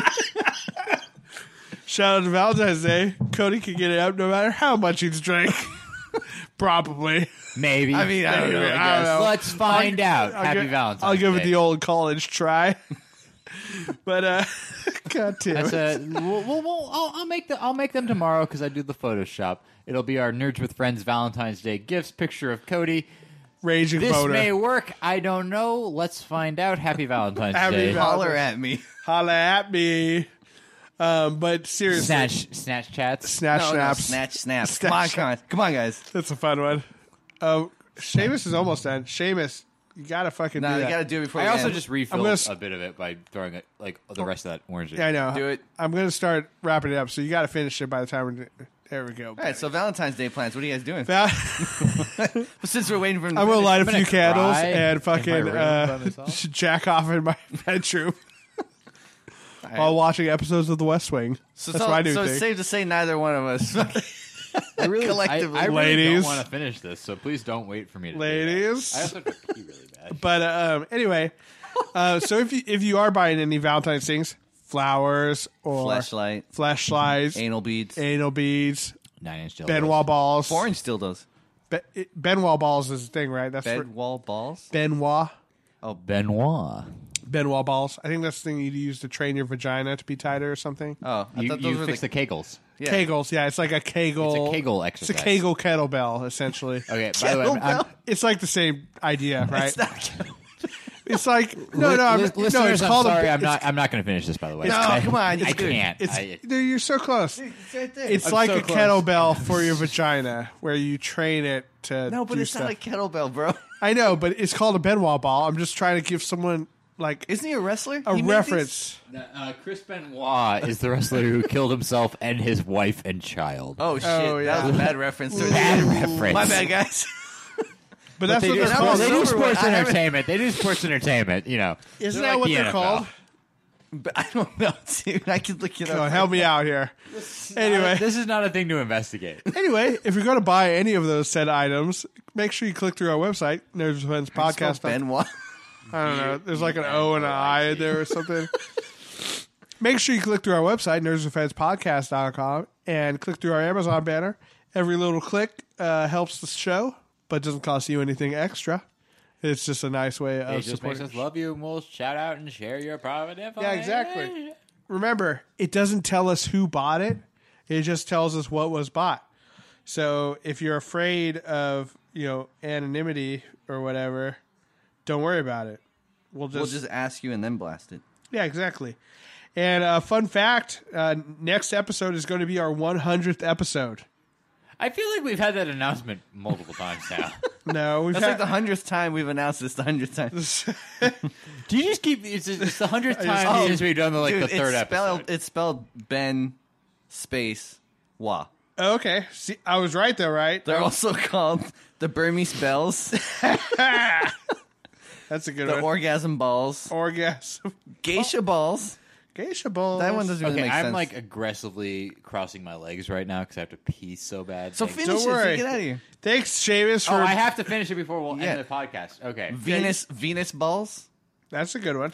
S1: Shout out to Valentine's Day. Cody can get it up no matter how much he's drank. Probably.
S2: Maybe.
S3: I mean, I don't know. I guess.
S2: Let's find out.
S1: I'll
S2: Happy
S1: gi-
S2: Valentine's.
S1: I'll give
S2: Day.
S1: it the old college try. but uh, God damn
S2: That's
S1: it.
S2: a, we'll, we'll, we'll- I'll, I'll make the I'll make them tomorrow because I do the Photoshop. It'll be our Nerds with Friends Valentine's Day gifts picture of Cody.
S1: raging
S2: This
S1: boner.
S2: may work. I don't know. Let's find out. Happy Valentine's
S1: Happy
S2: Day.
S1: Val-
S3: Holler at me.
S1: Holla at me. Um, but seriously,
S2: snatch snatch chats.
S1: snatch
S3: Oh, No, no,
S1: snaps.
S3: snatch, snaps.
S1: Snatch
S3: Come on,
S1: snaps.
S3: come on, come on, guys.
S1: That's a fun one. Oh, Seamus is almost done. Seamus, you gotta fucking
S3: No,
S1: do
S3: you
S1: that.
S3: gotta do it before.
S2: I
S3: we
S2: also
S3: end.
S2: just refilled
S1: I'm gonna s-
S2: a bit of it by throwing it like the rest of that orange.
S1: Yeah, I know.
S3: Do it.
S1: I'm gonna start wrapping it up, so you gotta finish it by the time we're. There we go.
S3: All right, so Valentine's Day plans. What are you guys doing?
S1: Val-
S3: Since we're waiting for him, to
S1: I'm gonna
S3: finish-
S1: light a
S2: gonna
S1: few candles
S2: cry
S1: and
S2: in my
S1: fucking
S2: room by
S1: uh,
S2: myself.
S1: jack off in my bedroom while watching episodes of The West Wing.
S3: So,
S1: That's
S3: so,
S1: my new
S3: so it's
S1: thing.
S3: safe to say neither one of us.
S2: I really,
S3: Collectively.
S2: I, I really
S1: Ladies.
S2: don't want to finish this, so please don't wait for me to. do that.
S1: Ladies.
S2: I also have to pee really bad.
S1: But uh, um, anyway, uh, so if you if you are buying any Valentine's things, flowers or
S3: Flashlight,
S1: flashlights, anal,
S3: anal beads,
S1: beads,
S2: Nine inch dildos.
S1: Benoit balls,
S3: orange dildos,
S1: Be- it- Benoit balls is the thing, right? That's for
S3: bed wall balls.
S1: Benoit.
S2: Benoit.
S1: Benoit balls. I think that's the thing you use to train your vagina to be tighter or something.
S3: Oh, I
S2: You,
S3: thought those
S2: you
S3: were
S2: fix the,
S3: the,
S2: kegels.
S3: yeah.
S1: Kegels, yeah, it's like a kegel.
S2: It's a Kegel
S1: It's a
S2: exercise.
S1: kegel kettlebell, essentially.
S2: Okay. By the way, I'm, I'm,
S1: It's like the same idea, right? It's,
S3: It's not-
S1: like no, no, I'm,
S2: Li-
S1: no. It's
S2: listeners, I'm
S1: called
S2: sorry,
S1: a.
S2: I'm not. I'm not going to finish this. By the way,
S3: No,
S2: I,
S3: come on,
S2: I
S3: dude.
S2: can't.
S1: It's,
S2: I,
S1: no, you're so close.
S3: It's right there.
S1: It's
S3: I'm
S1: like
S3: so
S1: a
S3: close.
S1: kettlebell for your vagina, where you train it to.
S3: No, but
S1: do
S3: it's
S1: stuff.
S3: not a kettlebell, bro.
S1: I know, but it's called a Benoit ball. I'm just trying to give someone like
S3: Isn't he a wrestler?
S1: a
S3: He made these?
S1: reference.
S2: uh, Chris Benoit is the wrestler who killed himself and his wife and child.
S3: Oh shit,
S1: Oh,
S3: that
S1: yeah.
S3: was a bad reference. to
S2: bad reference.
S3: My bad, guys.
S1: But that's
S2: They
S1: what
S2: do,
S1: they're
S3: that
S2: sports,
S1: called.
S3: was
S2: they do
S3: over with.
S2: sports
S3: I haven't-
S2: entertainment. They do sports entertainment. You know,
S1: Isn't
S2: They're
S1: that
S2: like
S1: what
S2: the
S1: they're
S2: NFL.
S1: called?
S3: But I don't know, dude. I could look it
S1: Come
S3: up.
S1: on, help me out here. Anyway,
S2: this is not a thing to investigate.
S1: anyway, if you're going to buy any of those said items, make sure you click through our website, Nerds with Friends
S3: Spell
S1: Podcast.
S3: Benoit.
S1: I don't know. There's like an O and an I in there or something. Make sure you click through our website, nerdsdefensepodcast.com, and click through our Amazon banner. Every little click uh, helps the show, but doesn't cost you anything extra. It's just a nice way
S2: It
S1: of
S2: just makes
S1: supporting.
S2: us love you, and we'll shout out and share your private info.
S1: Yeah, exactly. Remember, it doesn't tell us who bought it. It just tells us what was bought. So if you're afraid of, you know, anonymity or whatever, don't worry about it. We'll just,
S3: We'll just ask you and then blast it.
S1: Yeah, exactly. And uh, fun fact, uh, next episode is going to be our 100th episode.
S2: I feel like we've had that announcement multiple times now.
S1: No, we've
S3: That's like
S1: had
S3: the hundredth time we've announced this. The hundredth time.
S2: Do you just keep? It's, it's the hundredth time
S3: Oh,
S2: since we've done the like
S3: Dude,
S2: the third
S3: it's spelled,
S2: episode.
S3: It's spelled Ben space Wah.
S1: Okay, see, I was right though, right?
S3: They're also called the Burmese bells,
S1: That's a good
S3: the
S1: one.
S3: orgasm
S1: Oh.
S3: balls,
S1: Orgasm.
S3: geisha balls.
S1: Geisha balls.
S3: That one doesn't really
S2: Okay,
S3: make
S2: I'm
S3: sense.
S2: like aggressively crossing my legs right now because I have to pee so bad.
S3: so
S2: Thank-
S1: Don't
S3: finish this.
S1: worry.
S3: Get out of here.
S1: Thanks, Seamus, for...
S2: oh, I have to finish it before we'll
S3: Yeah.
S2: end the podcast. Okay,
S3: Venus Venus balls.
S1: That's a good one.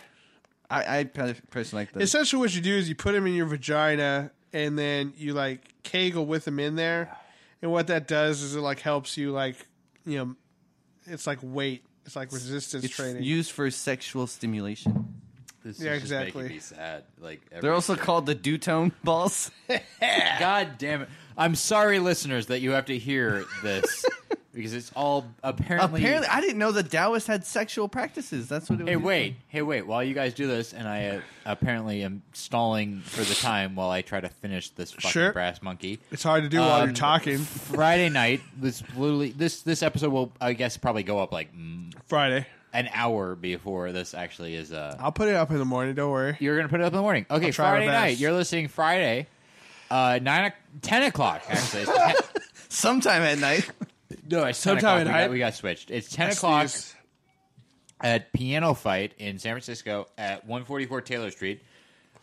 S3: I I pe- personally like those.
S1: essentially what you do is you put them in your vagina and then you like kegel with them in there and what that does is it like helps you like you know it's like weight it's like resistance
S3: It's
S1: training
S3: used for sexual stimulation.
S2: this
S1: Yeah,
S2: is just making
S1: exactly.
S2: me sad. Like
S3: They're also called the Dutone balls.
S2: God damn it! I'm sorry, listeners, that you have to hear this because it's all apparently.
S3: Apparently, I didn't know the Taoists had sexual practices. That's what it was.
S2: Hey, wait. Hey, wait. While you guys do this, and I uh, apparently am stalling for the time while I try to finish this fucking
S1: Sure.
S2: brass monkey.
S1: It's hard to do while you're
S2: Um,
S1: talking.
S2: Friday night, this literally this this episode will, I guess, probably go up like mm,
S1: Friday.
S2: an hour before this actually is. Uh,
S1: I'll put it up in the morning. Don't worry.
S2: you're gonna put it up in the morning. Okay,
S1: try my
S2: Friday
S1: best.
S2: night. You're listening Friday, uh, nine, o- ten o'clock. Actually, it's ten,
S3: Sometime at night.
S2: no, it's ten
S1: Sometime
S2: o'clock. We
S1: at night.
S2: got, we got switched. It's ten o'clock.
S1: Sneeze.
S2: at Piano Fight in San Francisco at 144 Taylor Street.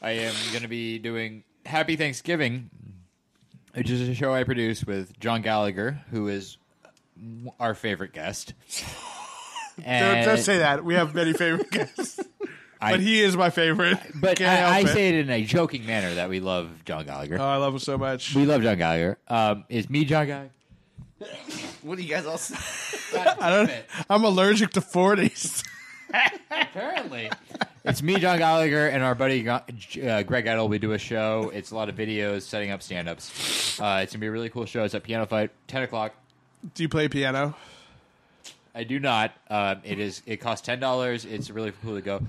S2: I am going to be doing Happy Thanksgiving, which is a show I produce with John Gallagher, who is our favorite guest.
S1: Don't,
S2: And
S1: don't say that. We have many favorite guests,
S2: I-
S1: but he is my favorite.
S2: But
S1: Can't
S2: I, I
S1: help it.
S2: say it in a joking manner that we love John Gallagher.
S1: oh, I love him so much.
S2: we love John Gallagher. Um, is me John Gallagher?
S3: What do you guys all? say?
S1: I don't. I'm allergic to forties.
S2: Apparently. It's me, John Gallagher, and our buddy Go- uh, Greg Edel. We do a show. It's a lot of videos, setting up stand-ups. Uh, it's gonna be a really cool show. It's at Piano Fight, ten o'clock.
S1: Do you play piano?
S2: I do not. Um, it is. It costs ten dollars. It's really cool to go.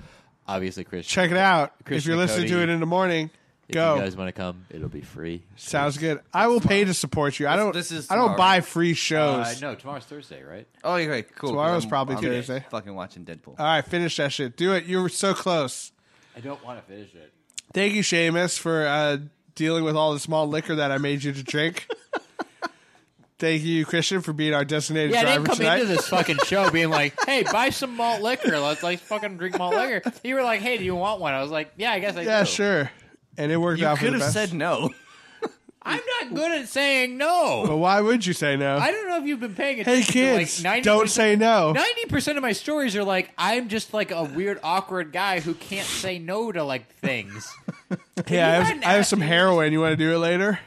S2: Obviously, Chris.
S1: Check it out.
S2: Chris
S1: if you're listening to
S2: McCody.
S1: it in the morning,
S2: If
S1: go.
S2: you guys want to come, it'll be free.
S1: Sounds good. I will pay to support you. I don't.
S3: This is
S1: I don't
S3: tomorrow.
S1: buy free shows.
S2: Uh, no, tomorrow's Thursday, right?
S3: Oh, you're right. Cool.
S1: Tomorrow's
S3: 'cause I'm-
S1: probably
S3: I'm
S1: Thursday.
S3: Fucking watching Deadpool.
S1: All right, finish that shit. Do it. You were so close.
S2: I don't want to finish it.
S1: Thank you, Seamus, for uh, dealing with all the small liquor that I made you to drink. Thank you, Christian, for being our designated
S2: Yeah, I
S1: driver
S2: didn't come
S1: tonight.
S2: into this fucking show being like, "Hey, buy some malt liquor. Let's like fucking drink malt liquor." You were like, "Hey, do you want one?" I was like, "Yeah, I guess I
S1: yeah,
S2: do."
S1: sure. And it worked
S3: You
S1: out for
S3: could
S1: the
S3: have
S1: best.
S3: said no.
S2: I'm not good at saying no.
S1: but why would you say no?
S2: I don't know if you've been paying
S1: hey,
S2: attention.
S1: kids,
S2: to like 90%
S1: don't say no.
S2: Ninety percent of my stories are like I'm just like a weird, awkward guy who can't say no to like things.
S1: yeah, I
S2: you
S1: have,
S2: hadn't
S1: I have some
S2: asked me-
S1: heroin. You want to do it later?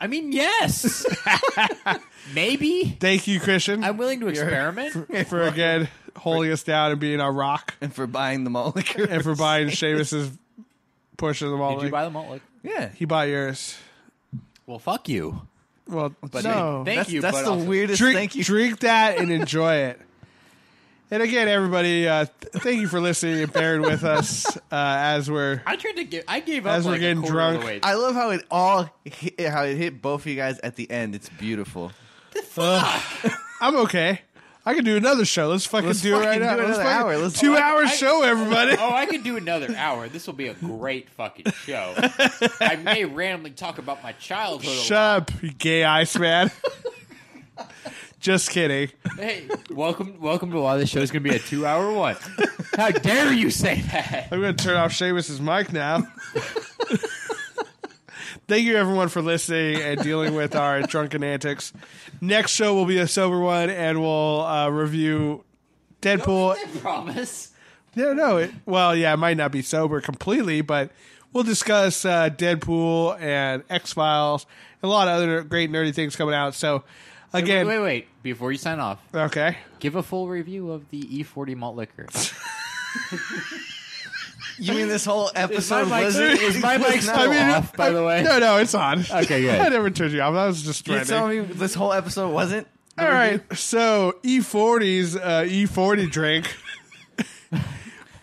S2: I mean, yes, maybe
S1: Thank you, Christian,
S2: I'm willing to experiment.
S1: for again holding us down and being our rock,
S3: And for buying the malt liquor.
S1: and for buying Seamus's portion of the mall.
S2: Did you buy the malt liquor?
S3: yeah.
S1: he bought yours.
S2: Well, fuck you.
S1: Well,
S2: But
S1: no.
S2: thank
S3: That's,
S2: you.
S3: that's
S2: but
S3: the
S2: also-
S3: weirdest.
S1: drink,
S3: thank you.
S1: drink that and enjoy it. And again, everybody, uh, th- thank you for listening and bearing with us uh, as we're.
S2: I tried to give. I gave up.
S1: As we're
S2: like, a
S1: getting
S2: quarter of the
S1: drunk.
S2: way.
S3: I love how it all hit, how it hit both of you guys at the end. It's beautiful.
S1: I'm okay. I can do another show. Let's fucking
S3: Let's
S1: do it right
S3: fucking
S1: now.
S3: do
S1: Let's
S3: another
S1: fucking-
S3: hour. Let's-
S1: two
S3: Oh, I-
S1: hour
S2: I-
S1: show, everybody.
S2: Oh, I could do another hour. This will be a great fucking show. I may randomly talk about my childhood. a
S1: Shut
S2: lot.
S1: up, you gay ice man. Just kidding.
S2: Hey, welcome, welcome to why this show's going to be a two-hour one. How dare you say that?
S1: I'm going to turn off Seamus's mic now. Thank you, everyone, for listening and dealing with our drunken antics. Next show will be a sober one, and we'll uh, review Deadpool
S2: I promise.
S1: No, no. It, well, yeah, it might not be sober completely, but we'll discuss uh, Deadpool and X Files and a lot of other great nerdy things coming out. So,
S2: Wait,
S1: again,
S2: wait, wait. Before you sign off,
S1: okay.
S2: give a full review of the E40 malt liquor.
S3: You mean this whole episode
S2: mic-
S3: was
S2: is my mic
S3: was not-
S2: still off, by the way?
S1: No, no, it's on.
S2: Okay, good.
S1: I never turned you off. That was just
S3: You're
S1: threatening.
S3: telling me this whole episode wasn't?
S1: All right. So E40's uh, E40 drink,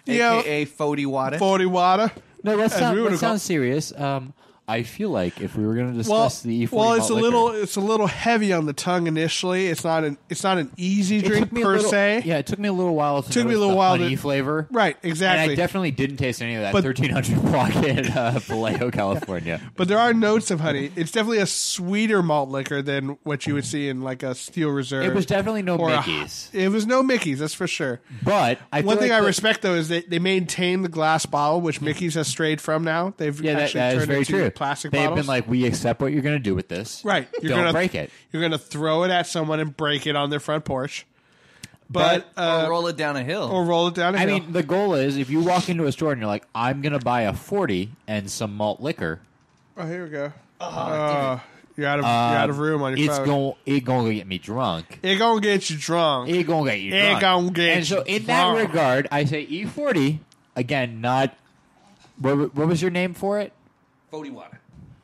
S1: Yeah.
S3: AKA Fody Wada.
S1: 40 water.
S2: No, let's
S1: As
S2: sound,
S1: we
S2: let's
S1: would've
S2: sound
S1: called-
S2: serious. Um, I feel like if we were going to
S1: Well,
S2: discuss the E40
S1: well, it's
S2: malt
S1: a
S2: E liquor,
S1: little, it's a little heavy on the tongue initially. It's not an, it's not an easy
S2: it
S1: drink
S2: took me a
S1: per
S2: little-
S1: se.
S2: Yeah, it took me a little while. To
S1: Took me a
S2: notice
S1: little
S2: the
S1: while to-
S2: honey flavor.
S1: Right,
S2: And
S1: exactly.
S2: I definitely didn't taste any of that
S1: But-
S2: 1300 block in uh, Vallejo, California.
S1: But there are notes of honey. It's definitely a sweeter malt liquor than what you would see in like a Steel Reserve.
S2: It was definitely no
S1: or a-
S2: Mickey's.
S1: it was no Mickey's, that's for sure.
S2: But I
S1: One
S2: feel
S1: thing
S2: like
S1: I
S2: the-
S1: respect though is they, they maintain the glass bottle, which Mickey's has strayed from now. They've
S2: Yeah, that,
S1: actually
S2: that
S1: turned
S2: is very
S1: into
S2: true.
S1: plastic
S2: They've
S1: bottles.
S2: been like, we accept what you're going to do with this.
S1: right, you're
S2: Don't
S1: gonna
S2: break it.
S1: You're gonna throw it at someone and break it on their front porch, but, uh,
S3: or roll it down a hill.
S1: or roll it down. A
S2: I
S1: hill.
S2: mean, the goal is if you walk into a store and you're like, I'm going to buy a 40 and some malt liquor,
S1: oh here we go. Oh, you're out of you're out of room on your
S2: Uh, it's
S1: phone.
S2: going it going to get me drunk.
S1: it gonna get you drunk.
S2: It going to get you
S1: It
S2: drunk.
S1: gonna get
S2: and so
S1: you
S2: in that
S1: drunk.
S2: regard, I say E40 again, not what, what was your name for it? E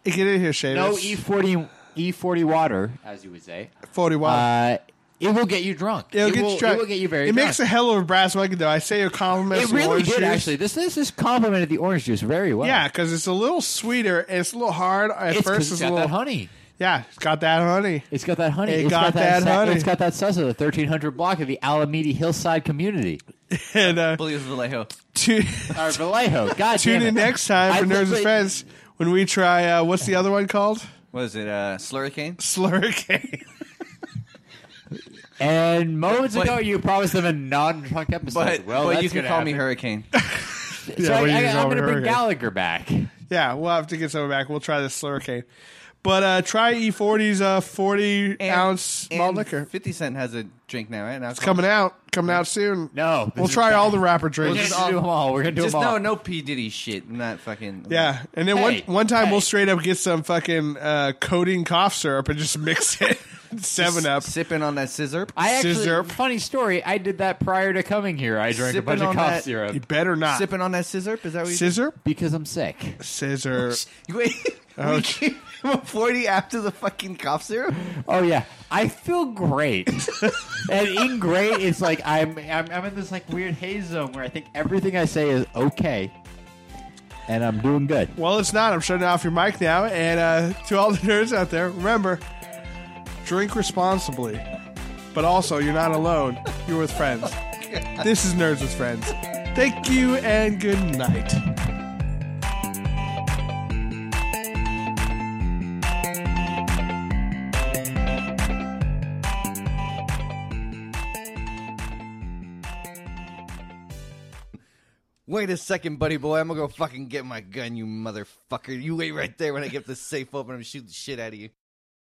S1: Get in here, Seamus.
S2: No E40 E40 water, as you would say,
S1: Forty watt.
S2: uh, it will get you drunk.
S1: Oh. It'll
S2: It
S1: get
S2: will-
S1: you drunk.
S2: It will get you very
S1: It
S2: drunk.
S1: makes a hell of a brass record, though. I say your compliments.
S2: It
S1: to
S2: really
S1: orange
S2: did,
S1: juice.
S2: actually. This this is complimented the orange juice very well.
S1: Yeah, because it's a little sweeter. and It's a little hard at
S2: It's 'cause
S1: first.
S2: it's
S1: It's
S2: got
S1: a little
S2: that honey.
S1: Yeah, it's got that honey.
S2: It's got that honey.
S1: It
S2: has
S1: got
S2: got,
S1: that
S2: that, sa-
S1: honey.
S2: It's got that sus of the 1300 block of the Alameda Hillside community.
S1: And uh,
S3: Believe Vallejo.
S1: tu-
S2: Or Vallejo. God
S1: tune
S2: damn it.
S1: in next time
S2: I
S1: for Nerds and
S2: literally-
S1: Friends when we try. Uh, what's the other one called?
S3: What is it? Uh, Slurricane?
S1: Slurricane.
S2: And moments
S3: But-
S2: ago, you promised them a non-drunk episode.
S3: But
S2: well,
S3: but
S2: that's
S3: you can
S2: gonna
S3: call me
S2: happen.
S3: Hurricane.
S2: So
S1: Yeah,
S2: I,
S1: well, you
S2: I,
S1: can call
S2: I'm
S1: me
S2: going to bring
S1: Hurricane.
S2: Gallagher back.
S1: yeah, we'll have to get someone back. We'll try the Slurricane. But uh, try E40's uh, 40
S3: And-
S1: ounce malt
S3: and
S1: liquor.
S3: Fifty Cent has a drink now, right? Now
S1: It's coming out. Coming out soon.
S2: No, this
S1: We'll
S2: is
S1: try
S2: bad.
S1: all the rapper
S2: We're
S1: drinks.
S2: going to do them all. We're going to do
S3: Just
S2: them all.
S3: no, no P Diddy shit. I'm not fucking.
S1: Yeah, and then
S2: Hey,
S1: one one time
S2: hey.
S1: we'll straight up get some fucking uh, coating cough syrup and just mix it seven up.
S3: Sipping on that scissor.
S2: I actually,
S1: Scissor.
S2: funny story. I did that prior to coming here. I drank
S3: Sipping
S2: a bunch of
S3: on
S2: cough
S3: that-
S1: You
S2: syrup
S1: better not.
S3: Ah. Sipping on that scissor. Is that what you
S1: Scissor,
S2: because I'm sick.
S1: scissor.
S3: You wait. We came from forty after the fucking cough syrup.
S2: Oh yeah, I feel great. and in great, it's like I'm, I'm I'm in this like weird haze zone where I think everything I say is okay, and I'm doing good.
S1: Well, it's not. I'm shutting off your mic now. And uh, to all the nerds out there, remember, drink responsibly, but also you're not alone. You're with friends. this is Nerds with Friends. Thank you and good night.
S3: Wait a second, buddy boy. I'm gonna go fucking get my gun, you motherfucker. You wait right there when I get this safe open. I'm gonna shoot the shit out of you.